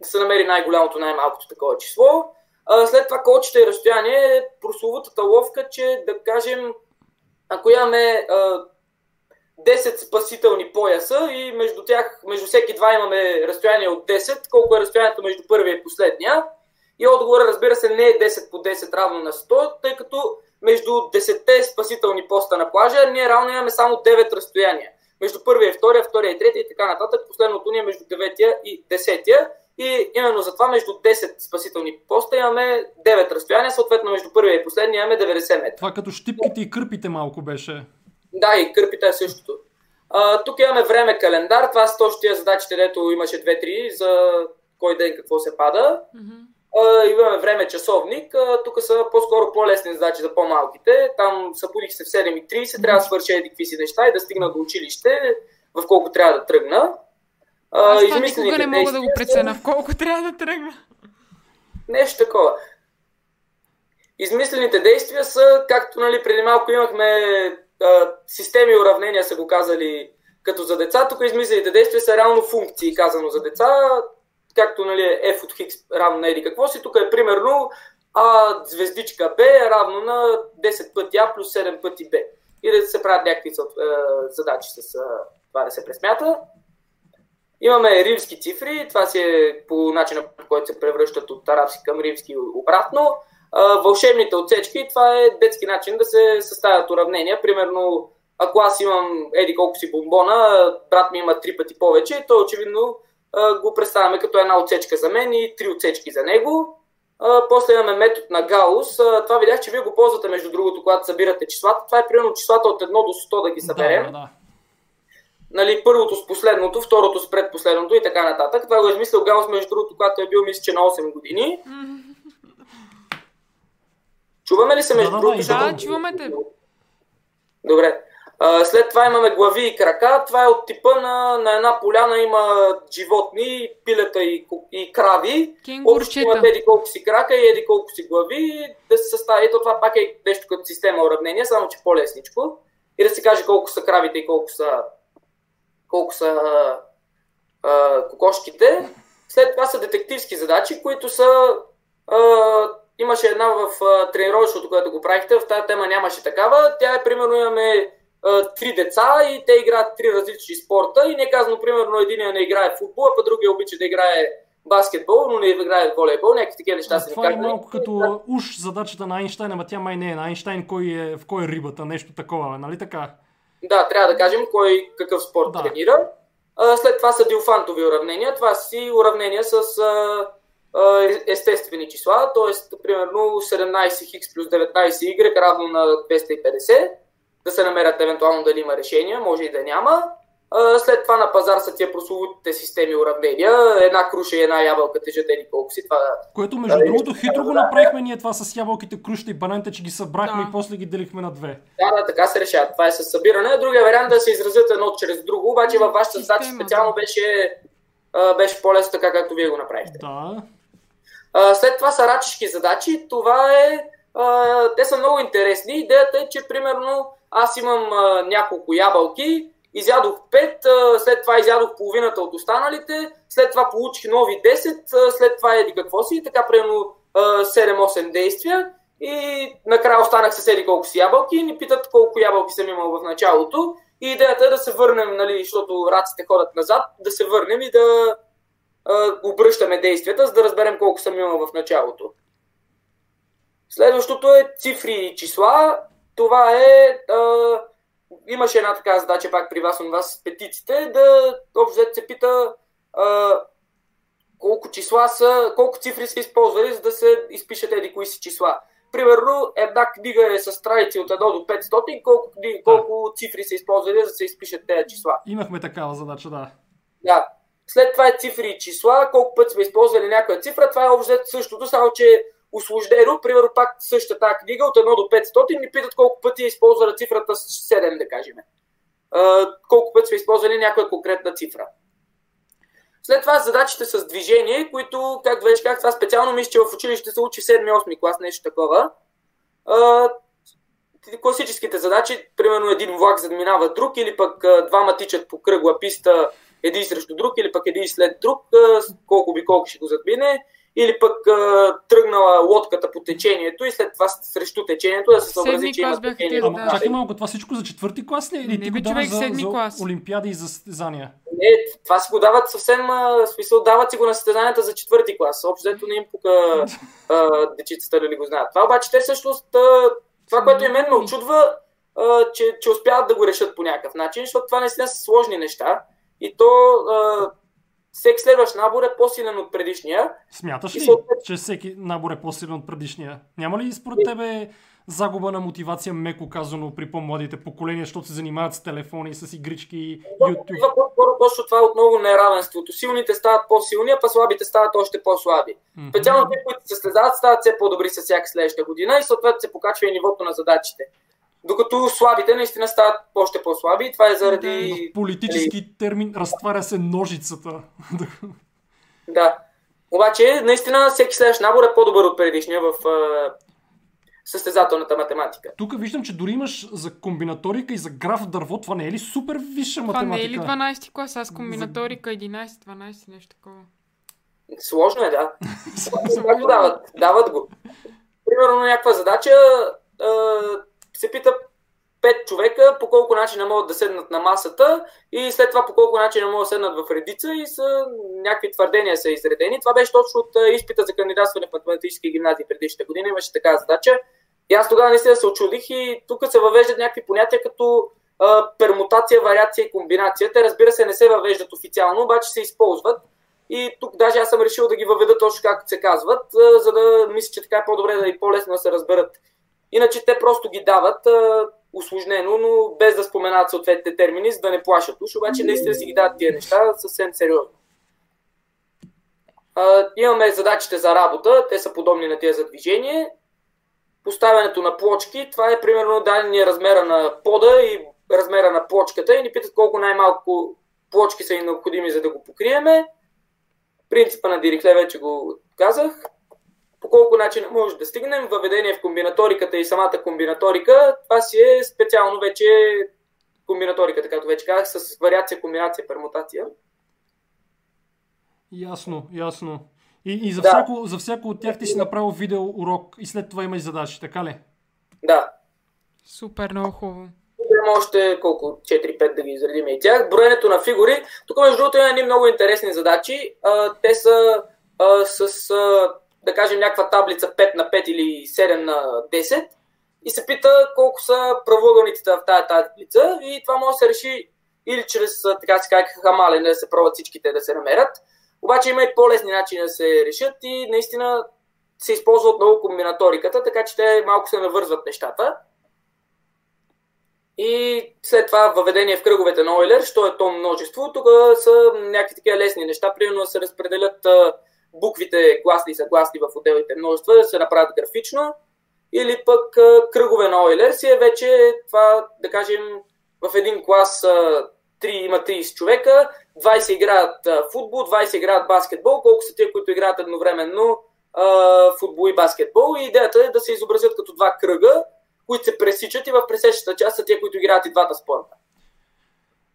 Speaker 3: да се намери най-голямото, най-малкото такова число. А, след това колчета и разстояние е прословутата ловка, че да кажем, ако имаме а, 10 спасителни пояса и между тях, между всеки два имаме разстояние от 10, колко е разстоянието между първия и последния. И отговорът, разбира се, не е 10 по 10 равно на 100, тъй като между 10 спасителни поста на плажа ние реално имаме само 9 разстояния. Между първия и втория, втория и третия и така нататък. Последното ни е между 9 и 10. И именно затова между 10 спасителни поста имаме 9 разстояния, съответно между първия и последния имаме 90 метра.
Speaker 1: Това като щипките и кърпите малко беше.
Speaker 3: Да, и кърпите е същото. А, тук имаме време календар. Това са точно тия задачите, дето имаше 2-3 за кой ден какво се пада.
Speaker 4: Мгм.
Speaker 3: А, имаме време часовник. А, тук са по-скоро по-лесни задачи за по-малките. Там събудих се в 7.30, трябва да свърша еди какви си неща и да стигна до училище, в колко трябва да тръгна. А,
Speaker 4: Аз това
Speaker 3: измислените
Speaker 4: никога не мога да го
Speaker 3: действия са-
Speaker 4: преценя. В колко трябва да тръгна?
Speaker 3: Нещо такова. Измислените действия са, както нали, преди малко имахме а, системи и уравнения, са го казали като за деца. Тук измислените действия са реално функции, казано за деца. Както нали, е F от Хикс равно на еди какво си. Тук е примерно а, звездичка B е равно на 10 пъти А плюс 7 пъти Б. И да се правят някакви съ- а, задачи с е, а, това да се пресмята. Имаме римски цифри, това си е по начина по който се превръщат от арабски към римски и обратно. А, вълшебните отсечки, това е детски начин да се съставят уравнения. Примерно, ако аз имам еди колко си бомбона, а брат ми има три пъти повече, то очевидно а, го представяме като една отсечка за мен и три отсечки за него. А, после имаме метод на Гаус. А, това видях, че вие го ползвате между другото, когато събирате числата. Това е примерно числата от 1 до 100 да ги съберем
Speaker 1: Да, да.
Speaker 3: нали, първото с последното, второто с предпоследното и така нататък. Това го е измислил Гаус, между другото, когато е бил, мисля, че на 8 години. Чуваме ли се между
Speaker 1: Да, да, да,
Speaker 3: другото?
Speaker 1: и
Speaker 3: Защото-
Speaker 4: Да, чуваме те.
Speaker 3: Добре. А, след това имаме глави и крака. Това е от типа на, на една поляна има животни, пилета и, ко- и крави. Общо
Speaker 4: Кенгурчета.
Speaker 3: имат еди колко си крака и еди колко си глави, да се състави. То това пак е нещо като система уравнение, само че по-лесничко. И да се каже колко са кравите и колко са, колко са а, а, кокошките. След това са детективски задачи, които са... А, имаше една в а, тренировъчното, което го правихте, в тази тема нямаше такава. Тя е, примерно, имаме а, три деца и те играят три различни спорта и не е казано, примерно, единия не играе в футбол, а па другия обича да играе баскетбол, но не играе в волейбол, някакви такива неща
Speaker 1: А,
Speaker 3: са ни
Speaker 1: това е
Speaker 3: карали.
Speaker 1: малко като уж задачата на Айнштайн, ама тя май не е на Айнштайн, кой е, в кой е рибата, нещо такова, бе, нали така?
Speaker 3: Да, трябва да кажем кой какъв спорт
Speaker 1: Да.
Speaker 3: тренира. А, след това са диофантови уравнения. Това си уравнения с а, а, е- естествени числа, т.е. примерно 17х плюс 19y равно на 250. Да се намерят евентуално дали има решения, може и да няма. А, след това на пазар са тия прословутите системи уравнения. Една круша и една ябълка тежат еди колко си. Това
Speaker 1: Което между
Speaker 3: Да,
Speaker 1: другото хитро го направихме ние това с ябълките, крущите и бананите, че ги събрахме
Speaker 4: Да.
Speaker 1: и после ги делихме на две.
Speaker 3: Да, да, така се решава. Това е със събиране. Другия вариант е да се изразят едно чрез друго, обаче във вашата задача
Speaker 4: Система,
Speaker 3: специално
Speaker 4: да.
Speaker 3: беше, а, беше по-лесно така, както вие го направихте.
Speaker 1: Да.
Speaker 3: А, след това са рачешки задачи. Това е. А, те са много интересни. Идеята е, че примерно аз имам а, няколко ябълки, изядох 5, а, след това изядох половината от останалите, след това получих нови 10, а, след това еди какво си, и така примерно а, 7-8 действия. И накрая останах с еди колко си ябълки и ни питат колко ябълки съм имал в началото. И идеята е да се върнем, нали, защото раците ходят назад, да се върнем и да а, обръщаме действията, за да разберем колко съм имал в началото. Следващото е цифри и числа. Това е. А, имаше една така задача пак при вас, у вас с петиците, да общо взето се пита а, колко числа са, колко цифри са използвали, за да се изпишат еди кои си числа. Примерно, една книга е с страници от 1 до 500, колко, кни- колко цифри са използвали, за да се изпишат тези числа.
Speaker 1: Имахме такава задача, да.
Speaker 3: Да. След това е цифри и числа, колко пъти сме използвали някоя цифра, това е общо взето същото, само че е услуждено, примерно пак същата тази книга от 1 до 500 ни питат колко пъти е използвала цифрата 7, да кажем. А, колко пъти сме използвали някоя конкретна цифра. След това задачите с движение, които, как вече как това специално мисля, че в училище се учи 7-8 клас, нещо такова. А, класическите задачи, примерно един влак задминава друг, или пък а, двама тичат по кръгла писта един срещу друг, или пък един след друг, а, колко би колко ще го задмине, или пък а, тръгнала лодката по течението и след това срещу течението да се съобрази,
Speaker 4: Седми
Speaker 3: че
Speaker 4: клас
Speaker 3: има
Speaker 4: бяха
Speaker 3: течение.
Speaker 4: тези,
Speaker 3: в
Speaker 4: да.
Speaker 1: Ама
Speaker 3: нашата
Speaker 1: чакай малко, това всичко за четвърти клас ли? е? Или
Speaker 4: Не
Speaker 1: ти
Speaker 4: бе,
Speaker 1: го даваш
Speaker 4: човек,
Speaker 1: за,
Speaker 4: седми
Speaker 1: за
Speaker 4: клас.
Speaker 1: олимпиади и за състезания?
Speaker 3: Не, това си го дават съвсем, а, в смисъл, дават си го на състезанията за четвърти клас. Общо взето не им пука а, дечицата дали го знаят. Това обаче те всъщност, а, това, което и мен ме очудва, а, че, че успяват да го решат по някакъв начин, защото това наистина са сложни неща. И то а, всеки следващ набор е по-силен от предишния.
Speaker 1: Смяташ
Speaker 3: И
Speaker 1: ли,
Speaker 3: съответно-
Speaker 1: че всеки набор е по-силен от предишния? Няма ли според тебе загуба на мотивация, меко казано, при по-младите поколения, защото се занимават с телефони, с игрички, YouTube?
Speaker 3: Идва по-скоро точно това е отново неравенството. Силните стават по-силни, а слабите стават още по-слаби.
Speaker 1: Мгм.
Speaker 3: Специално те, които се състезават, стават все по-добри с всяка следваща година и съответно се покачва и нивото на задачите. Докато слабите наистина стават още по-слаби и това е заради...
Speaker 1: В политически термин разтваря се ножицата.
Speaker 3: Да. Обаче, наистина, всеки следващ набор е по-добър от предишния в е, състезателната математика.
Speaker 1: Тук виждам, че дори имаш за комбинаторика и за граф дърво. Това не е ли супер висша
Speaker 4: Това не е ли
Speaker 1: математика?
Speaker 4: 12 клас? Аз комбинаторика 11-12, нещо такова.
Speaker 3: Сложно е, да. Как го дават? Дават го. Примерно някаква задача е, се пита пет човека по колко начина могат да седнат на масата и след това по колко начина могат да седнат в редица и са, някакви твърдения са изредени. Това беше точно от е, изпита за кандидатстване в математически гимназии предишната година. Имаше такава задача. И аз тогава наистина се очудих и тук се въвеждат някакви понятия като а, пермутация, вариация и комбинация. Те разбира се не се въвеждат официално, обаче се използват. И тук даже аз съм решил да ги въведа точно както се казват, а, за да мисля, че така е по-добре да и по-лесно да се разберат. Иначе те просто ги дават а, усложнено, но без да споменават съответните термини, за да не плашат уж, обаче наистина си ги дават тия неща съвсем сериозно. А, имаме задачите за работа, те са подобни на тези за движение. Поставянето на плочки, това е примерно даден ни е размера на пода и размера на плочката и ни питат колко най-малко плочки са ни необходими, за да го покриеме. Принципа на Дирикле вече го казах. По колко начин може да стигнем, въведение в комбинаториката и самата комбинаторика, това си е специално вече комбинаториката, както вече казах, с вариация, комбинация, пермутация.
Speaker 1: Ясно, ясно. И, и за,
Speaker 3: Да.
Speaker 1: всяко, за всяко от тях ти си направил видео урок и след това имаш задачи, така ли?
Speaker 3: Да,
Speaker 4: Супер, много хубаво.
Speaker 3: Има още колко 4-5 да ги изредим и тях. Броенето на фигури. Тук, между другото, има едни много интересни задачи. А, те са а, с, а, да кажем, някаква таблица 5 на 5 или 7 на 10 и се пита колко са правоъгълниците в тази таблица и това може да се реши или чрез, а, така се казва, хамалене да се пробват всичките да се намерят. Обаче има и по-лесни начини да се решат и наистина се използва отново комбинаториката, така че те малко се навързват нещата. И след това въведение в кръговете на Ойлер, що е то множество, тук са някакви такива лесни неща, примерно да се разпределят а, буквите гласни и съгласни в отделните множества, да се направят графично, или пък а, кръгове на Ойлер си е вече това, да кажем, в един клас а, 3, има 30 човека, 20 играят а, футбол, 20 играят баскетбол, колко са тия, които играят едновременно а, футбол и баскетбол. И идеята е да се изобразят като два кръга, които се пресичат и в пресечната част са тия, които играят и двата спорта.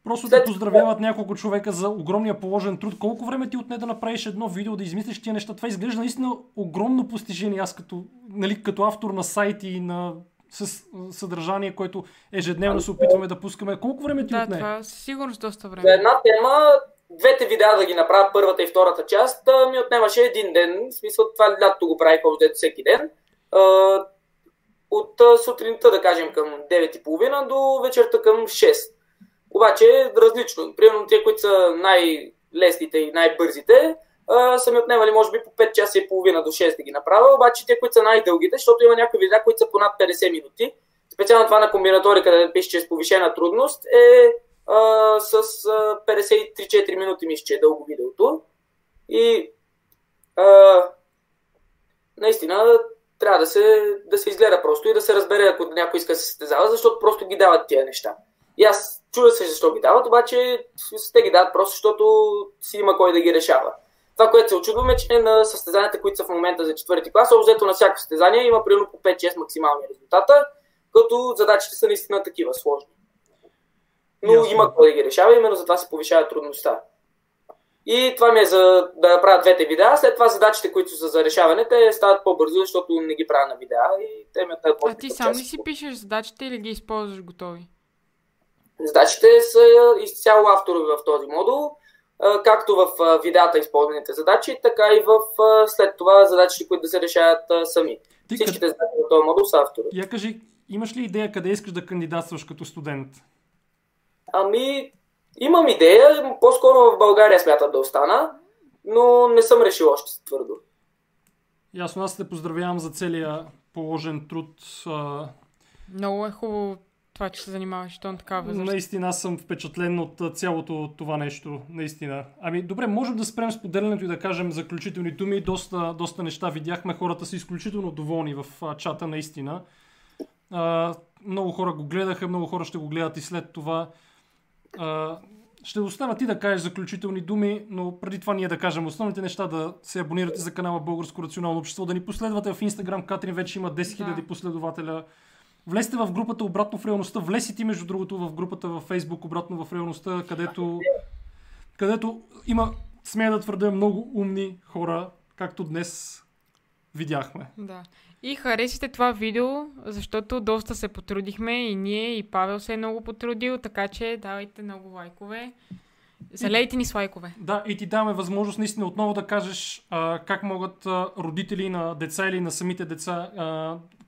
Speaker 1: Просто те
Speaker 3: След-
Speaker 1: поздравяват няколко човека за огромния положен труд. Колко време ти отне да направиш едно видео, да измислиш тия неща? Това изглежда наистина огромно постижение. Аз като, нали, като автор на сайти и на с съдържание, което ежедневно
Speaker 3: Ами
Speaker 1: се опитваме да пускаме. Колко време ти
Speaker 4: Да,
Speaker 1: отне?
Speaker 4: това със сигурност доста
Speaker 3: За
Speaker 4: време.
Speaker 3: една тема, двете видеа да ги направя, първата и втората част, а, ми отнемаше един ден. В смисъл, това лятото го правих общо взето всеки ден. А, От а, сутринта, да кажем, към 9.30 до вечерта към 6. Обаче различно. Примерно те, които са най-лесните и най-бързите, а, са ми отнемали може би по 5 часа и половина до 6 да ги направя, обаче те, които са най-дългите, защото има някои видеа, които са по над 50 минути. Специално това на комбинаторика, да пише, че е с повишена трудност, е а, с а, 53-4 минути, мисля, че е дълго видеото. И а, наистина трябва да се, да се изгледа просто и да се разбере, ако някой иска да се състезава, защото просто ги дават тия неща. И аз чудя се защо ги дават, обаче те ги дават просто защото си има кой да ги решава. Това, което се очудваме, е, че на състезанията, които са в момента за четвърти клас, обзето на всяко състезание има примерно по 5-6 максимални резултата, като задачите са наистина такива сложни. Но Ясно. има кой да ги решава, именно затова се повишава трудността. И това ми е за да правя двете видеа. След това задачите, които са за решаване, те стават по-бързо, защото не ги правя на видеа и е те ме търпят.
Speaker 4: А ти сам ли си пишеш задачите или ги използваш готови?
Speaker 3: Задачите са изцяло авторови в този модул, както в видеата използваните задачи, така и в след това задачите, които да се решават сами.
Speaker 1: Ти
Speaker 3: Всичките
Speaker 1: къде-
Speaker 3: задачи в този модул са авторови.
Speaker 1: Я кажи, имаш ли идея къде искаш да кандидатстваш като студент?
Speaker 3: Ами, имам идея, по-скоро в България смятам да остана, но не съм решил още твърдо.
Speaker 1: Ясно, аз те поздравявам за целия положен труд. а,
Speaker 4: Много е хубаво това, че се занимаваш, то на такава възраст.
Speaker 1: Наистина аз съм впечатлен от а, цялото това нещо. Наистина. Ами добре, можем да спрем с поделянето и да кажем заключителни думи. Доста, доста неща видяхме. Хората са изключително доволни в а, чата, наистина. А, много хора го гледаха, много хора ще го гледат и след това. А, ще остана ти да кажеш заключителни думи, но преди това ние да кажем основните неща, да се абонирате за канала Българско рационално общество, да ни последвате в Instagram. Катрин вече има 10 000
Speaker 4: Да.
Speaker 1: последователя. Влезте в групата Обратно в реалността. Влез и ти, между другото, в групата във Facebook Обратно в реалността, където, където има, смея да твърда, много умни хора, както днес видяхме.
Speaker 4: Да. И харесайте това видео, защото доста се потрудихме и ние, и Павел се е много потрудил, така че давайте много лайкове. Залейте ни с лайкове.
Speaker 1: Да, и ти даваме възможност наистина отново да кажеш а, как могат а, родители на деца или на самите деца, а,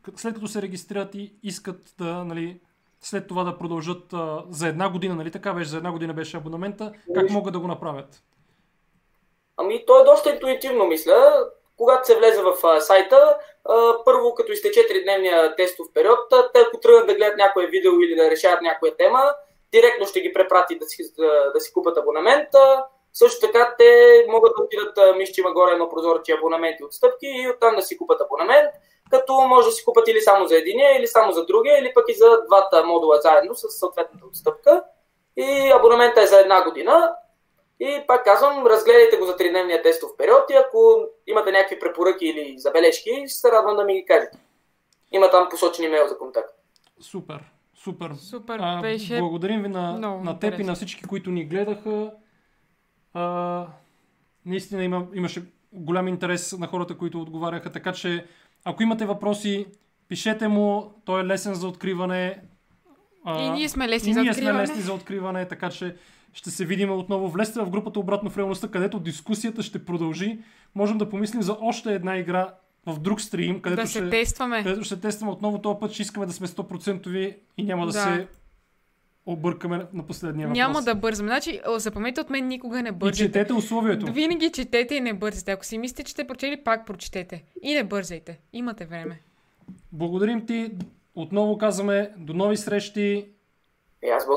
Speaker 1: к- след като се регистрират и искат да, нали, след това да продължат а, за една година, нали така беше, за една година беше абонамента, как могат да го направят?
Speaker 3: Ами, то е доста интуитивно, мисля. Когато се влезе в а, сайта, а, първо като изтече 3-дневния тестов период, а, те ако тръгнат да гледат някое видео или да решават някоя тема, директно ще ги препрати да си, да, да си купат абонамент. А, Също така те могат да отидат, а, мисля, че има горе едно прозорче абонаменти и отстъпки и оттам да си купат абонамент, като може да си купат или само за единия, или само за другия, или пък и за двата модула заедно с съответната отстъпка. И абонамента е за една година, и пак казвам, разгледайте го за 3-дневния тестов период и ако имате някакви препоръки или забележки, ще се радвам да ми ги кажете. Има там посочен имейл за контакт.
Speaker 1: Супер, супер.
Speaker 4: Супер,
Speaker 1: А,
Speaker 4: беше...
Speaker 1: Благодарим ви на,
Speaker 4: много
Speaker 1: на теб и
Speaker 4: интересно.
Speaker 1: на всички, които ни гледаха. А, наистина има, имаше голям интерес на хората, които отговаряха, така че ако имате въпроси, пишете му, той е лесен за откриване. А,
Speaker 4: И ние сме лесни
Speaker 1: и
Speaker 4: за
Speaker 1: ние сме
Speaker 4: откриване.
Speaker 1: лесни за откриване, така че ще се видим отново. Влезте в групата обратно в реалността, където дискусията ще продължи. Можем да помислим за още една игра в друг стрим, където
Speaker 4: Да
Speaker 1: ще...
Speaker 4: се тестваме.
Speaker 1: Където ще тестваме отново този път, ще искаме да сме 100% и няма да,
Speaker 4: Да.
Speaker 1: се объркаме на последния въпрос.
Speaker 4: Няма да бързаме. Значи, о, запомнете от мен, никога не
Speaker 1: е И
Speaker 4: бързайте.
Speaker 1: четете условието.
Speaker 4: Винаги четете и не бързайте. Ако си мислите, че сте прочели, пак прочетете. И не бързайте. Имате време.
Speaker 1: Благодарим ти. Отново казваме до нови срещи.
Speaker 3: И аз благодаря.